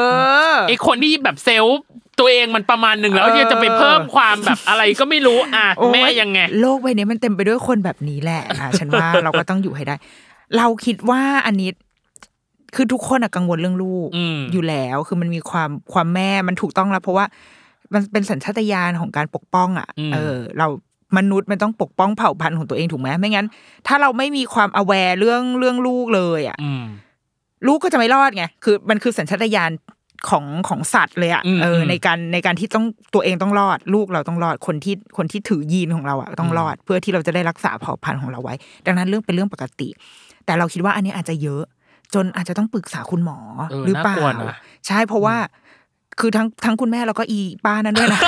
Speaker 2: อ
Speaker 1: ไอคนที่แบบเซลล์ตัวเองมันประมาณหนึ่งแล้ว
Speaker 2: เออ
Speaker 1: ยังจะไปเพิ่มความแบบอะไรก็ไม่รู้อ่ะ
Speaker 2: โอ๊
Speaker 1: แม่ยังไง
Speaker 2: โลกใบนี้มันเต็มไปด้วยคนแบบนี้แหละอ่ะ ฉันว่าเราก็ต้องอยู่ให้ได้ เราคิดว่าอันนี้คือทุกคนอะกังวลเรื่องลูก
Speaker 1: อืม
Speaker 2: อยู่แล้วคือมันมีความความแม่มันถูกต้องแล้ว เพราะว่ามันเป็นสัญชาตญาณของการปกป้องอ่ะเออ เรามนุษย์มันต้องปกป้องเผ่าพันธุ์ของตัวเองถูกไหมไม่งั้น ถ้าเราไม่มีความ aware เรื่องเรื่องลูกเลยอ่ะ
Speaker 1: อืม
Speaker 2: ลูกก็จะไม่รอดไง คือมันคือสัญชาตญาณของของสัตว์เลยอะ
Speaker 1: อืม
Speaker 2: เอออ
Speaker 1: ม
Speaker 2: ในการในการที่ต้องตัวเองต้องรอด ลูกเราต้องรอด คนที่คนที่ถือยีนของเราอะต้องรอด เพื่อที่เราจะได้รักษาเผ่าพันธุ์ของเราไว้ ดังนั้นเรื่องเป็นเรื่องปกติ แต่เราคิดว่าอันนี้อาจจะเยอะ จนอาจจะต้องปรึกษาคุณหมอ
Speaker 1: เออ
Speaker 2: หรือเปล่า
Speaker 1: น่ากลัวนะ
Speaker 2: ใช่เพราะว่า คือทั้งทั้งคุณแม่แล้วก็อีป้านั่นด้วยนะ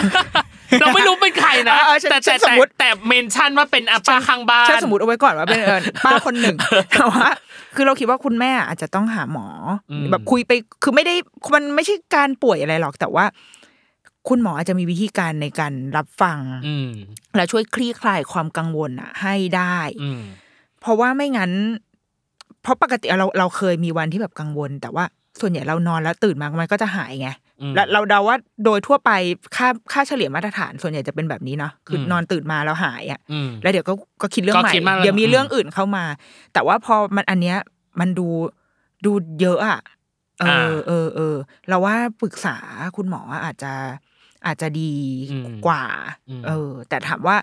Speaker 1: เราไม่รู้เป็นใครนะ
Speaker 2: เออเออฉัน
Speaker 1: แต่
Speaker 2: ฉั
Speaker 1: แต่
Speaker 2: นสมมุติ
Speaker 1: แต่เมนชั่นว่าเป็นอาป้าข้างบ้าน
Speaker 2: ฉันสมมติเอาไว้ก่อนว่าเป็นเอ่อ ป้าคนหนึ่ งแต่ว่าคือเราคิดว่าคุณแม่อาจจะต้องหาหมออ
Speaker 1: ม
Speaker 2: แบบคุยไปคือไม่ได้มันไม่ใช่การป่วยอะไรหรอก แต่ว่า คุณหมออาจจะมีวิธีการในการรับฟัง
Speaker 1: อืม
Speaker 2: และช่วยคลี่คลายความกังวลอ่ะ ให้ได้
Speaker 1: อืม
Speaker 2: เพราะว่าไม่งั้น เพราะปกติเราเราเคยมีวันที่แบบกังวล แต่ว่าส่วนใหญ่เรานอนแล้วตื่นมามันก็จะหายไง
Speaker 1: อืม
Speaker 2: แล้วเราเดาว่าโดยทั่วไปค่าค่าเฉลี่ยมาตรฐาน ส่วนใหญ่จะเป็นแบบนี้เนาะคืออ
Speaker 1: ม
Speaker 2: นอนตื่นมาแล้วหายอ่ะ
Speaker 1: อืม
Speaker 2: แล้วเดี๋ยวก็ก็คิดเรื่อง
Speaker 1: ก็
Speaker 2: ใหม่
Speaker 1: คิดมากแล้ว
Speaker 2: เดี๋ยวมี
Speaker 1: อืม
Speaker 2: เรื่องอื่นเข้ามา แต่ว่าพอมันอันเนี้ยมันดูดูเยอะอ่ะเออเออเออเราว่าปรึกษาคุณหมออาจจะอาจจะดีกว่า เออ แต่ถามว่า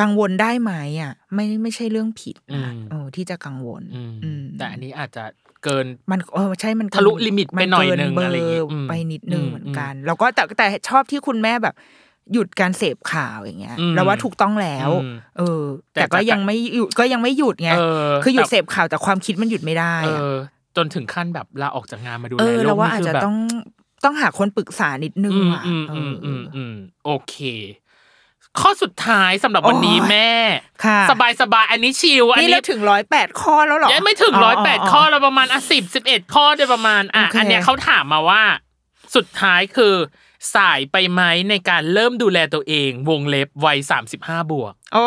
Speaker 2: กังวลได้ไหมอ่ะ ไม่ไม่ใช่เรื่องผิดนะเออ ที่จะกังวล
Speaker 1: อืม
Speaker 2: อืม
Speaker 1: แต่อันนี้อาจจะเกิน
Speaker 2: มันเออใช่มันเกิน
Speaker 1: ทะลุลิมิตไปหน่อยนึง
Speaker 2: มัเกิ
Speaker 1: อะไรอย่างงี้
Speaker 2: เบ
Speaker 1: อืม
Speaker 2: ไปนิดนึง
Speaker 1: อืม
Speaker 2: เหมือนกัน แล้วก็แต่แต่ชอบที่คุณแม่แบบ หยุดการเสพข่าวอย่างเงี้ย
Speaker 1: อืม
Speaker 2: เราว่าถูกต้องแล้ว
Speaker 1: อืม
Speaker 2: เออ
Speaker 1: แต่
Speaker 2: แต่ก็
Speaker 1: แต่
Speaker 2: ยังไม่หยุดก็ยังไม่หยุดไง
Speaker 1: เออ
Speaker 2: คือหยุด
Speaker 1: แต่
Speaker 2: เสพข่าวแต่ความคิดมันหยุดไม่ได้
Speaker 1: เอ
Speaker 2: อะ
Speaker 1: อจนถึงขั้นแบบลาออกจากงานมาดูแล
Speaker 2: เออ
Speaker 1: ลู
Speaker 2: เรา
Speaker 1: ก
Speaker 2: ว่า
Speaker 1: นี่
Speaker 2: อาจ
Speaker 1: คือ
Speaker 2: จะ
Speaker 1: แบบ
Speaker 2: ต้องต้องหาคนปรึกษานิดนึง
Speaker 1: อืม
Speaker 2: อ่ะ
Speaker 1: อืม
Speaker 2: เออ
Speaker 1: อืม
Speaker 2: อ
Speaker 1: อืมอืมโอเค ข้อสุดท้ายสำหรับวันนี้
Speaker 2: โอ้ย
Speaker 1: แม่
Speaker 2: ค่ะ
Speaker 1: สบายสบายๆอันนี้ชิวอัน
Speaker 2: นี่
Speaker 1: นี้
Speaker 2: เราถึงร้อยแปดข้อแล้วเหรอ
Speaker 1: ยังไม่ถึงร้อยแปดข้อเราประมาณอ่ะสิบสิบเอ็ดข้อโดยประมาณ อ่ะ อันเนี้ยเขาถามมาว่า สุดท้ายคือ สายไปไหมในการเริ่มดูแลตัวเอง วงเล็บวัยสามสิบห้าบวก
Speaker 2: อ๋อ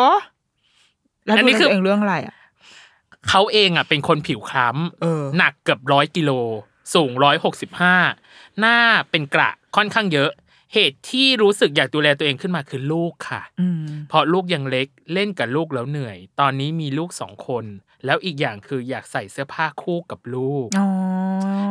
Speaker 2: แล้ว
Speaker 1: อัน
Speaker 2: ดู
Speaker 1: นี้
Speaker 2: แล
Speaker 1: คือ
Speaker 2: ตัวเองเรื่องอะไรอ่ะ
Speaker 1: เขาเองอ่ะเป็นคนผิวคล้
Speaker 2: เออ
Speaker 1: ำหนักเกือบร้อยกิโล สูงร้อยหกสิบห้าหน้าเป็นกระค่อนข้างเยอะ เหตุที่รู้สึกอยากดูแลตัวเองขึ้นมาคือลูกค่ะ
Speaker 2: อืม
Speaker 1: เพราะลูกยังเล็กเล่นกับลูกแล้วเหนื่อย ตอนนี้มีลูกสองคน แล้วอีกอย่างคืออยากใส่เสื้อผ้าคู่กับลูก
Speaker 2: อ๋อ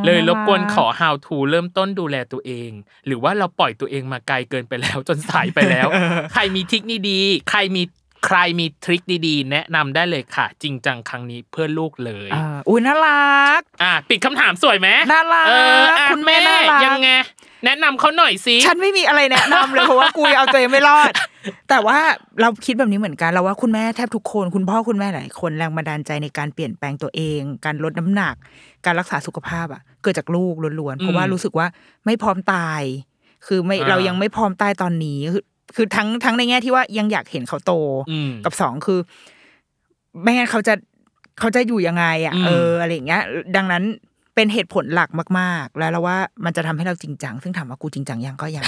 Speaker 1: เลยรบกวนขอ
Speaker 2: า
Speaker 1: how to เริ่มต้นดูแลตัวเอง หรือว่าเราปล่อยตัวเองมาไกลเกินไปแล้ว จนสายไป แล้ว ใครมีทริคดีๆใครมีใครมีทริคดีๆ แนะนำได้เลยค่ะ จริงจังครั้งนี้เพื่อลูกเลย
Speaker 2: รักอ่าอุ้ยน่ารัก
Speaker 1: อ่ะปิดคำถามสวยไหม
Speaker 2: น่ารัก
Speaker 1: เอออ่ะ
Speaker 2: คุณแม่น่ารัก
Speaker 1: ยังไงแนะนำเขาหน่อยสิ
Speaker 2: ฉันไม่มีอะไรแนะนำเลย เพราะว่ากูยังเอาตัวเองไม่รอด แต่ว่าเราคิดแบบนี้เหมือนกันเราว่าคุณแม่แทบทุกคน คุณพ่อคุณแม่หลายคนแรงบันดาลใจในการเปลี่ยนแปลงตัวเอง การลดน้ำหนัก การรักษาสุขภาพอ่ะ เกิดจากลูกล้วนๆเพราะว่ารู้สึกว่าไม่พร้อมตาย คือไม่เรายังไม่พร้อมตายตอนนี้คือคือทั้งทั้งในแง่ที่ว่ายังอยากเห็นเขาโต
Speaker 1: อืม
Speaker 2: กับสองคือไม่งั้นเขาจะเขาจะอยู่ยังไงอ่ะ
Speaker 1: อืม
Speaker 2: เอออะไรอย่างเงี้ย ดังนั้นเป็นเหตุผลหลักมาก ๆ แล้วเราว่ามันจะทำให้เราจริงจังซึ่งถามว่ากูจริงจังยังก็ ยัง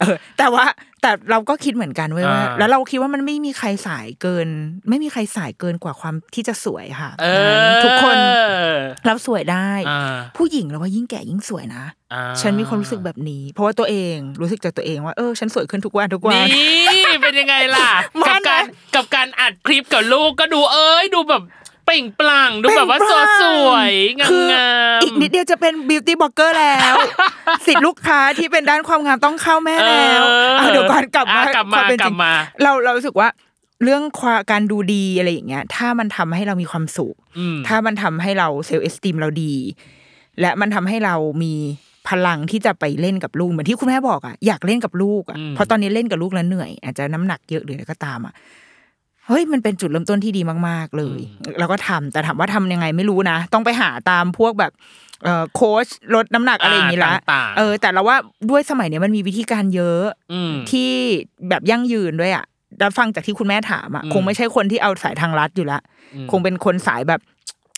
Speaker 2: เออแต่ว่าแต่เราก็คิดเหมือนกันเว้ยว่า แล้วเราคิดว่ามันไม่มีใครสายเกิน ไม่มีใครสายเกินกว่าความที่จะสวยค่ะ
Speaker 1: เออ
Speaker 2: ทุกคนเราสวยได้
Speaker 1: อ่า
Speaker 2: ผู้หญิงเราว่ายิ่งแก่ยิ่งสวยนะ
Speaker 1: อ่า
Speaker 2: ฉันมีความรู้สึกแบบนี้ เพราะว่าตัวเองรู้สึกจากตัวเองว่าเออฉันสวยขึ้นทุกวันทุกวัน
Speaker 1: นี่เป็นยังไงล่ะ
Speaker 2: มั
Speaker 1: กั
Speaker 2: น
Speaker 1: บ
Speaker 2: นะ
Speaker 1: การกับการอัดคลิปกับลูกก็ดูเอ้ยดูแบบเปล่งปลั่งดูแบบว่า
Speaker 2: เป
Speaker 1: ส
Speaker 2: ล่ง
Speaker 1: ด
Speaker 2: ป
Speaker 1: ส
Speaker 2: ลั่ง
Speaker 1: วยงาม
Speaker 2: คือง
Speaker 1: าม
Speaker 2: อีกนิดเดียวจะเป็นบิวตี้บล็อกเกอร์แล้ว สิทธิ์ลูกค้าที่เป็นด้านความงามต้องเข้าแม่แล้วเอาเดี๋ยวก่อนกลับมา
Speaker 1: อ่ะกลับ
Speaker 2: ค
Speaker 1: มา
Speaker 2: วเป็น
Speaker 1: ก
Speaker 2: จ
Speaker 1: ลั
Speaker 2: ริ
Speaker 1: บ
Speaker 2: ง
Speaker 1: มา
Speaker 2: เราเรารู้สึกว่าเรื่องความการดูดีอะไรอย่างเงี้ย ถ้ามันทำให้เรามีความสุข
Speaker 1: อืม
Speaker 2: ถ้ามันทำให้เราเซลล์เอสติมเราดี และมันทำให้เรามี พลังที่จะไปเล่นกับลูกเหมือนที่คุณแม่บอกอ่ะอยากเล่นกับลูกอ่ะ
Speaker 1: อืม
Speaker 2: เพราะตอนนี้เล่นกับลูกแล้วเหนื่อย อาจจะน้ำหนักเยอะหรืออะไรก็ตามอ่ะเฮ้ยมันเป็นจุดเริ่มต้นที่ดีมาก ๆ เลยเราก็ทำแต่ถามว่าทำยังไงไม่รู้นะต้องไปหาตามพวกแบบเอ่อโค้ชลดน้ำหนักอะไรอย่างนี้ละ
Speaker 1: ต่างๆ
Speaker 2: เออแต่เราว่าด้วยสมัยเนี้ยมันมีวิธีการเยอะ
Speaker 1: ม
Speaker 2: ที่แบบยั่งยืนด้วยอ่ะแล้วฟังจากที่คุณแม่ถามอ่ะ
Speaker 1: อืม
Speaker 2: คงไม่ใช่คนที่เอาสายทางรัฐอยู่ละ
Speaker 1: อืม
Speaker 2: คงเป็นคนสายแบบ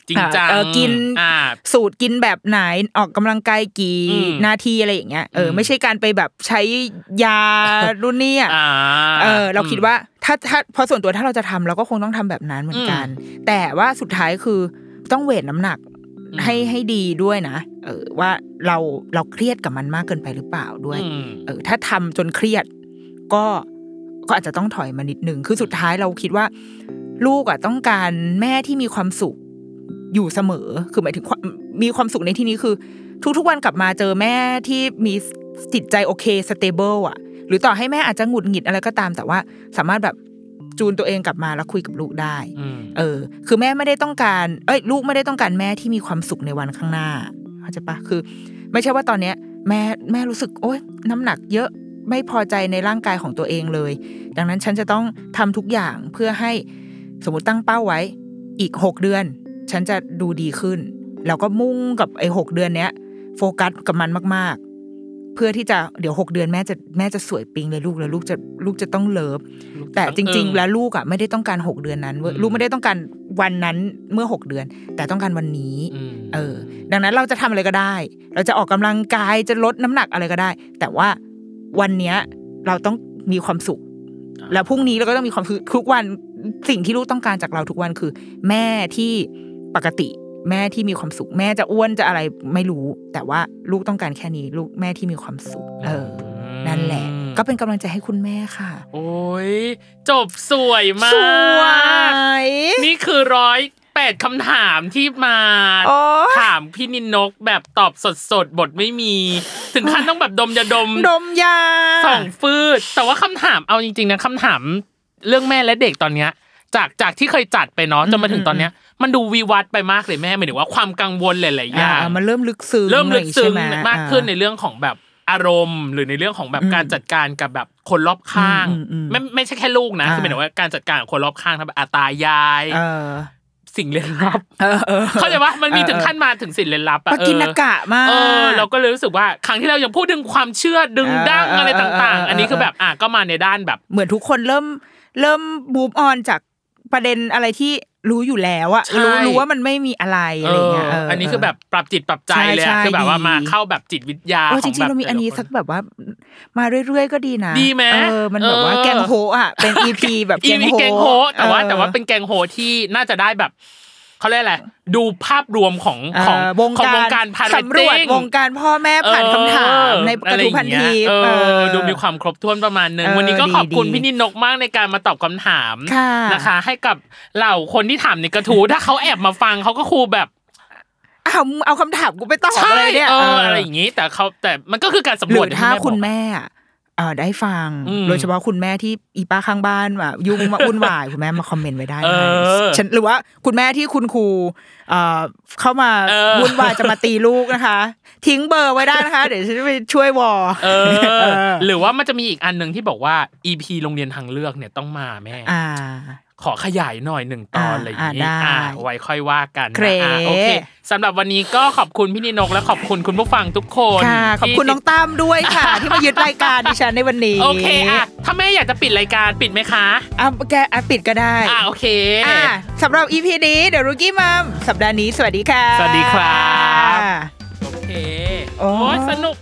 Speaker 1: จริงจัง
Speaker 2: เออกิน
Speaker 1: อ่า
Speaker 2: สูตรกินแบบไหนออกกำลังกายกี่
Speaker 1: อืม
Speaker 2: นาทีอะไรอย่างเงี้ยเอออ
Speaker 1: ม
Speaker 2: ไม่ใช่การไปแบบใช้ยา รุ่นนี้อ่ะ
Speaker 1: อ่า
Speaker 2: เออ เราคิดว่าถ้าถ้าเพอส่วนตัวถ้าเราจะทำเราก็คงต้องทำแบบนั้นเหมือนกัน แต่ว่าสุดท้ายคือต้องเวทน้ำหนัก
Speaker 1: อืม
Speaker 2: ให้ให้ดีด้วยนะเออว่าเราเราเครียดกับมันมากเกินไปหรือเปล่าด้วย
Speaker 1: อืม
Speaker 2: เออถ้าทำจนเครียดก็ก็อาจจะต้องถอยมานิดนึง คือสุดท้ายเราคิดว่า ลูกอ่ะต้องการแม่ที่มีความสุขอยู่เสมอ คือหมายถึงความมีความสุขในที่นี้คือ ทุกๆวันกลับมาเจอแม่ที่มีจิตใจโอเคสเตเบิลอ่ะ หรือต่อให้แม่อาจจะหงุดหงิดอะไรก็ตาม แต่ว่าสามารถแบบจูนตัวเองกลับมาแล้วคุยกับลูกได้
Speaker 1: อืม
Speaker 2: เออ คือแม่ไม่ได้ต้องการ เอ้ย ลูกไม่ได้ต้องการแม่ที่มีความสุขในวันข้างหน้า เข้าใจปะคือ ไม่ใช่ว่าตอนเนี้ย แม่แม่รู้สึก โอ๊ย น้ำหนักเยอะไม่พอใจในร่างกายของตัวเองเลย ดังนั้นฉันจะต้องทำทุกอย่างเพื่อให้สมมติตั้งเป้าไว้อีกหกเดือน ฉันจะดูดีขึ้น แล้วก็มุ่งกับไอ้หกเดือนเนี้ย โฟกัสกับมันมาก ๆ เพื่อที่จะเดี๋ยวหกเดือนแม่จะแม่จะสวยปิงเลยลูกแล้วลูกจะลูกจะต้องเลิฟ แต่จริง ๆ แล้วลูกอ่ะไม่ได้ต้องการหกเดือนนั้นเว้ย
Speaker 1: อืม
Speaker 2: ลูกไม่ได้ต้องการวันนั้นเมื่อหกเดือน แต่ต้องการวันนี้
Speaker 1: ม
Speaker 2: เออ ดังนั้นเราจะทำอะไรก็ได้ เราจะออกกำลังกายจะลดน้ำหนักอะไรก็ได้ แต่ว่าวันเนี้ยเราต้องมีความสุข
Speaker 1: อ่า
Speaker 2: แล้วพรุ่งนี้เราก็ต้องมีความสุขทุกวันสิ่งที่ลูกต้องการจากเราทุกวันคือ แม่ที่ปกติ แม่ที่มีความสุข แม่จะอ้วนจะอะไรไม่รู้ แต่ว่าลูกต้องการแค่นี้ ลูกแม่ที่มีความสุข เออ นั่นแหละ ก็เป็นกำลังใจให้คุณแม่ค่ะ
Speaker 1: โอ้ยจบสวยมาก
Speaker 2: สวย
Speaker 1: นี่คือร้อยแปดคำถามที่มา
Speaker 2: โอ้
Speaker 1: ถามพี่นินนกแบบตอบสดๆ บทไม่มี ถึงขั้นต้องแบบดมยาดม
Speaker 2: ดมยา
Speaker 1: สองฟืด แต่ว่าคำถามเอาจริงๆนะคำถามเรื่องแม่และเด็กตอนเนี้ย จากจากที่เคยจัดไปเนาะจนมาถึงตอนเนี้ย มันดูวิวัฒน์ไปมากเลยแม่หมายถึงว่าความกังวลหลายๆอ
Speaker 2: อ่า
Speaker 1: ย่าง
Speaker 2: มันเริ่มลึกซึ้ง
Speaker 1: เริ่มลึกซึ้ง
Speaker 2: หน่อยใช่ไห
Speaker 1: มากขึ้นใน
Speaker 2: อ่
Speaker 1: เรื่องของแบบอารมณ์ หรือในเรื่องของแบบ
Speaker 2: อืม
Speaker 1: การจัดการกับแบบคนรอบข้าง
Speaker 2: อืมอืมอืม
Speaker 1: ไม่ไม่ใช่แค่ลูกนะ
Speaker 2: อ่า
Speaker 1: คือหมายถึงว่าการจัดการกับคนรอบข้างทั้งแบบอาตายาย
Speaker 2: เออ
Speaker 1: สิ่งเล่นลับ
Speaker 2: เออออ
Speaker 1: เข้าใจว่ามันมีถึงขั้นมาถึงสิ่งเล่นลับอะ
Speaker 2: ปากินกะมา
Speaker 1: เออเออก เราก็เลยรู้สึกว่าครั้งที่เรายังพูดถึงความเชื่อดึง
Speaker 2: เออ
Speaker 1: ดั้ง
Speaker 2: เออ
Speaker 1: อะไร
Speaker 2: เออ
Speaker 1: ต่าง
Speaker 2: เออเอ
Speaker 1: ๆ
Speaker 2: ออั
Speaker 1: อันนี้คือแบบอ่ะก็มาในด้านแบบ
Speaker 2: เหมือนทุกคนเริ่มเริ่มบูมออนจากประเด็นอะไรที่รู้อยู่แล้วอะ
Speaker 1: ใช่
Speaker 2: รู้รู้ว่ามันไม่มีอะไรอะไรเงี้ยเ
Speaker 1: อันนี้คือแบบปรับจิตปรับใจ
Speaker 2: ใช่
Speaker 1: เลย
Speaker 2: ใช่
Speaker 1: อะคือแบบว่า
Speaker 2: ดี
Speaker 1: มาเข้าแบบจิตวิทยา
Speaker 2: เออ
Speaker 1: ข
Speaker 2: จ
Speaker 1: อง
Speaker 2: ริ
Speaker 1: แบ
Speaker 2: งๆ
Speaker 1: บ
Speaker 2: เรามีอันนี้
Speaker 1: แต่ละค
Speaker 2: สักแบบว่ามาเรื่อยๆก็ดีนะ
Speaker 1: ดีไหม
Speaker 2: เออมันแบบว่า
Speaker 1: เออ
Speaker 2: แกงโฮอ่ะเป็นอี พีแบบ
Speaker 1: อีมีแกงโฮแต่ว่า
Speaker 2: ออ
Speaker 1: แต่ว่าเป็นแกงโฮที่น่าจะได้แบบเขาเรียกอะไรดูภาพรวมของของ
Speaker 2: เอ่อ
Speaker 1: ของวงการพาร์ท
Speaker 2: สำรวจวงการพ่อแม่ผ่านคำถามในกระทู้พันที
Speaker 1: เอ
Speaker 2: เอ
Speaker 1: อ
Speaker 2: อ
Speaker 1: ดูมีความครบถ้วนประมาณหนึ่ง
Speaker 2: เออ
Speaker 1: วันนี้ก็ขอบคุณ
Speaker 2: ดีๆ
Speaker 1: พี่นินนกมากในการมาตอบคำถาม
Speaker 2: ค่ะ
Speaker 1: นะคะ ให้กับเหล่าคนที่ถามในกระทู้ถ้าเขาแอบมาฟังเขาก็คูแบบ
Speaker 2: อ้าวมึงเอาคำถามกูไปตอบ
Speaker 1: ใช่
Speaker 2: เลยเนี่ย
Speaker 1: เอออะไรอย่างนี้แต่เขาแต่มันก็คือการสำ
Speaker 2: ห
Speaker 1: ร
Speaker 2: รื
Speaker 1: วจ
Speaker 2: อถ้า
Speaker 1: อย่างที่บอก
Speaker 2: คุณแม่อะเออได้ฟัง
Speaker 1: อืม
Speaker 2: โดยเฉพาะคุณแม่ที่อีป้าข้างบ้านแบบยุ่งมาวุ่น วาย คุณแม่มาคอมเมนต์ไว้ได้นะ
Speaker 1: เออ
Speaker 2: ฉันหรือว่าคุณแม่ที่คุณครูเอ่อเข้ามา
Speaker 1: เออ
Speaker 2: วุ่นวายจะมาตีลูกนะคะ ทิ้งเบอร์ไว้ได้นะคะ เดี๋ยวฉันจะไปช่วยวอ
Speaker 1: เออ หรือว่ามันจะมีอีกอันหนึ่งที่บอกว่า EP โรงเรียนทางเลือกเนี่ยต้องมาแม่
Speaker 2: อ่า
Speaker 1: ขอขยายหน่อยหนึ่งตอ
Speaker 2: อ่า
Speaker 1: นอะไรอย่างนี้
Speaker 2: อ่าได้
Speaker 1: อ่าไว้ค่อยว่ากันนะ
Speaker 2: เคร
Speaker 1: อ่าโอเคสำหรับวันนี้ก็ขอบคุณพี่นินกและขอบคุณคุณผู้ฟังทุกคน
Speaker 2: ค่ะขอบคุณน้อง
Speaker 1: ที่
Speaker 2: ตั้มด้วย ค่ะ ที่มายึดรายการดิฉันในวันนี้
Speaker 1: โอเคอ่ะถ้าแม่อยากจะปิดรายการปิดไหมคะ
Speaker 2: อ่ะแกอ่ะปิดก็ได้
Speaker 1: อ่าโอเค
Speaker 2: อ่ะสำหรับ EP นี้เดี๋ยวรุกี้มัมสัปดาห์นี้สวัสดีค่ะ
Speaker 1: สวัสดีครับ
Speaker 2: บ
Speaker 1: โอเค
Speaker 2: โอ้
Speaker 1: โอ้ยสนุก